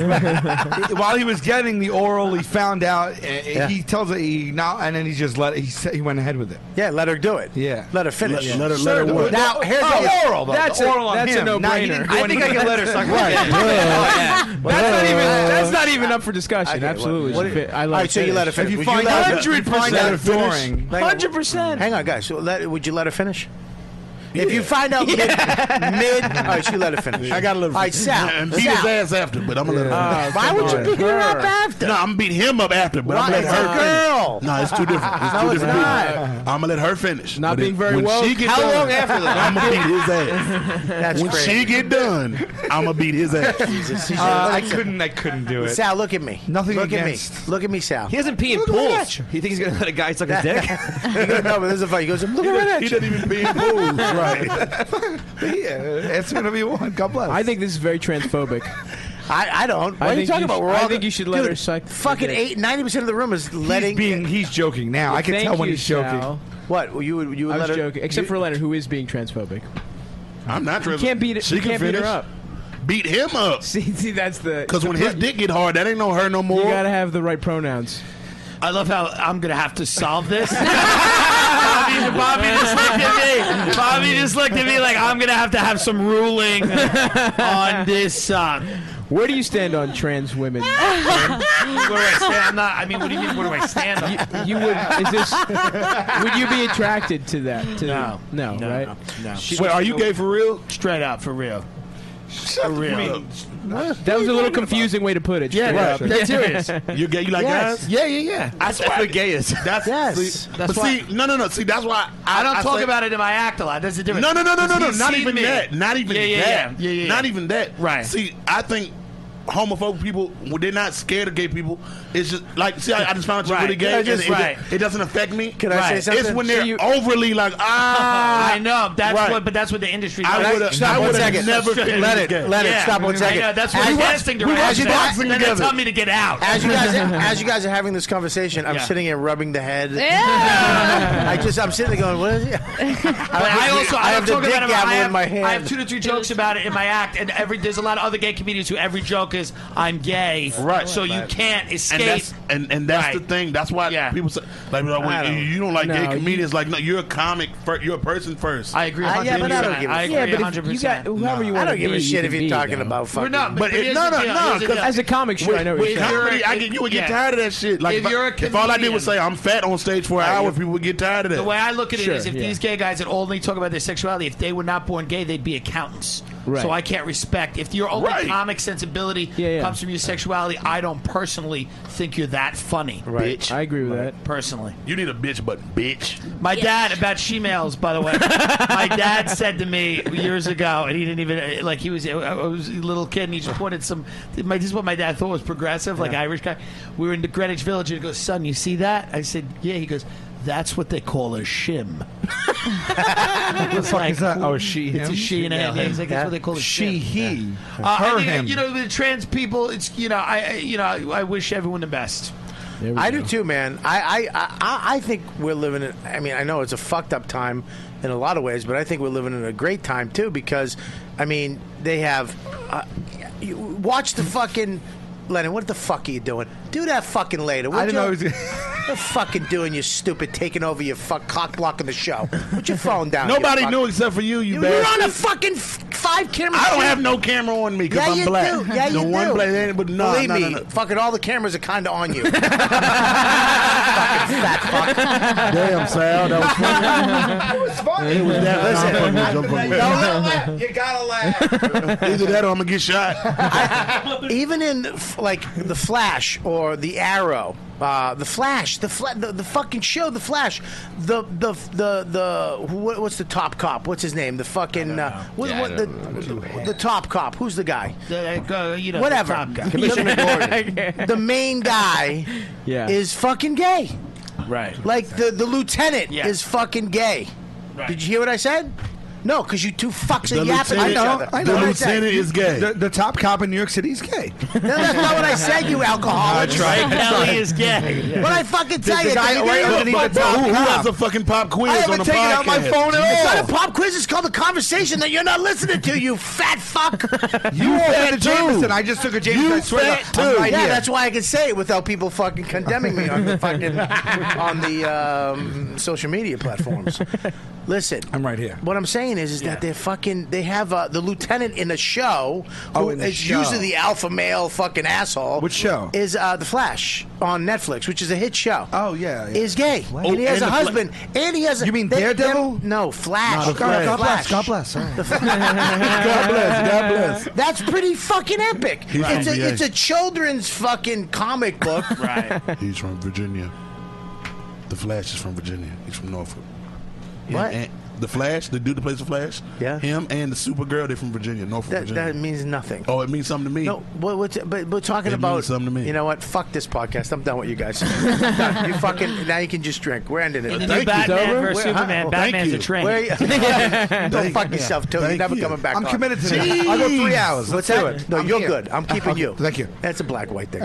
Speaker 6: while he was getting the oral, he found out. Uh,
Speaker 5: Yeah.
Speaker 6: He tells her he now, and then he just let he said he went ahead with it.
Speaker 5: Yeah, let her do it.
Speaker 6: Yeah.
Speaker 5: Let her finish.
Speaker 11: Let- let her- let her
Speaker 5: Sure,
Speaker 11: work.
Speaker 5: Now, here's
Speaker 6: Oh,
Speaker 5: the
Speaker 6: oral, though.
Speaker 13: That's
Speaker 6: the
Speaker 13: a-
Speaker 6: oral on
Speaker 13: that's a
Speaker 6: him.
Speaker 13: no-brainer.
Speaker 6: Nah, he didn't do
Speaker 13: I
Speaker 6: anything.
Speaker 13: think I could let her suck my Right.
Speaker 15: Oh,
Speaker 13: dick. That's not even. That's not even up for discussion.
Speaker 5: Okay, what-
Speaker 13: Absolutely.
Speaker 5: what-
Speaker 13: she fit- I
Speaker 5: All
Speaker 13: love
Speaker 5: right, so you let her
Speaker 6: If
Speaker 5: finish.
Speaker 6: you
Speaker 5: Would
Speaker 6: find
Speaker 5: you let
Speaker 6: out
Speaker 5: her-
Speaker 6: hundred
Speaker 5: find out
Speaker 6: percent
Speaker 5: if finish?
Speaker 6: during,
Speaker 5: Hang on.
Speaker 13: Hundred percent.
Speaker 5: Hang on, guys. So let, would you let her finish? If you find out mid, mid, all right, she let her finish.
Speaker 11: I gotta let her.
Speaker 5: All right, Sal.
Speaker 11: And beat
Speaker 5: Sal. Uh,
Speaker 11: his ass after, but I'm gonna let her.
Speaker 5: Why would you beat her up after?
Speaker 11: No, I'm gonna beat him up after, but I'm
Speaker 5: Why?
Speaker 11: gonna let
Speaker 5: It's a
Speaker 11: her finish.
Speaker 5: girl.
Speaker 11: No, it's two different. It's
Speaker 5: No,
Speaker 11: two
Speaker 5: it's
Speaker 11: different
Speaker 5: not.
Speaker 11: people. I'm gonna let her finish.
Speaker 13: Not
Speaker 11: But
Speaker 13: being
Speaker 11: if-
Speaker 13: very
Speaker 11: when
Speaker 13: woke.
Speaker 11: She get
Speaker 13: How
Speaker 11: done,
Speaker 13: long after that?
Speaker 11: I'm gonna beat his ass.
Speaker 5: That's
Speaker 11: when she
Speaker 5: crazy.
Speaker 11: get done, I'm gonna beat his ass.
Speaker 5: Jesus.
Speaker 6: uh, I couldn't. I couldn't do it.
Speaker 5: Sal, look at me.
Speaker 6: Nothing
Speaker 5: Look at
Speaker 6: against-
Speaker 5: me. Look at me, Sal.
Speaker 9: He doesn't pee in
Speaker 5: Look right
Speaker 9: pools.
Speaker 5: at you.
Speaker 9: He thinks he's gonna let a guy suck his dick.
Speaker 5: He goes, no, but this is funny. He goes, look right at
Speaker 11: He
Speaker 5: you.
Speaker 11: doesn't even be in pools, right?
Speaker 6: Yeah, that's whatever you want. God bless.
Speaker 13: I think this is very transphobic.
Speaker 5: I, I don't. What
Speaker 13: I
Speaker 5: are you
Speaker 13: think
Speaker 5: talking
Speaker 13: you
Speaker 5: about?
Speaker 13: should-
Speaker 5: We're
Speaker 13: I
Speaker 5: all
Speaker 13: think you should let
Speaker 5: Dude,
Speaker 13: her suck the
Speaker 5: Fucking
Speaker 13: dick.
Speaker 5: eight, 90% of the room is letting.
Speaker 6: he's being. He's joking now. I can
Speaker 13: Thank
Speaker 6: tell when
Speaker 13: you,
Speaker 6: he's joking.
Speaker 13: Sal.
Speaker 5: what? You would, you would
Speaker 13: I
Speaker 5: let
Speaker 13: was
Speaker 5: her.
Speaker 13: joking, except for Leonard, who is being transphobic.
Speaker 11: I'm not.
Speaker 13: You
Speaker 11: tripping.
Speaker 13: can't beat it.
Speaker 11: She
Speaker 13: you
Speaker 11: can
Speaker 13: can't beat
Speaker 11: finish.
Speaker 13: her up.
Speaker 11: Beat him up.
Speaker 13: See, see, that's the
Speaker 11: Cause when his dick get hard, that ain't no her no
Speaker 13: you
Speaker 11: more.
Speaker 13: gotta have the right pronouns.
Speaker 15: I love how I'm gonna have to solve this. Bobby, Bobby just looked at me. Bobby just looked at me like I'm gonna have to have some ruling on this. Uh,
Speaker 13: Where do you stand on trans women?
Speaker 8: Where do I stand? I'm not. I mean, what do you mean? Where do I stand? On?
Speaker 13: You would. Is this? would you be attracted to that? To
Speaker 8: No.
Speaker 13: no,
Speaker 8: No,
Speaker 13: right?
Speaker 8: no, no.
Speaker 13: Wait, are you gay
Speaker 8: for real? Straight up, for real. For real.
Speaker 13: That was a little confusing way to put it.
Speaker 8: Yeah,
Speaker 13: straight
Speaker 8: yeah,
Speaker 13: up.
Speaker 8: that's serious.
Speaker 11: You gay? You like
Speaker 8: Yes.
Speaker 11: guys?
Speaker 8: Yeah, yeah, yeah.
Speaker 11: That's,
Speaker 8: That's
Speaker 11: why
Speaker 8: what gay is.
Speaker 11: That's
Speaker 8: Yes.
Speaker 11: See,
Speaker 8: That's
Speaker 11: but
Speaker 8: why-
Speaker 11: see, no, no, no. See, that's why
Speaker 8: I don't talk
Speaker 11: say-
Speaker 8: about it in my act a lot. That's the difference.
Speaker 11: No, no, no, no, no, no.
Speaker 8: He's
Speaker 11: Not
Speaker 8: seen
Speaker 11: even
Speaker 8: me.
Speaker 11: that. Not even
Speaker 8: yeah, yeah,
Speaker 11: that.
Speaker 8: Yeah, yeah, yeah.
Speaker 11: Not even that. Right. See, I think homophobic people well, they're not scared of gay people. It's just like see, I, I just found you
Speaker 8: Right.
Speaker 11: really gay.
Speaker 8: Can I just-
Speaker 11: and it-
Speaker 8: right.
Speaker 11: It, doesn't affect me.
Speaker 8: Can I say something?
Speaker 11: It's when
Speaker 8: So
Speaker 11: they're
Speaker 8: you-
Speaker 11: overly like ah.
Speaker 8: I know. That's
Speaker 11: Right.
Speaker 8: what. But that's what the industry.
Speaker 11: I
Speaker 8: does.
Speaker 11: would've- Stop I one would've second. never
Speaker 8: Yeah.
Speaker 11: Leonard, Leonard,
Speaker 8: Yeah.
Speaker 11: stop one second.
Speaker 8: I know. That's
Speaker 11: As
Speaker 8: what
Speaker 11: you-
Speaker 8: I'm casting
Speaker 11: we watch
Speaker 8: director.
Speaker 11: you boxing
Speaker 8: Then they
Speaker 11: together.
Speaker 8: tell me to get out.
Speaker 5: As you guys, as you guys are having this conversation, I'm
Speaker 8: Yeah.
Speaker 5: sitting here rubbing the head.
Speaker 8: Yeah.
Speaker 5: I just, I'm sitting there going, "What is it?"
Speaker 8: But I also I,
Speaker 5: I have
Speaker 8: don't
Speaker 5: the
Speaker 8: talk
Speaker 5: dick
Speaker 8: about it.
Speaker 5: gavel
Speaker 8: I have,
Speaker 5: in my hand.
Speaker 8: I have two to three jokes about it in my act, and every there's a lot of other gay comedians who every joke is I'm gay,
Speaker 11: Right.
Speaker 8: So you can't escape.
Speaker 11: And that's, and, and that's
Speaker 8: Right.
Speaker 11: the thing. That's why people say, like, well,
Speaker 8: I
Speaker 11: you,
Speaker 8: don't-
Speaker 11: you don't like
Speaker 8: No,
Speaker 11: gay
Speaker 8: you-
Speaker 11: comedians. like, no, you're a comic. First, you're a person first.
Speaker 8: I agree. 100%. I agree. 100%.
Speaker 5: don't give a shit if you're talking about
Speaker 8: We're
Speaker 5: fucking.
Speaker 8: not, but,
Speaker 11: But it-
Speaker 8: here's
Speaker 11: no,
Speaker 8: the
Speaker 11: no,
Speaker 8: deal,
Speaker 11: no,
Speaker 8: here's the
Speaker 11: 'cause
Speaker 8: deal.
Speaker 11: as a
Speaker 13: comic,
Speaker 11: With- with comedy, I
Speaker 8: If-
Speaker 11: get, you would
Speaker 8: yeah.
Speaker 11: get tired of that shit. Like,
Speaker 8: if you're a
Speaker 11: if all I did
Speaker 8: comedian-
Speaker 11: was say I'm fat on stage for an hour, people would get tired of that.
Speaker 8: The way I look at it is,
Speaker 11: Sure,
Speaker 8: if
Speaker 11: yeah.
Speaker 8: these gay guys that only talk about their sexuality, if they were not born gay, they'd be accountants.
Speaker 11: Right.
Speaker 8: So I can't respect. If your only
Speaker 11: Right.
Speaker 8: comic sensibility comes from your sexuality, I don't personally think you're that funny,
Speaker 11: Right.
Speaker 8: bitch.
Speaker 11: I agree with
Speaker 8: that. Personally.
Speaker 11: You need a bitch button, bitch.
Speaker 8: My dad about shemales, by the way. my dad said to me years ago, and he didn't even like he was. I was a little kid, and he just pointed some. My, this is what my dad thought was progressive, like Irish guy. We were in the Greenwich Village, and he goes, "Son, you see that?" I said, "Yeah." He goes. That's what they call a shim. what
Speaker 6: fuck is that? Oh, a she,
Speaker 8: It's
Speaker 6: him?
Speaker 8: a she and a him.
Speaker 6: Yeah.
Speaker 8: He's like, that's what they call a
Speaker 6: She,
Speaker 8: shim.
Speaker 6: he.
Speaker 8: Uh,
Speaker 6: Her,
Speaker 8: I
Speaker 6: him.
Speaker 8: think, you know, the trans people. It's you know, I I- you know, I wish everyone the best.
Speaker 5: I do too, man. I, I, I, I think we're living in. I mean, I know it's a fucked up time in a lot of ways, but I think we're living in a great time too because, I mean, they have. Uh, you, watch the fucking. Lennon, what the fuck are you doing? Do that fucking later.
Speaker 6: I didn't know he
Speaker 5: you, What the fucking doing, you stupid, taking over your fuck cock blocking the show. Put your phone down. you
Speaker 11: Nobody
Speaker 5: fuck.
Speaker 11: knew except for you, you,
Speaker 5: You- You're on a
Speaker 11: bastard.
Speaker 5: fucking f- five camera.
Speaker 11: I don't
Speaker 5: shoot.
Speaker 11: have no camera on me because
Speaker 5: yeah,
Speaker 11: I'm
Speaker 5: you
Speaker 11: black.
Speaker 5: Do. Yeah,
Speaker 11: the
Speaker 5: you
Speaker 11: one
Speaker 5: do.
Speaker 11: black, but no,
Speaker 5: Believe
Speaker 11: no, no,
Speaker 5: me,
Speaker 11: no.
Speaker 5: fucking all the cameras are kind of on you. fucking fat fuck.
Speaker 18: Damn, Sal, that was funny.
Speaker 5: it was funny.
Speaker 18: It was that.
Speaker 11: Listen,
Speaker 18: Jump on me, jump on me.
Speaker 5: you gotta laugh.
Speaker 11: Either that or I'm gonna get shot.
Speaker 5: even in f- like the Flash or the Arrow, uh, the Flash, the, fla- the the fucking show, the Flash, the the the the who- what, what's the top cop? What's his name? The fucking uh, what,
Speaker 8: Yeah, I
Speaker 5: what, the, the, the top cop? Who's the guy?
Speaker 8: Uh, you know, the
Speaker 5: Whatever,
Speaker 8: top guy.
Speaker 5: Commissioner Gordon. The main guy
Speaker 8: Yeah.
Speaker 5: is fucking gay.
Speaker 8: Right.
Speaker 5: Like the the lieutenant
Speaker 8: Yeah.
Speaker 5: is fucking gay. Did you hear what I said? No, because you two fucks
Speaker 6: The
Speaker 5: are yapping at
Speaker 6: lieutenant-
Speaker 5: each other.
Speaker 6: I know.
Speaker 5: What did I say?
Speaker 6: The, the top cop in New York City is gay.
Speaker 5: No, that's not what I said, you alcoholic.
Speaker 6: That's right. That's right.
Speaker 5: What I fucking tell
Speaker 6: The-
Speaker 5: you,
Speaker 6: the guy
Speaker 5: did you
Speaker 6: right
Speaker 5: hear
Speaker 6: underneath
Speaker 5: what
Speaker 6: the
Speaker 5: I
Speaker 6: top
Speaker 5: said?
Speaker 6: cop. Who has
Speaker 11: a fucking pop quiz
Speaker 5: I haven't
Speaker 11: on the
Speaker 5: taken out my
Speaker 11: podcast? It's
Speaker 5: phone at all.
Speaker 11: not
Speaker 5: It's not a pop quiz. It's called a conversation that you're not listening to. You fat fuck.
Speaker 6: You fat Jameson. I just took a Jameson. I swear to God. I'm right
Speaker 5: yeah,
Speaker 6: here.
Speaker 5: that's why I can say it without people fucking condemning me on the fucking on the um, social media platforms. Listen, I'm right here. What I'm saying is, is that they're fucking. They have uh, the lieutenant in the show.
Speaker 6: Oh,
Speaker 5: who
Speaker 6: in the
Speaker 5: is
Speaker 6: show.
Speaker 5: usually the alpha male fucking asshole. Which
Speaker 6: show
Speaker 5: is uh, the Flash on Netflix, which is a hit show.
Speaker 6: Oh yeah, yeah.
Speaker 5: Is gay and he
Speaker 6: Oh,
Speaker 5: has
Speaker 6: and
Speaker 5: a
Speaker 6: the Fla-
Speaker 5: husband and he has. A,
Speaker 6: You mean
Speaker 5: they- them-
Speaker 6: Daredevil?
Speaker 5: No, Flash.
Speaker 6: No, God, God bless.
Speaker 5: Flash.
Speaker 6: God bless. all right.
Speaker 5: God
Speaker 6: bless, God bless.
Speaker 5: That's pretty fucking epic.
Speaker 6: He's
Speaker 5: It's
Speaker 6: from
Speaker 5: a,
Speaker 6: VA.
Speaker 5: it's a children's fucking comic book.
Speaker 11: He's from Virginia. The Flash is from Virginia. He's from Norfolk. Him
Speaker 5: What?
Speaker 11: and- the Flash, the dude that plays the Flash. Yeah. Him and the Supergirl, they're from Virginia, Norfolk,
Speaker 5: That,
Speaker 11: Virginia.
Speaker 5: that means nothing.
Speaker 11: oh, it means something to me.
Speaker 5: No, what, what's, but we're talking
Speaker 11: It
Speaker 5: about
Speaker 11: means something to me.
Speaker 5: You know what? Fuck this podcast. I'm done with you guys. I'm done. you fucking now you can just drink. We're ending it.
Speaker 8: In the new Batman versus
Speaker 5: Where- huh?
Speaker 8: Superman,
Speaker 5: Well,
Speaker 8: Batman's
Speaker 5: thank
Speaker 8: a train.
Speaker 5: Where you- Don't fuck yourself, Tony. You're never coming back.
Speaker 6: I'm
Speaker 5: on.
Speaker 6: committed to that. I'll go three hours.
Speaker 5: What's
Speaker 6: Let's do
Speaker 5: that?
Speaker 6: it.
Speaker 5: No,
Speaker 6: I'm
Speaker 5: you're
Speaker 6: here.
Speaker 5: good. I'm keeping you. Thank you. That's a black white thing.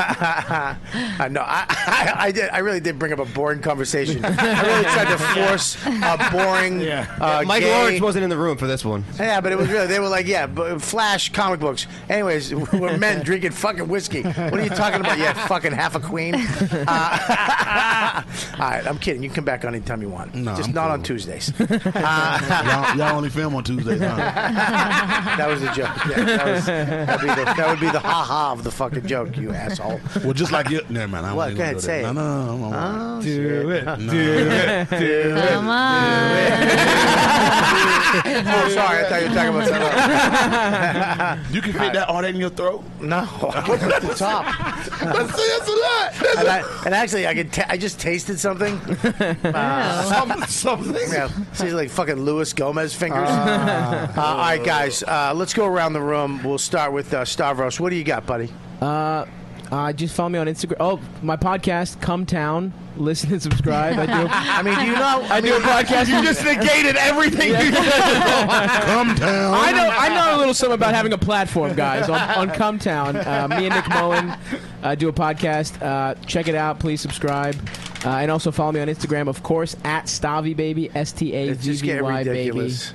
Speaker 5: I know. I, I, I did. I really did bring up a boring conversation. I really tried to force a boring. Uh,
Speaker 9: Mike
Speaker 5: gay-
Speaker 9: Lawrence wasn't in the room for this one.
Speaker 5: yeah, but it was really. They were like, yeah, but Flash comic books. Anyways, we're men drinking fucking whiskey. What are you talking about? Yeah, fucking half a queen. Uh, All right, I'm kidding. You can come back on anytime you want.
Speaker 11: No,
Speaker 5: just
Speaker 11: I'm
Speaker 5: not on Tuesdays.
Speaker 11: y'all, y'all only film on Tuesdays, huh?
Speaker 5: That was the joke. Yeah, that, was, that'd be the, that would be the ha ha of the fucking joke, you asshole.
Speaker 11: Well, just like you. Never mind. I
Speaker 5: What?
Speaker 11: wasn't
Speaker 5: Go
Speaker 11: gonna
Speaker 5: ahead,
Speaker 11: do that.
Speaker 5: say it.
Speaker 11: No, no, no, no, no.
Speaker 5: Oh,
Speaker 11: do it. No.
Speaker 5: Come
Speaker 7: Uh,
Speaker 5: oh, sorry. I thought you were talking about something.
Speaker 11: you can fit that all that in your throat?
Speaker 5: No. What's at the top?
Speaker 11: That's, that's a lot. That's
Speaker 5: and, I, and actually, I could. ta- I just tasted something. Uh,
Speaker 11: Some- something.
Speaker 5: Yeah, she's like fucking Luis Gomez fingers.
Speaker 11: Ah.
Speaker 5: Uh, all right, guys, uh, let's go around the room. We'll start with uh, Stavros. What do you got, buddy?
Speaker 13: Uh, uh, just follow me on Instagram. Oh, my podcast, Come Town. Listen and subscribe. I do.
Speaker 5: I mean, do you know?
Speaker 13: I, do a podcast.
Speaker 5: You just negated everything you said.
Speaker 13: Come Town. I know. I know a little something about having a platform, guys. On, on Come Town, uh, me and Nick Mullen uh, do a podcast. Uh, check it out. Please subscribe. Uh, and also follow me on Instagram, of course, at Stavi Baby, S T A
Speaker 5: It's
Speaker 13: V
Speaker 5: just
Speaker 13: V
Speaker 5: getting
Speaker 13: Y Baby.
Speaker 5: ridiculous.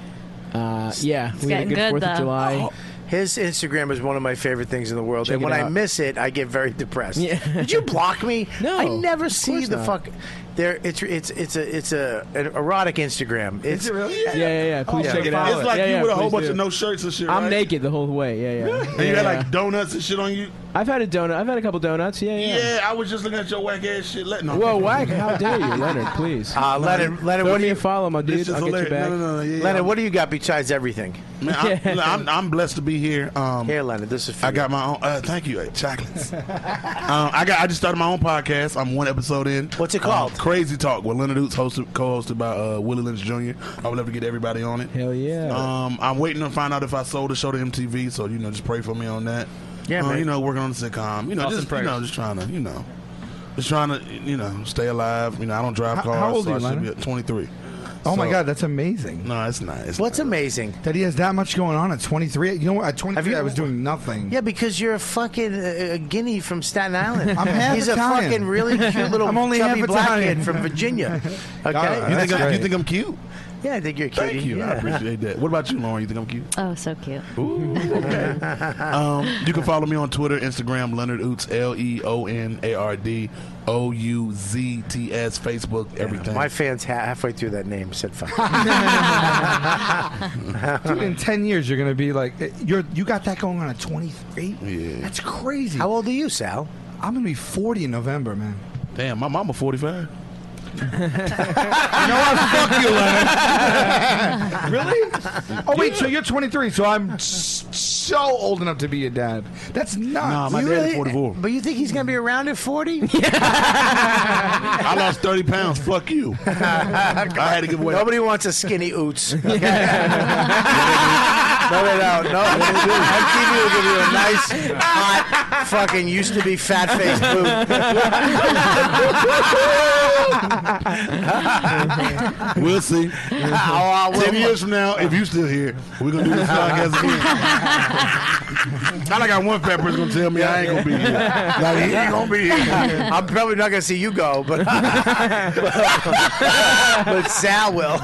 Speaker 13: Uh, yeah, we had a good Fourth of July.
Speaker 5: Oh. His Instagram is one of my favorite things in the world,
Speaker 13: Check
Speaker 5: and
Speaker 13: it
Speaker 5: when I
Speaker 13: out.
Speaker 5: miss it, I get very depressed.
Speaker 13: Yeah.
Speaker 5: Did you block me? No, I never see
Speaker 13: course
Speaker 5: the
Speaker 13: not.
Speaker 5: fuck. There, it's it's it's a it's a an erotic Instagram. It's,
Speaker 11: it really?
Speaker 13: Yeah, yeah, yeah. Please check it out.
Speaker 11: It's like
Speaker 13: Yeah,
Speaker 11: you
Speaker 13: yeah,
Speaker 11: with a whole
Speaker 13: please
Speaker 11: bunch
Speaker 13: do.
Speaker 11: of no shirts and shit.
Speaker 13: I'm
Speaker 11: right?
Speaker 13: naked the whole way. Yeah, yeah.
Speaker 11: And you
Speaker 13: Yeah,
Speaker 11: had
Speaker 13: yeah.
Speaker 11: like donuts and shit on you.
Speaker 13: I've had a donut. I've had a couple donuts. Yeah, yeah.
Speaker 11: Yeah, I was just looking at your whack ass shit. Let, no,
Speaker 13: Whoa, whack! How dare you, Leonard? Please.
Speaker 5: Uh, Leonard, Leonard,
Speaker 13: Throw
Speaker 5: what do
Speaker 13: me
Speaker 5: you
Speaker 13: a follow, my
Speaker 5: This
Speaker 13: dude?
Speaker 5: is
Speaker 13: I'll get you
Speaker 5: hilarious.
Speaker 13: back.
Speaker 5: No, no, no, yeah, yeah.
Speaker 11: Leonard,
Speaker 5: what do you got besides everything?
Speaker 11: Man, I'm, look, I'm, I'm blessed to be here. Um,
Speaker 5: here, Leonard, this is. For
Speaker 11: I got my own. Uh, thank you, uh, chocolates. um, I got. I just started my own podcast. I'm one episode in. What's
Speaker 5: it called?
Speaker 11: Crazy Talk with Leonard Hoots, hosted, co-hosted by uh, Willie Lynch Jr. I would love to get everybody on it. Hell
Speaker 13: yeah.
Speaker 11: Um, I'm waiting to find out if I sold the show to MTV. So you know, just pray for me on that.
Speaker 5: Yeah,
Speaker 11: Uh,
Speaker 5: man.
Speaker 11: you know, working on the sitcom. You know,
Speaker 5: Thoughts
Speaker 11: just
Speaker 5: and
Speaker 11: you
Speaker 5: prayers.
Speaker 11: know, just trying to you know, just trying to you know, stay alive. You know, I don't drive
Speaker 6: How-
Speaker 11: cars.
Speaker 6: how old
Speaker 11: so
Speaker 6: are you,
Speaker 11: I should be
Speaker 6: Leonard?
Speaker 11: at 23.
Speaker 6: Oh my
Speaker 11: So-
Speaker 6: God, that's amazing.
Speaker 11: No, it's not. It's
Speaker 5: What's amazing?
Speaker 6: That he has that much going on at 23. You know what? At 23, I was doing nothing.
Speaker 5: Yeah, because you're a fucking uh, a guinea from Staten Island.
Speaker 6: I'm half
Speaker 5: He's a
Speaker 6: Italian.
Speaker 5: fucking really cute little
Speaker 6: I'm only
Speaker 5: chubby
Speaker 6: half
Speaker 5: black
Speaker 6: Italian.
Speaker 5: kid from Virginia. Okay,
Speaker 11: God, you, think I'm, you think I'm cute?
Speaker 5: Yeah, I think you're cute.
Speaker 11: Thank you. I appreciate that. What about you, Lauren? You think I'm cute?
Speaker 7: Oh, so cute.
Speaker 11: um, you can follow me on Twitter, Instagram, Leonard Oots, L E O N A R D O U Z T S, Facebook, everything.
Speaker 5: My fans ha- halfway through that name said fuck.
Speaker 6: Dude, in 10 years, you're going to be like, eh, you're, you got that going on at 23?
Speaker 11: Yeah.
Speaker 6: That's crazy.
Speaker 5: How old are you, Sal?
Speaker 6: I'm going to be 40 in November, man.
Speaker 11: Damn, my mama 45.
Speaker 6: You know what? Fuck you, Leonard. really? Oh, wait, so you're 23, so I'm s- so old enough to be a dad. That's
Speaker 11: Nah,
Speaker 6: nuts.
Speaker 11: my
Speaker 6: You
Speaker 11: dad's
Speaker 6: really-
Speaker 11: 44.
Speaker 5: But you think he's gonna be around at forty?
Speaker 11: I lost 30 pounds. Fuck you. I had to give away.
Speaker 5: Nobody wants a skinny oots. Okay? no, they don't. No, what do you do? MTV will give you a nice, hot, fucking used to be fat faced boot.
Speaker 11: We'll see.
Speaker 5: I will.
Speaker 11: Ten years from now, if you still here, we're gonna do this podcast again. Not like I got one fat person gonna tell me I ain't gonna be here. Like he ain't gonna be here.
Speaker 5: I'm probably not gonna see you go, but but Sal will.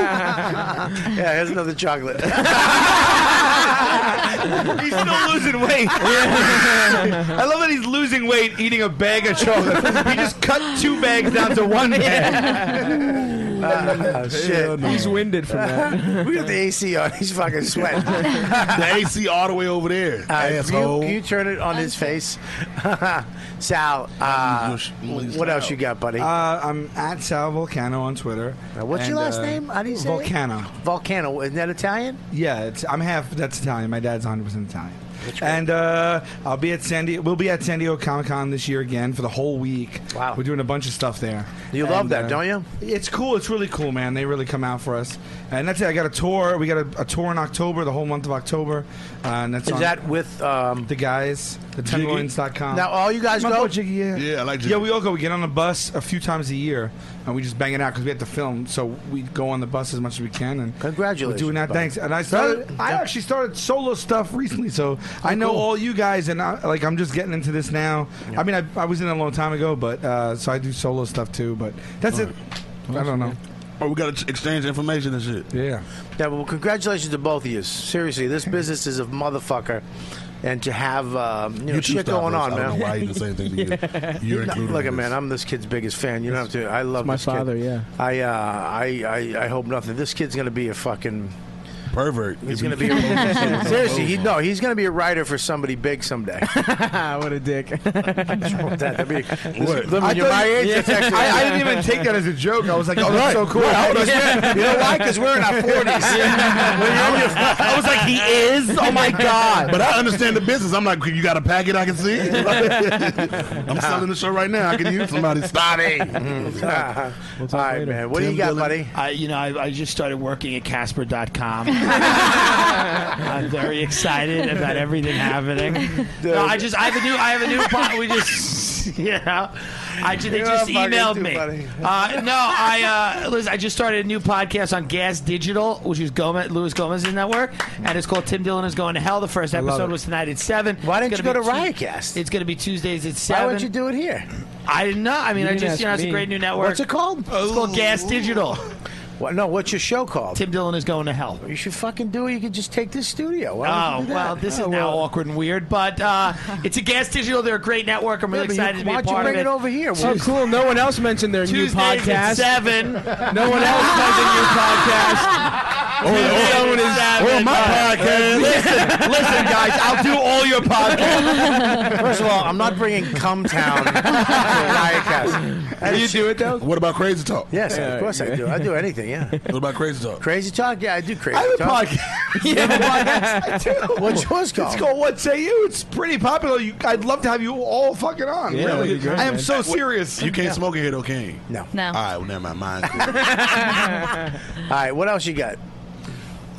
Speaker 5: yeah, here's another chocolate.
Speaker 6: He's still losing weight. I love that he's losing weight eating a bag of chocolate. He just cut two bags down to one bag.
Speaker 5: Oh, shit.
Speaker 13: He's winded from that.
Speaker 5: we got the AC on. He's fucking sweating.
Speaker 11: the AC all the way over there.
Speaker 5: Uh, if you,
Speaker 11: asshole.
Speaker 5: you turn it on his face. Sal, uh, what else you got, buddy?
Speaker 6: Uh, I'm at Sal Volcano on Twitter.
Speaker 5: What's your
Speaker 6: And,
Speaker 5: last
Speaker 6: uh,
Speaker 5: name? How do you say it?
Speaker 6: Volcano.
Speaker 5: Volcano. Isn't that Italian?
Speaker 6: Yeah, it's, I'm half. That's Italian. My dad's 100 percent Italian. And uh, I'll be at San Diego. We'll be at San Diego Comic Con this year again for the whole week. Wow, we're doing a bunch of stuff there. uh,
Speaker 5: You love that, don't you?
Speaker 6: It's cool. It's really cool, man. They really come out for us. And that's it. I got a tour. We got a, a tour in October, the whole month of October. Uh, and that's
Speaker 5: Is
Speaker 6: on
Speaker 5: that with um,
Speaker 6: the guys, the
Speaker 5: Jiggy?
Speaker 6: tenroins.com.
Speaker 5: Now all you guys
Speaker 6: My
Speaker 5: go?
Speaker 6: boy Jiggy, yeah.
Speaker 11: Yeah, I like Jiggy.
Speaker 6: Yeah, we all go. We get on the bus a few times a year, and we just bang it out because we have to film. So we go on the bus as much as we can. And
Speaker 5: Congratulations,
Speaker 6: we're doing that.
Speaker 5: buddy.
Speaker 6: Thanks. And I started. I actually started solo stuff recently, so I know all you guys, and I, like I'm just getting into this now. I mean, I, I was in it a long time ago, but uh, so I do solo stuff too. But that's it. I don't know.
Speaker 11: Oh, we gotta exchange information and shit.
Speaker 6: Yeah.
Speaker 5: Yeah, well, congratulations to both of you. Seriously, this business is a motherfucker. and to have um, you know
Speaker 11: You two
Speaker 5: shit
Speaker 11: stop
Speaker 5: going
Speaker 11: us.
Speaker 5: on,
Speaker 11: I don't
Speaker 5: man.
Speaker 11: know why I even say anything to you. You're
Speaker 5: No,
Speaker 11: included
Speaker 5: Look,
Speaker 11: in
Speaker 5: man, I'm this kid's biggest fan. You don't have to. I love
Speaker 13: my
Speaker 5: this kid.
Speaker 13: father, yeah.
Speaker 5: I, uh, I, I, I hope nothing. This kid's gonna be a fucking
Speaker 11: pervert.
Speaker 5: He's
Speaker 11: If
Speaker 5: gonna
Speaker 11: he-
Speaker 5: be a seriously. He, no, he's gonna be a writer for somebody big someday.
Speaker 13: what a dick!
Speaker 5: That'd be,
Speaker 6: What?
Speaker 5: Listen,
Speaker 6: I
Speaker 5: you're
Speaker 6: thought
Speaker 5: my
Speaker 6: you-
Speaker 5: age.
Speaker 6: yeah.
Speaker 5: that's actually-
Speaker 6: I- I didn't even take that as a joke. I was like, oh, that's so cool.
Speaker 5: Right.
Speaker 6: I would have-
Speaker 5: You know why? Because we're in our forties.
Speaker 11: I was like, he is. Oh my god! But I understand the business. I'm like, you got a packet I can see. I'm selling the show right now. I can use somebody. Stop it.
Speaker 5: Mm-hmm. All right, man. What do you got, buddy?
Speaker 8: I, you know, I, I just started working at Casper.com. I'm very excited about everything happening. No, I just, I have a new, I have a new. po- We just, you know, I just, they
Speaker 5: You're
Speaker 8: just
Speaker 5: a fucking
Speaker 8: emailed
Speaker 5: too
Speaker 8: me.
Speaker 5: funny.
Speaker 8: Uh, no, I, uh, listen, I just started a new podcast on Gas Digital, which is Gomez, Louis Gomez's network, and it's called Tim Dillon is Going to Hell. The first
Speaker 5: love
Speaker 8: episode
Speaker 5: it.
Speaker 8: was tonight at seven. Why
Speaker 5: didn't you go to Riotcast?
Speaker 8: It's going to be Tuesdays at seven.
Speaker 5: Why would you do it here?
Speaker 8: I didn't know. I mean,
Speaker 5: You
Speaker 8: I
Speaker 5: didn't
Speaker 8: just,
Speaker 5: ask
Speaker 8: you know, it's a
Speaker 5: me.
Speaker 8: great new network.
Speaker 5: What's it called?
Speaker 8: It's called Gas Digital.
Speaker 5: What, no, what's your show called?
Speaker 8: Tim Dillon is going to hell.
Speaker 5: You should fucking do it. You could just take this studio. Why don't
Speaker 8: Oh
Speaker 5: you do that?
Speaker 8: well, this is now awkward and weird, but uh, it's a Gas Digital. They're a great network. I'm
Speaker 5: Yeah,
Speaker 8: really
Speaker 5: but you-
Speaker 8: excited to be
Speaker 5: why
Speaker 8: a
Speaker 5: don't you
Speaker 8: part of
Speaker 5: bring
Speaker 8: it.
Speaker 5: it over here?
Speaker 13: Oh, cool. No one else mentioned their
Speaker 8: Tuesdays
Speaker 13: new podcast.
Speaker 8: at seven.
Speaker 13: No one else mentioned your podcast. Oh,
Speaker 6: Or, or,
Speaker 8: or,
Speaker 6: or oh, my podcast.
Speaker 8: Listen, listen,
Speaker 6: guys, I'll do all your podcasts.
Speaker 5: First of all, I'm not bringing Cumtown to Riotcast.
Speaker 6: Do you do it though?
Speaker 11: What about Crazy Talk?
Speaker 5: Yes, of course I do. I do anything. Yeah.
Speaker 11: What about Crazy Talk?
Speaker 5: Crazy Talk? Yeah, I do Crazy Talk.
Speaker 6: I do.
Speaker 5: What's yours called?
Speaker 6: It's called What Say You. It's pretty popular. You, I'd love to have you all fucking on.
Speaker 11: Yeah, that'd
Speaker 6: really.
Speaker 11: be great,
Speaker 6: I am
Speaker 11: man.
Speaker 6: so serious.
Speaker 11: You can't smoke in here, though, can you?
Speaker 5: No.
Speaker 11: No. All right, well, never mind. Mine's cool.
Speaker 5: All right, what else you got?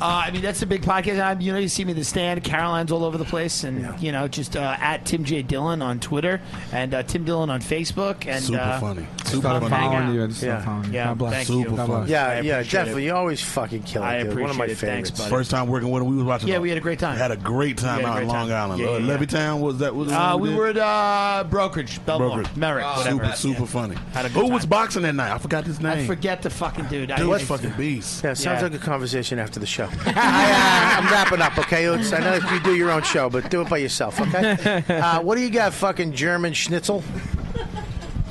Speaker 8: Uh, I mean, that's a big podcast. I'm, you know, you see me at the stand. Caroline's all over the place, and you know, just uh, at Tim J Dillon on Twitter and uh, Tim Dillon on Facebook. And
Speaker 11: Super
Speaker 8: uh,
Speaker 11: funny.
Speaker 6: Super
Speaker 8: come
Speaker 6: funny.
Speaker 8: hang
Speaker 6: Following
Speaker 8: out.
Speaker 6: you and stuff following you.
Speaker 8: Yeah,
Speaker 6: God bless.
Speaker 8: Thank
Speaker 6: Super
Speaker 8: you.
Speaker 6: God bless.
Speaker 5: Yeah,
Speaker 8: I
Speaker 5: yeah,
Speaker 8: appreciate it.
Speaker 5: definitely. You always fucking kill it.
Speaker 8: I
Speaker 5: dude. One of my
Speaker 8: appreciate it. Thanks,
Speaker 5: favorites.
Speaker 8: buddy.
Speaker 11: First time working with him, we was watching.
Speaker 8: Yeah,
Speaker 11: the-
Speaker 8: we had a great time.
Speaker 11: Had a great
Speaker 8: We
Speaker 11: time
Speaker 8: had a
Speaker 11: out
Speaker 8: great
Speaker 11: in Long
Speaker 8: time.
Speaker 11: Island.
Speaker 8: Yeah,
Speaker 11: Uh,
Speaker 8: yeah, yeah.
Speaker 11: Levittown was that? Was
Speaker 8: Uh, we
Speaker 11: did?
Speaker 8: were at uh, Brokerage, Belmore,
Speaker 11: Brokerage.
Speaker 8: Merrick, whatever.
Speaker 11: super, super funny.
Speaker 8: Had a good
Speaker 11: Who
Speaker 8: time.
Speaker 11: was boxing that night? I forgot his name.
Speaker 8: I forget the fucking dude. I
Speaker 11: Dude,
Speaker 8: I-
Speaker 11: he's fucking beast.
Speaker 5: Yeah, sounds
Speaker 8: Yeah.
Speaker 5: like a conversation after the show. I, am wrapping up, okay? It's- I know you do your own show, but do it by yourself, okay? Uh, what do you got, fucking German schnitzel?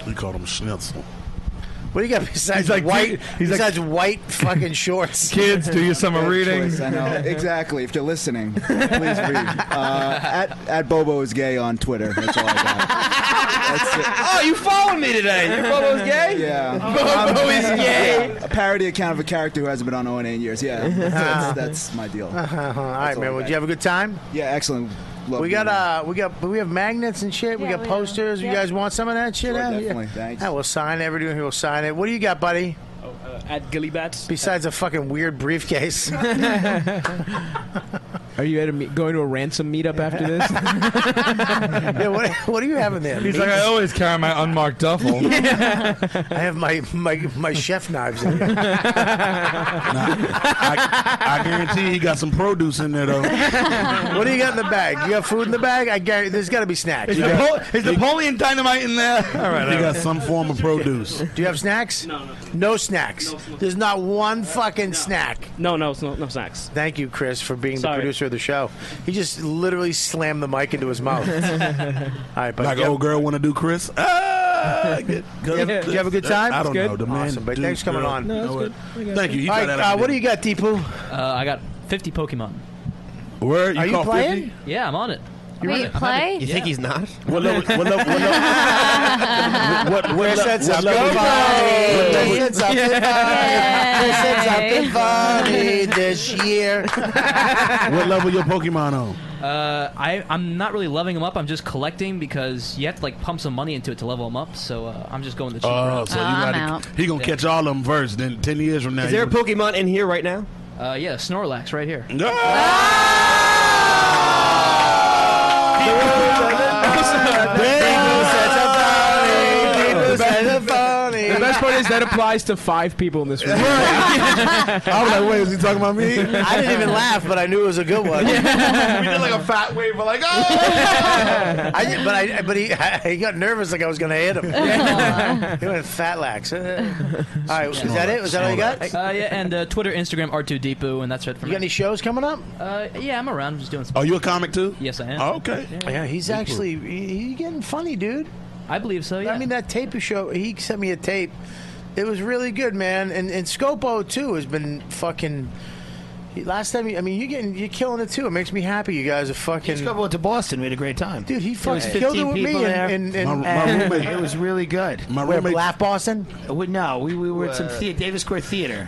Speaker 11: We called him Schnitzel.
Speaker 5: What do you got besides
Speaker 6: He's like,
Speaker 5: white?
Speaker 6: dude, he's like-
Speaker 5: besides white fucking shorts.
Speaker 6: Kids, do your summer
Speaker 12: Bad
Speaker 6: reading.
Speaker 12: choice, I know. Exactly. If you're listening, please read. Uh, at, at Bobo is gay on Twitter. That's all I got.
Speaker 9: Oh, you following me today? Your Bobo's gay?
Speaker 12: Yeah.
Speaker 9: Bobo is gay.
Speaker 12: Yeah, A parody account of a character who hasn't been on O in eight years. Yeah. That's, that's my deal.
Speaker 5: uh-huh, All right, man. Would you have a good time?
Speaker 12: Yeah, excellent. Love
Speaker 5: we got uh, we got we have magnets and shit. we got posters. You guys want some of that shit?
Speaker 12: Sure,
Speaker 5: out?
Speaker 12: definitely.
Speaker 5: Yeah.
Speaker 12: Thanks.
Speaker 5: Yeah, we'll sign everyone who will sign it. What do you got, buddy?
Speaker 6: Oh, uh,
Speaker 10: at Gillibats.
Speaker 5: Besides a fucking weird briefcase.
Speaker 13: oh. Are you at a me- going to a ransom meetup after this?
Speaker 5: yeah, what, what are you having there?
Speaker 6: He's like, I always carry my unmarked duffel.
Speaker 5: I have my my, my chef knives. In here.
Speaker 11: I guarantee he got some produce in there though.
Speaker 5: what do you got in the bag? You got food in the bag? I guarantee there's got to be snacks.
Speaker 6: Is,
Speaker 5: You got-
Speaker 6: Napo- is Napoleon Dynamite in there? All right.
Speaker 11: he got some form of produce.
Speaker 5: do you have snacks? No, no. snacks. There's not one fucking snack.
Speaker 10: No, no, it's no, no snacks.
Speaker 5: Thank you, Chris, for being the
Speaker 10: Sorry.
Speaker 5: producer of the show. He just literally slammed the mic into his mouth. All right, but
Speaker 11: like
Speaker 5: you have-
Speaker 11: old girl want to do Chris. Ah, good,
Speaker 5: you have, did you have a good time?
Speaker 11: I don't
Speaker 5: It's
Speaker 11: know.
Speaker 5: good?
Speaker 11: The man,
Speaker 5: awesome, but
Speaker 11: dude,
Speaker 5: thanks for coming
Speaker 11: girl,
Speaker 5: on.
Speaker 11: you know what?
Speaker 10: good.
Speaker 11: uh, Thank you. He
Speaker 5: All
Speaker 11: got
Speaker 5: right,
Speaker 11: out of
Speaker 5: uh, what do
Speaker 11: here.
Speaker 5: you got, Deepu?
Speaker 10: Uh, I got 50 Pokemon.
Speaker 11: Where
Speaker 5: Are you
Speaker 11: caught
Speaker 5: playing?
Speaker 11: 50?
Speaker 10: Yeah, I'm on it.
Speaker 7: Wait, you play?
Speaker 9: You think he's not?
Speaker 11: What level? What level? What level? what, what,
Speaker 5: Chris
Speaker 11: le-
Speaker 5: said
Speaker 11: what
Speaker 5: something
Speaker 11: level-
Speaker 5: funny.
Speaker 11: what level-
Speaker 5: Chris said something funny. Chris said something funny this year.
Speaker 11: What level your Pokemon on?
Speaker 10: Uh, I, I'm not really leveling them up. I'm just collecting because you have to like pump some money into it to level them up. So uh, I'm just going the cheap
Speaker 11: Oh,
Speaker 10: route.
Speaker 11: so
Speaker 7: Oh,
Speaker 11: you
Speaker 7: I'm
Speaker 11: gotta,
Speaker 7: out.
Speaker 11: he gonna catch all of them first. Then ten years from now,
Speaker 9: Is there a
Speaker 11: you-
Speaker 9: Pokemon in here right now?
Speaker 10: Uh, yeah, Snorlax right here.
Speaker 11: No.
Speaker 5: Deepu said something funny. Deepu said something funny.
Speaker 13: The best part is that applies to five people in this room.
Speaker 5: I
Speaker 18: was like, wait, is he talking about me?
Speaker 5: I didn't even laugh, but I knew it was a good one.
Speaker 11: we did like a fat wave, but like, oh!
Speaker 5: I did- but I, but he, he got nervous like I was going to hit him. he went fat lax. Uh, all right, is that it? Was that all you got?
Speaker 10: Uh, yeah, and uh, Twitter, Instagram, R2D2, and that's it for
Speaker 5: You got any shows coming up?
Speaker 10: Uh, yeah, I'm around. I'm just doing some.
Speaker 11: Are you a comic too?
Speaker 10: Yes, I am.
Speaker 11: Oh, okay.
Speaker 5: Yeah, he's
Speaker 10: Cool.
Speaker 5: actually he, he getting funny, dude.
Speaker 10: I believe so. Yeah.
Speaker 5: I mean that tape you show. He sent me a tape. It was really good, man. And and Scopo too has been fucking. Last time, you, I mean, you're getting you're killing it too. It makes me happy. You guys are fucking.
Speaker 15: Scopo went to Boston. We had a great time,
Speaker 5: dude. He
Speaker 15: There was
Speaker 5: fucking killed it
Speaker 15: 15
Speaker 5: with me.
Speaker 15: people there.
Speaker 5: And, and, and,
Speaker 15: My- my
Speaker 5: and-
Speaker 15: roommate- it was really good. Uh,
Speaker 11: My
Speaker 5: Where, roommate- Laugh Boston?
Speaker 15: We, no, we, we were at some
Speaker 8: Uh,
Speaker 5: Where?
Speaker 15: theater, Davis Square Theater.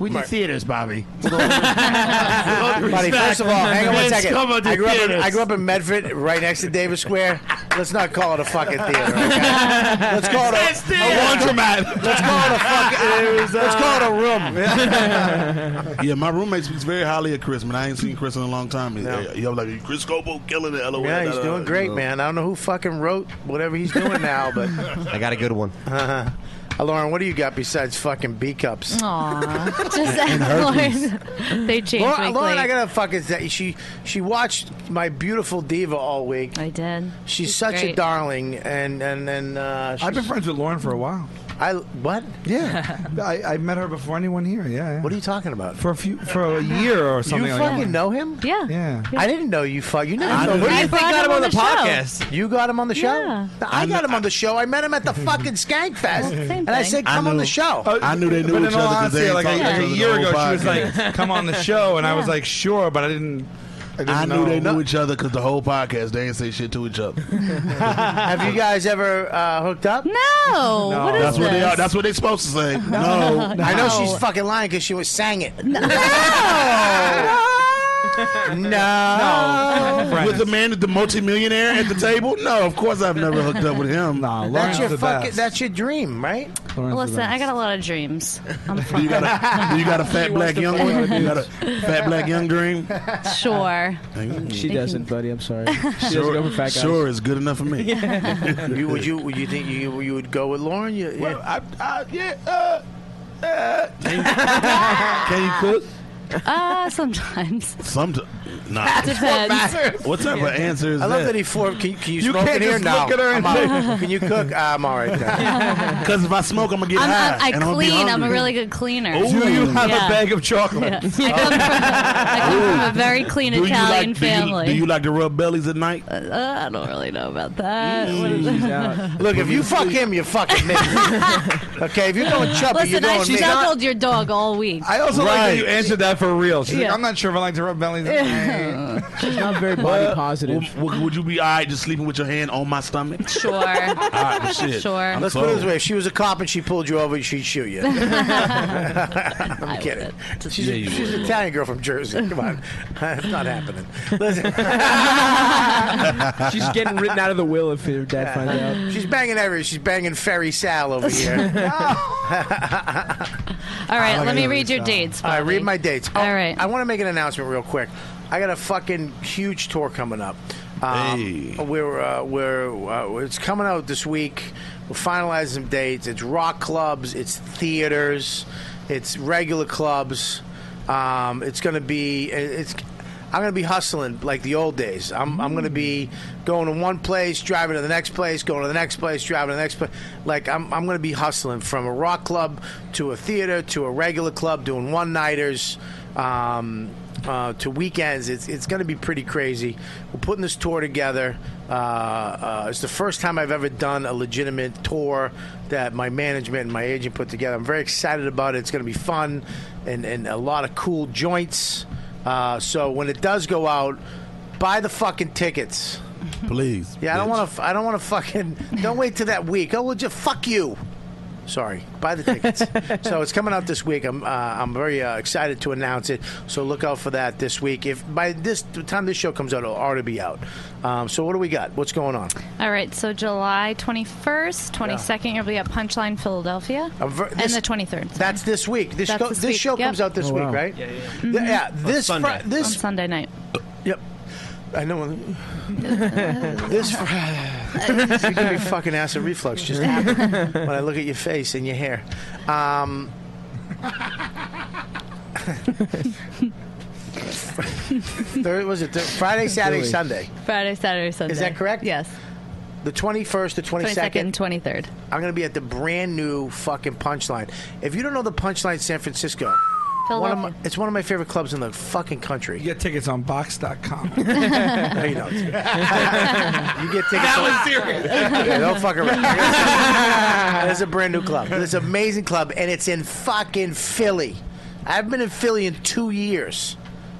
Speaker 15: We did
Speaker 5: Right.
Speaker 15: theaters, Bobby.
Speaker 5: Buddy, first of all, hang on one
Speaker 15: Vince,
Speaker 5: second.
Speaker 15: come on,
Speaker 5: I grew, up in,
Speaker 15: theaters.
Speaker 5: I grew up in Medford, right next to Davis Square. Let's not call it a fucking theater. Okay? Let's call it a, a laundromat. Let's call it a fucking. Let's call it a room.
Speaker 11: yeah, my roommate speaks very highly of Chris, man. I ain't seen Chris in a long time. Yeah, He was like, Chris Scopo killing it. LOL.
Speaker 5: Yeah, he's
Speaker 11: da, da,
Speaker 5: doing
Speaker 11: da,
Speaker 5: great,
Speaker 11: you know.
Speaker 5: man. I don't know who fucking wrote whatever he's doing now, but
Speaker 9: I got a good one.
Speaker 5: uh-huh. Uh, Lauren, what do you got besides fucking B cups?
Speaker 7: Aww. Just
Speaker 5: And herpes.
Speaker 7: Lauren, they change
Speaker 5: Lauren,
Speaker 7: weekly.
Speaker 5: Lauren, I gotta fucking say, she she watched my beautiful diva all week. I
Speaker 7: did.
Speaker 5: She's,
Speaker 7: She's
Speaker 5: such a
Speaker 7: great.
Speaker 5: darling, and and and uh,
Speaker 6: I've been
Speaker 5: she's-
Speaker 6: friends with Lauren for a while.
Speaker 5: I what?
Speaker 6: Yeah, I, I met her before anyone here. Yeah, What
Speaker 5: are you talking about?
Speaker 6: For a few, for a year or something.
Speaker 5: You
Speaker 6: like
Speaker 5: fucking
Speaker 6: that.
Speaker 5: know him?
Speaker 7: Yeah.
Speaker 6: Yeah.
Speaker 5: I didn't know you fuck. You never.
Speaker 6: I
Speaker 5: know
Speaker 6: didn't.
Speaker 5: who
Speaker 6: I
Speaker 5: you
Speaker 6: brought
Speaker 5: fucking
Speaker 6: him on the
Speaker 7: podcast.
Speaker 5: You got him on the show. No, I got him on the show. I met him at the fucking Skank Fest, and I said,
Speaker 11: I
Speaker 5: "Come on
Speaker 11: knew-
Speaker 5: the show."
Speaker 11: I knew they knew
Speaker 6: but
Speaker 11: each
Speaker 6: in all
Speaker 11: other 'cause they
Speaker 6: honesty,
Speaker 11: ain't
Speaker 6: like, a-
Speaker 11: talked to each
Speaker 6: like a
Speaker 11: other the
Speaker 6: year
Speaker 11: whole
Speaker 6: ago, she was
Speaker 11: podcast.
Speaker 6: like, "Come on the show," and I was
Speaker 11: Yeah.
Speaker 6: like, "Sure," but I didn't. I, didn't
Speaker 11: I knew
Speaker 6: know.
Speaker 11: they knew each other because the whole podcast they ain't say shit to each other.
Speaker 5: Have you guys ever uh, hooked up? No. Oh,
Speaker 11: what is That's what they this? are- that's what they're supposed to say. No.
Speaker 5: I know
Speaker 11: No.
Speaker 5: she's fucking lying because she was sang it. No.
Speaker 11: No. With the man, the multimillionaire at the table? No, of course I've never hooked up with him. Nah,
Speaker 5: That's your fucking. That's your dream, right?
Speaker 7: Listen, I got a lot of dreams. I'm
Speaker 11: Do you got a, do you got a fat
Speaker 7: She
Speaker 11: black
Speaker 7: wants to
Speaker 11: young
Speaker 7: play
Speaker 11: one?
Speaker 7: with
Speaker 11: You
Speaker 7: it.
Speaker 11: got a fat black young dream?
Speaker 7: sure.
Speaker 13: She doesn't, buddy. I'm sorry. She doesn't
Speaker 11: Sure,
Speaker 13: go for fat guys.
Speaker 11: sure is good enough for me.
Speaker 5: you, would you? Would you think you you would go with Lauren? You, yeah.
Speaker 11: I, I, yeah. Uh, uh. Can you cook?
Speaker 7: Uh, sometimes.
Speaker 11: Some nah.
Speaker 7: Depends.
Speaker 11: What type of answer is
Speaker 5: I love that,
Speaker 11: that?
Speaker 5: he for can, can you,
Speaker 11: You
Speaker 5: smoke
Speaker 11: can't
Speaker 5: in here
Speaker 11: just
Speaker 5: now?
Speaker 11: look at her and say-
Speaker 5: can you cook? Ah, I'm all right.
Speaker 11: Because if I smoke, I'm gonna get
Speaker 7: I'm,
Speaker 11: high.
Speaker 7: I'm, I
Speaker 11: and be
Speaker 7: clean. I'm a
Speaker 11: hungry.
Speaker 7: really good cleaner.
Speaker 5: Oh,
Speaker 11: Do you have
Speaker 7: Yeah.
Speaker 11: a bag of chocolate?
Speaker 7: Yeah. I come from, I come from a very clean
Speaker 11: Do you
Speaker 7: Italian
Speaker 11: like, do you-
Speaker 7: family.
Speaker 11: Do you, like to rub bellies at night?
Speaker 7: uh, I don't really know about that. What is
Speaker 5: Look, if you fuck him, you fucking me. okay, if you're going chubby,
Speaker 7: Listen,
Speaker 5: you're
Speaker 7: I
Speaker 5: going me.
Speaker 7: snuggled your dog all week.
Speaker 6: I also like that you answered that for real. She's like,
Speaker 7: Yeah.
Speaker 6: "I'm not sure if I like to rub bellies."
Speaker 7: Yeah.
Speaker 13: She's not very body
Speaker 11: Well,
Speaker 13: positive.
Speaker 11: w- w- would you be all right just sleeping with your hand on my stomach?
Speaker 7: Sure.
Speaker 11: all right, well, shit. I'm
Speaker 5: Let's put it
Speaker 11: sold.
Speaker 5: this way: if she was a cop and she pulled you over, she'd shoot you. I'm kidding. She's,
Speaker 11: Yeah, you
Speaker 5: a, she's
Speaker 11: would.
Speaker 5: an Italian girl from Jersey. Come on, it's not happening. Listen,
Speaker 13: She's getting written out of the will if her dad finds out.
Speaker 5: she's banging every. She's banging Ferry Sal over here.
Speaker 7: All right, let me read your dates.
Speaker 5: I read my dates. All
Speaker 7: right.
Speaker 5: I want to make an announcement real quick. I got a fucking huge tour coming up. Um, We're uh, we're uh, it's coming out this week. We're finalizing some dates. It's rock clubs. It's theaters. It's regular clubs. Um, it's going to be it's. I'm going to be hustling like the old days. I'm, I'm going to be going to one place, driving to the next place, going to the next place, driving to the next place. Like, I'm, I'm going to be hustling from a rock club to a theater to a regular club, doing one nighters um, uh, to weekends. It's, it's going to be pretty crazy. We're putting this tour together. Uh, uh, it's the first time I've ever done a legitimate tour that my management and my agent put together. I'm very excited about it. It's going to be fun and, and a lot of cool joints. Uh, so when it does go out, buy the fucking tickets.
Speaker 11: Please.
Speaker 5: Yeah, I don't want to. I don't want to fucking. Don't wait till that week. Oh, well, just fuck you. Sorry. Buy the tickets. so it's coming out this week. I'm uh, I'm very uh, excited to announce it. So look out for that this week. If by this the time this show comes out, it'll already be out. Um, so what do we got? What's going on?
Speaker 7: All right, so July 21st, 22nd, you'll be at Punchline Philadelphia.
Speaker 5: A ver-
Speaker 7: and
Speaker 5: this-
Speaker 7: the 23rd.
Speaker 5: That's this week. This
Speaker 7: That's
Speaker 5: show,
Speaker 7: this
Speaker 5: this,
Speaker 7: week,
Speaker 5: show
Speaker 7: yep. Mm-hmm.
Speaker 5: comes out this
Speaker 7: Oh,
Speaker 5: week,
Speaker 7: wow.
Speaker 5: right?
Speaker 7: Yeah,
Speaker 5: Th- yeah, this
Speaker 7: on
Speaker 5: Fri- this
Speaker 7: on Sunday night.
Speaker 5: Yep. I know. this Fri- you give me fucking acid reflux just happened when I look at your face and your hair. Um, Thursday, was it Thur- Friday, Saturday,
Speaker 17: Really?
Speaker 5: Sunday?
Speaker 17: Friday, Saturday, Sunday.
Speaker 5: Is that correct?
Speaker 17: Yes.
Speaker 5: The 21st, the 22nd.
Speaker 17: 22nd, 23rd.
Speaker 5: I'm going to be at the brand new fucking Punchline. If you don't know the Punchline San Francisco, one of
Speaker 17: Philadelphia.
Speaker 5: my, it's one of my favorite clubs in the fucking country. You
Speaker 6: get tickets on box.com.
Speaker 5: no, you don't. you get tickets.
Speaker 6: That
Speaker 5: on-
Speaker 6: was serious.
Speaker 5: Yeah, don't fuck around. It's a brand new club. It's an amazing club, and it's in fucking Philly. I've been in Philly in two years,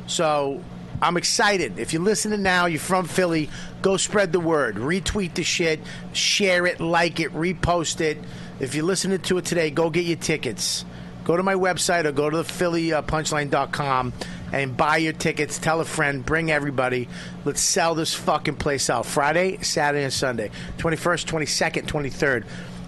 Speaker 5: so I'm excited. If you're listening now, you're from Philly. Go spread the word. Retweet the shit. Share it. Like it. Repost it. If you're listening to it today, go get your tickets. Go to my website or go to the Philly uh, punchline.com and buy your tickets. Tell a friend, bring everybody. Let's sell this fucking place out. Friday, Saturday, and Sunday. 21st, 22nd, 23rd.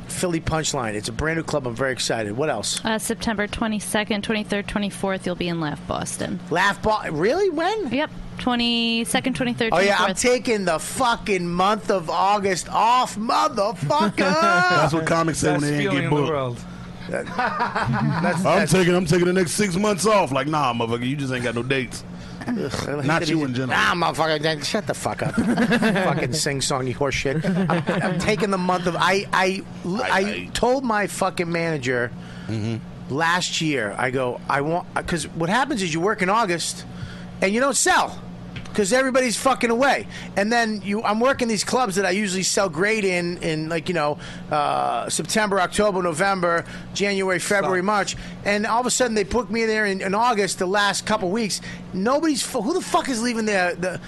Speaker 5: Philly Punchline. It's a brand new club. I'm very excited. What else?
Speaker 7: Uh, September 22nd, 23rd, 24th, you'll be in Laugh Boston.
Speaker 5: Laugh Boston? Really? When?
Speaker 7: Yep. 22nd, 23rd, 24th.
Speaker 5: Oh, yeah, I'm taking the fucking month of August off, motherfucker.
Speaker 11: That's what comics say when
Speaker 5: Best
Speaker 11: they ain't
Speaker 5: feeling
Speaker 11: get
Speaker 5: in the
Speaker 11: booked.
Speaker 5: That's-
Speaker 11: I'm
Speaker 5: that's-
Speaker 11: taking I'm taking the next six months off. Like, nah, motherfucker, you just ain't got no dates.
Speaker 5: Ugh, I
Speaker 11: Not
Speaker 5: hate
Speaker 11: you
Speaker 5: that
Speaker 11: in
Speaker 5: he-
Speaker 11: general.
Speaker 5: Nah, motherfucker. then Shut the fuck up. fucking sing songy horse shit. I'm, I'm taking the month of. I, I, I, told my fucking manager last year, I go, I want. Because what happens is you work in August and you don't sell. Because everybody's fucking away, and then you, I'm working these clubs that I usually sell great in, in like you know uh, September, October, November, January, February, March, and all of a sudden they book me there in, in August, the last couple weeks. Nobody's fu- who the fuck is leaving their the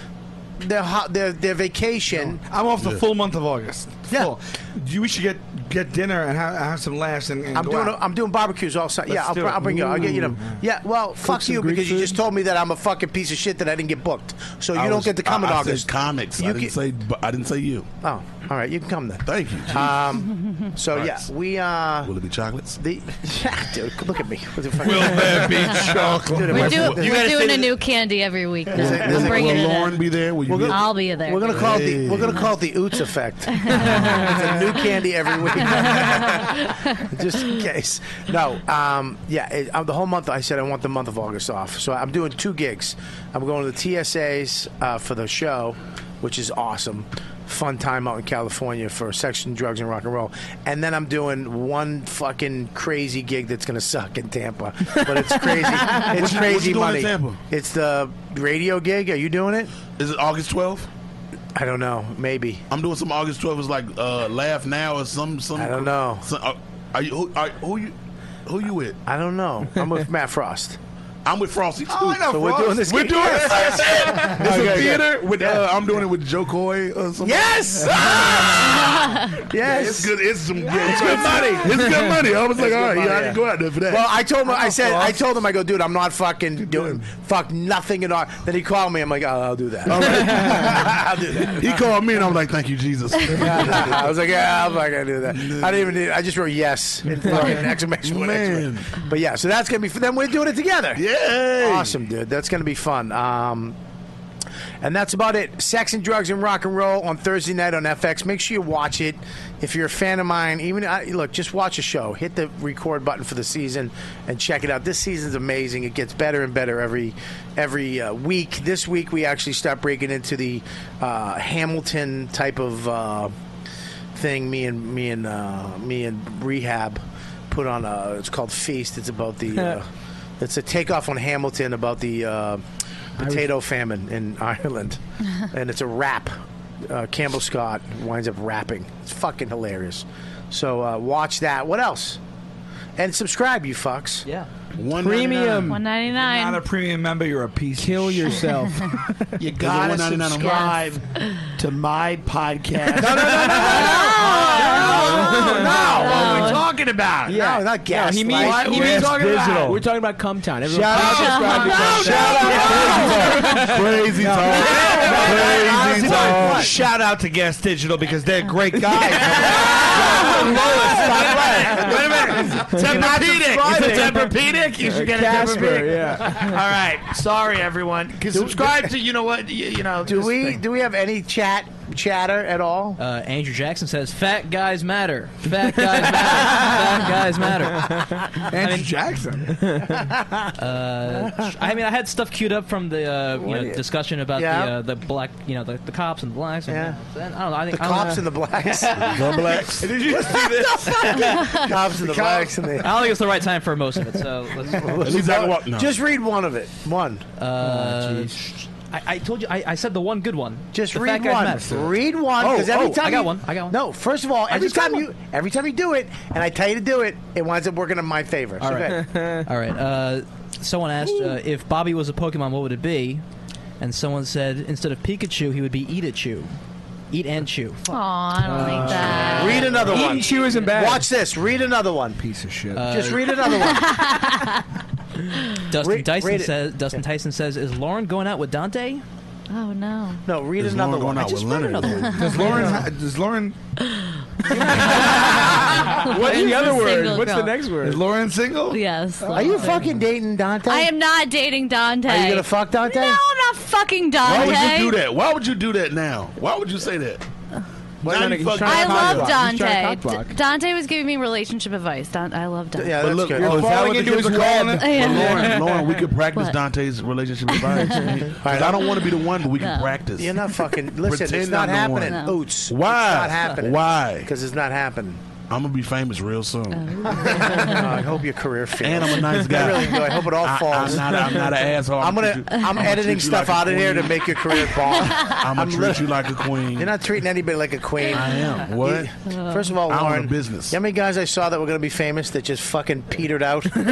Speaker 5: their ho- their, their vacation.
Speaker 6: I'm off the
Speaker 5: Yeah.
Speaker 6: full month of August. Yeah. Full. You, we should get get dinner and have, have some laughs and, and
Speaker 5: I'm
Speaker 6: go
Speaker 5: doing
Speaker 6: out.
Speaker 5: a, I'm doing barbecues all side.
Speaker 6: Let's
Speaker 5: Yeah, I'll,
Speaker 6: do
Speaker 5: br-
Speaker 6: it.
Speaker 5: I'll bring you. I'll get you them.
Speaker 6: Ooh.
Speaker 11: mm.
Speaker 5: Yeah, well, fuck
Speaker 6: some
Speaker 5: you
Speaker 6: Greek
Speaker 5: because you just told me that I'm a fucking piece of shit that I didn't get booked. So you
Speaker 11: I
Speaker 5: don't
Speaker 11: was-
Speaker 5: get to come
Speaker 11: I,
Speaker 5: in
Speaker 11: I said
Speaker 5: August.
Speaker 11: comics. I
Speaker 5: You
Speaker 11: didn't
Speaker 5: get-
Speaker 11: say. But I didn't say you.
Speaker 5: Oh, all right. You can come then.
Speaker 11: Thank you. Jesus.
Speaker 5: Um, so yeah,
Speaker 11: Christ.
Speaker 5: we uh.
Speaker 11: Will it be chocolates?
Speaker 5: The yeah, dude, look at me. Will
Speaker 11: there be chocolate?
Speaker 17: We're, do,
Speaker 11: You
Speaker 17: we're
Speaker 11: gotta
Speaker 17: doing
Speaker 11: say-
Speaker 17: a new candy every week. Now.
Speaker 5: There's a- there's
Speaker 17: I'm
Speaker 5: a-
Speaker 17: bringing
Speaker 5: Will
Speaker 17: it
Speaker 5: Lauren
Speaker 17: in.
Speaker 5: be there? Will you We're gonna- be-
Speaker 17: I'll be there.
Speaker 5: We're gonna call it the we're gonna call it the Oots effect. it's a new candy every week, just in case. No, um, yeah, it, uh, the whole month. I said I want the month of August off, so I'm doing two gigs. I'm going to the TSA's uh, for the show, which is awesome. Fun time out in California for sex and drugs and rock and roll, and then I'm doing one fucking crazy gig that's gonna suck in Tampa, but it's crazy.
Speaker 11: What you- what
Speaker 5: It's
Speaker 11: you
Speaker 5: crazy
Speaker 11: doing in
Speaker 5: money.
Speaker 11: Tampa?
Speaker 5: It's the radio gig. Are you doing it?
Speaker 11: Is it August 12th?
Speaker 5: I don't know. Maybe
Speaker 11: I'm doing some August 12th. It's like uh, laugh now or some some. I don't
Speaker 5: know.
Speaker 11: are, are you who are, who you who you with?
Speaker 5: I don't know. I'm with Matt Frost.
Speaker 11: I'm with Frosty too.
Speaker 5: Oh, I know So we're Frost. doing this
Speaker 11: We're
Speaker 5: gig.
Speaker 11: doing this.
Speaker 5: Yes.
Speaker 11: it's
Speaker 5: Okay,
Speaker 11: a
Speaker 5: good.
Speaker 11: theater with. Uh,
Speaker 5: Yeah.
Speaker 11: I'm doing it with Joe Coy or something.
Speaker 5: Yes.
Speaker 11: yes.
Speaker 5: Yes.
Speaker 11: it's good. It's some. It's good money. It's good money. I was like, all right, yeah, I can go out there for that.
Speaker 5: Well, I told him, I said, I told him, I go, dude, I'm not fucking doing fuck nothing at all. Then he called me. I'm like, oh, I'll do that. I'll do that.
Speaker 11: He called me and I'm like, thank you, Jesus.
Speaker 5: I was like, yeah, I'm not gonna do that. I didn't even. Need, I just wrote yes in fucking exclamation point, exclamation. But yeah, so that's gonna be. Then we're doing it together.
Speaker 11: Yay!
Speaker 5: Awesome, dude. That's gonna be fun. Um, and that's about it. Sex and drugs and rock and roll on Thursday night on FX. Make sure you watch it. If you're a fan of mine, even I, look, just watch a show. Hit the record button for the season and check it out. This season's amazing. It gets better and better every every uh, week. This week we actually start breaking into the uh, Hamilton type of. Uh, thing me and me and uh, me and rehab put on a it's called feast it's about the uh, it's a takeoff on hamilton about the uh, potato famine in ireland and it's a rap uh, campbell scott winds up rapping it's fucking hilarious so uh, watch that what else and subscribe you fucks
Speaker 10: yeah
Speaker 11: one
Speaker 13: Premium.
Speaker 7: One ninety
Speaker 6: Not
Speaker 7: nine.
Speaker 6: a premium member. You're a piece. Kill
Speaker 13: yourself.
Speaker 6: you
Speaker 8: Gotta subscribe to my podcast.
Speaker 6: No, no, no,
Speaker 8: no, no, What are we talking about?
Speaker 5: No, not
Speaker 8: Yeah,
Speaker 13: he means,
Speaker 8: Why-
Speaker 13: he
Speaker 8: what are we
Speaker 13: means
Speaker 8: talking about?
Speaker 13: digital. We're talking about Cumtown. Everyone,
Speaker 8: Shout
Speaker 13: please
Speaker 8: out
Speaker 13: subscribe
Speaker 8: to
Speaker 13: to
Speaker 8: Cumtown.
Speaker 13: Cumtown.
Speaker 11: Crazy
Speaker 6: Crazy talk. Shout out to Guest Digital because they're great guys. Wait a minute.
Speaker 15: Tempur-Pedic. Is it Tempur-Pedic? You
Speaker 8: Uh,
Speaker 15: should get a
Speaker 8: Casper,
Speaker 15: Tempur-Pedic.
Speaker 8: yeah.
Speaker 15: All right. Sorry, everyone. 'Cause
Speaker 5: Do-
Speaker 15: subscribe to you know what you, you know.
Speaker 5: Do
Speaker 15: this
Speaker 5: we
Speaker 15: thing.
Speaker 5: do we have any chat chatter at all?
Speaker 10: Uh, Andrew Jackson says, "Fat guys matter. Fat guys matter. Fat guys matter." Andrew
Speaker 6: Jackson.
Speaker 10: uh, I mean, I had stuff queued up from the uh, you
Speaker 5: What
Speaker 10: know,
Speaker 5: is-
Speaker 10: discussion about
Speaker 5: Yeah.
Speaker 10: the uh, the black, you know, the, the cops and the blacks. And, and I don't know. I think
Speaker 5: The
Speaker 10: I don't
Speaker 5: cops
Speaker 10: know.
Speaker 5: and the blacks.
Speaker 10: Did you
Speaker 5: see this? cops and the, blacks and
Speaker 10: I
Speaker 5: the.
Speaker 10: don't think it's the right time for most of it. So let's.
Speaker 5: Just read one of it. One. Oh,
Speaker 10: Uh, sh- I, I told you. I, I said the one good one.
Speaker 5: Just
Speaker 10: The
Speaker 5: read
Speaker 10: fat guys
Speaker 5: one.
Speaker 10: matter.
Speaker 5: Read one because
Speaker 10: Oh,
Speaker 5: every
Speaker 10: oh,
Speaker 5: time
Speaker 10: I got
Speaker 5: you-
Speaker 10: one. I got one.
Speaker 5: No, first of all,
Speaker 10: I
Speaker 5: every
Speaker 10: just got
Speaker 5: time you every time you do it, and I tell you to do it, it winds up working in my favor.
Speaker 10: All right. All right. Uh, someone asked uh, if Bobby was a Pokemon, what would it be? And someone said instead of Pikachu, he would be Eatichu. Eat and chew.
Speaker 17: Aw, I
Speaker 10: Uh,
Speaker 17: don't like that.
Speaker 5: Uh, Read another
Speaker 10: Eating
Speaker 5: one.
Speaker 10: chew isn't bad. Uh,
Speaker 5: Watch this. Read another one. Piece
Speaker 6: of shit.
Speaker 5: Just read another one.
Speaker 10: Dustin
Speaker 5: Re-
Speaker 10: Tyson
Speaker 5: read it.
Speaker 10: says. Dustin Tyson says, "Is Lauren going out with Dante?"
Speaker 17: Oh no.
Speaker 5: No, read
Speaker 10: Is
Speaker 5: another
Speaker 10: Lauren
Speaker 5: one.
Speaker 10: going out
Speaker 5: I just
Speaker 10: with
Speaker 5: read
Speaker 10: Leonard?
Speaker 5: another one.
Speaker 6: Does Lauren? ha- Does Lauren?
Speaker 17: What's the other word? single What's the girl? next
Speaker 6: word? Is Lauren single?
Speaker 17: Yes.
Speaker 5: Are you fucking dating Dante?
Speaker 17: I am not dating Dante.
Speaker 5: Are you gonna fuck Dante?
Speaker 17: No, I'm not fucking Dante.
Speaker 11: Why would you do that? Why would you do that now? Why would you say that?
Speaker 17: Wait a
Speaker 11: Now
Speaker 17: minute,
Speaker 11: you
Speaker 17: he's
Speaker 11: fuck-
Speaker 17: trying to I cock love block. He's trying to Dante. cock block. Dante was giving me relationship advice. Don- I love Dante.
Speaker 11: But look,
Speaker 5: good.
Speaker 11: you're
Speaker 5: Oh, is that
Speaker 11: falling
Speaker 5: what the
Speaker 11: into
Speaker 5: kids
Speaker 11: his
Speaker 5: are calling
Speaker 11: web.
Speaker 5: it? Yeah.
Speaker 11: But Lauren, Lauren, we could practice
Speaker 5: What?
Speaker 11: Dante's relationship advice. Because I don't want to be the one, but we can
Speaker 5: No.
Speaker 11: practice.
Speaker 5: You're not fucking. Listen,
Speaker 11: Pretend
Speaker 5: it's not
Speaker 11: I'm the
Speaker 5: happening.
Speaker 11: one.
Speaker 5: Oots.
Speaker 11: Why?
Speaker 5: It's not happening.
Speaker 11: Why?
Speaker 5: Because it's not happening. Oh.
Speaker 11: I'm gonna be famous real soon.
Speaker 5: I hope your career fails.
Speaker 11: And I'm a nice guy.
Speaker 5: I really do. I hope it all
Speaker 11: I-
Speaker 5: falls.
Speaker 11: I'm not, I'm not an asshole.
Speaker 5: I'm
Speaker 11: gonna
Speaker 5: gonna.
Speaker 11: treat you-
Speaker 5: I'm
Speaker 11: I'ma treat
Speaker 5: editing
Speaker 11: you
Speaker 5: stuff
Speaker 11: like
Speaker 5: out
Speaker 11: a
Speaker 5: of here to
Speaker 11: queen.
Speaker 5: make your career bomb.
Speaker 11: I'm gonna treat you like a queen.
Speaker 5: You're not treating anybody like a queen.
Speaker 11: I am. What?
Speaker 5: You- first of all,
Speaker 11: I own a
Speaker 5: Lauren,
Speaker 11: business.
Speaker 5: You know how many guys I saw that were going to be famous that just fucking petered out? okay,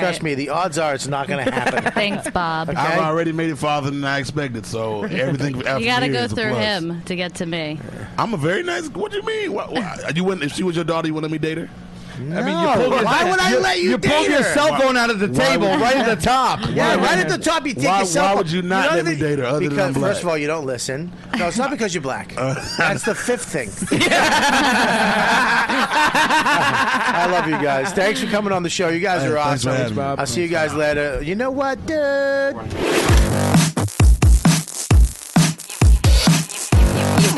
Speaker 5: trust me, the odds are it's not going to happen.
Speaker 17: Thanks, Bob.
Speaker 11: I've already made it farther than I expected, so everything after
Speaker 17: You got to
Speaker 11: here
Speaker 17: go
Speaker 11: is a
Speaker 17: through
Speaker 11: plus.
Speaker 17: him to get to me.
Speaker 11: I'm a very nice. What do you mean? What, what, you wouldn't if she was your daughter, you wouldn't let me date her.
Speaker 5: No, why would I let you
Speaker 6: You
Speaker 5: date
Speaker 6: pulled your
Speaker 5: her?
Speaker 6: cell phone out of the
Speaker 11: Why
Speaker 6: table
Speaker 11: would-
Speaker 6: right at the top.
Speaker 5: Yeah,
Speaker 6: Why
Speaker 5: right
Speaker 6: would-
Speaker 5: at the top. You take
Speaker 6: Why-
Speaker 5: your cell
Speaker 6: why
Speaker 5: phone.
Speaker 6: would you not
Speaker 5: don't
Speaker 6: let me
Speaker 5: even-
Speaker 6: date her other than
Speaker 5: because,
Speaker 6: I'm black?
Speaker 5: First of all, you don't listen. No, it's not because you're black. That's the fifth thing. I love you guys. Thanks for coming on the show. You guys
Speaker 11: Hey,
Speaker 5: are
Speaker 11: thanks for
Speaker 5: awesome.
Speaker 11: having me.
Speaker 5: I'll see you guys later. You know what, dude?
Speaker 19: You've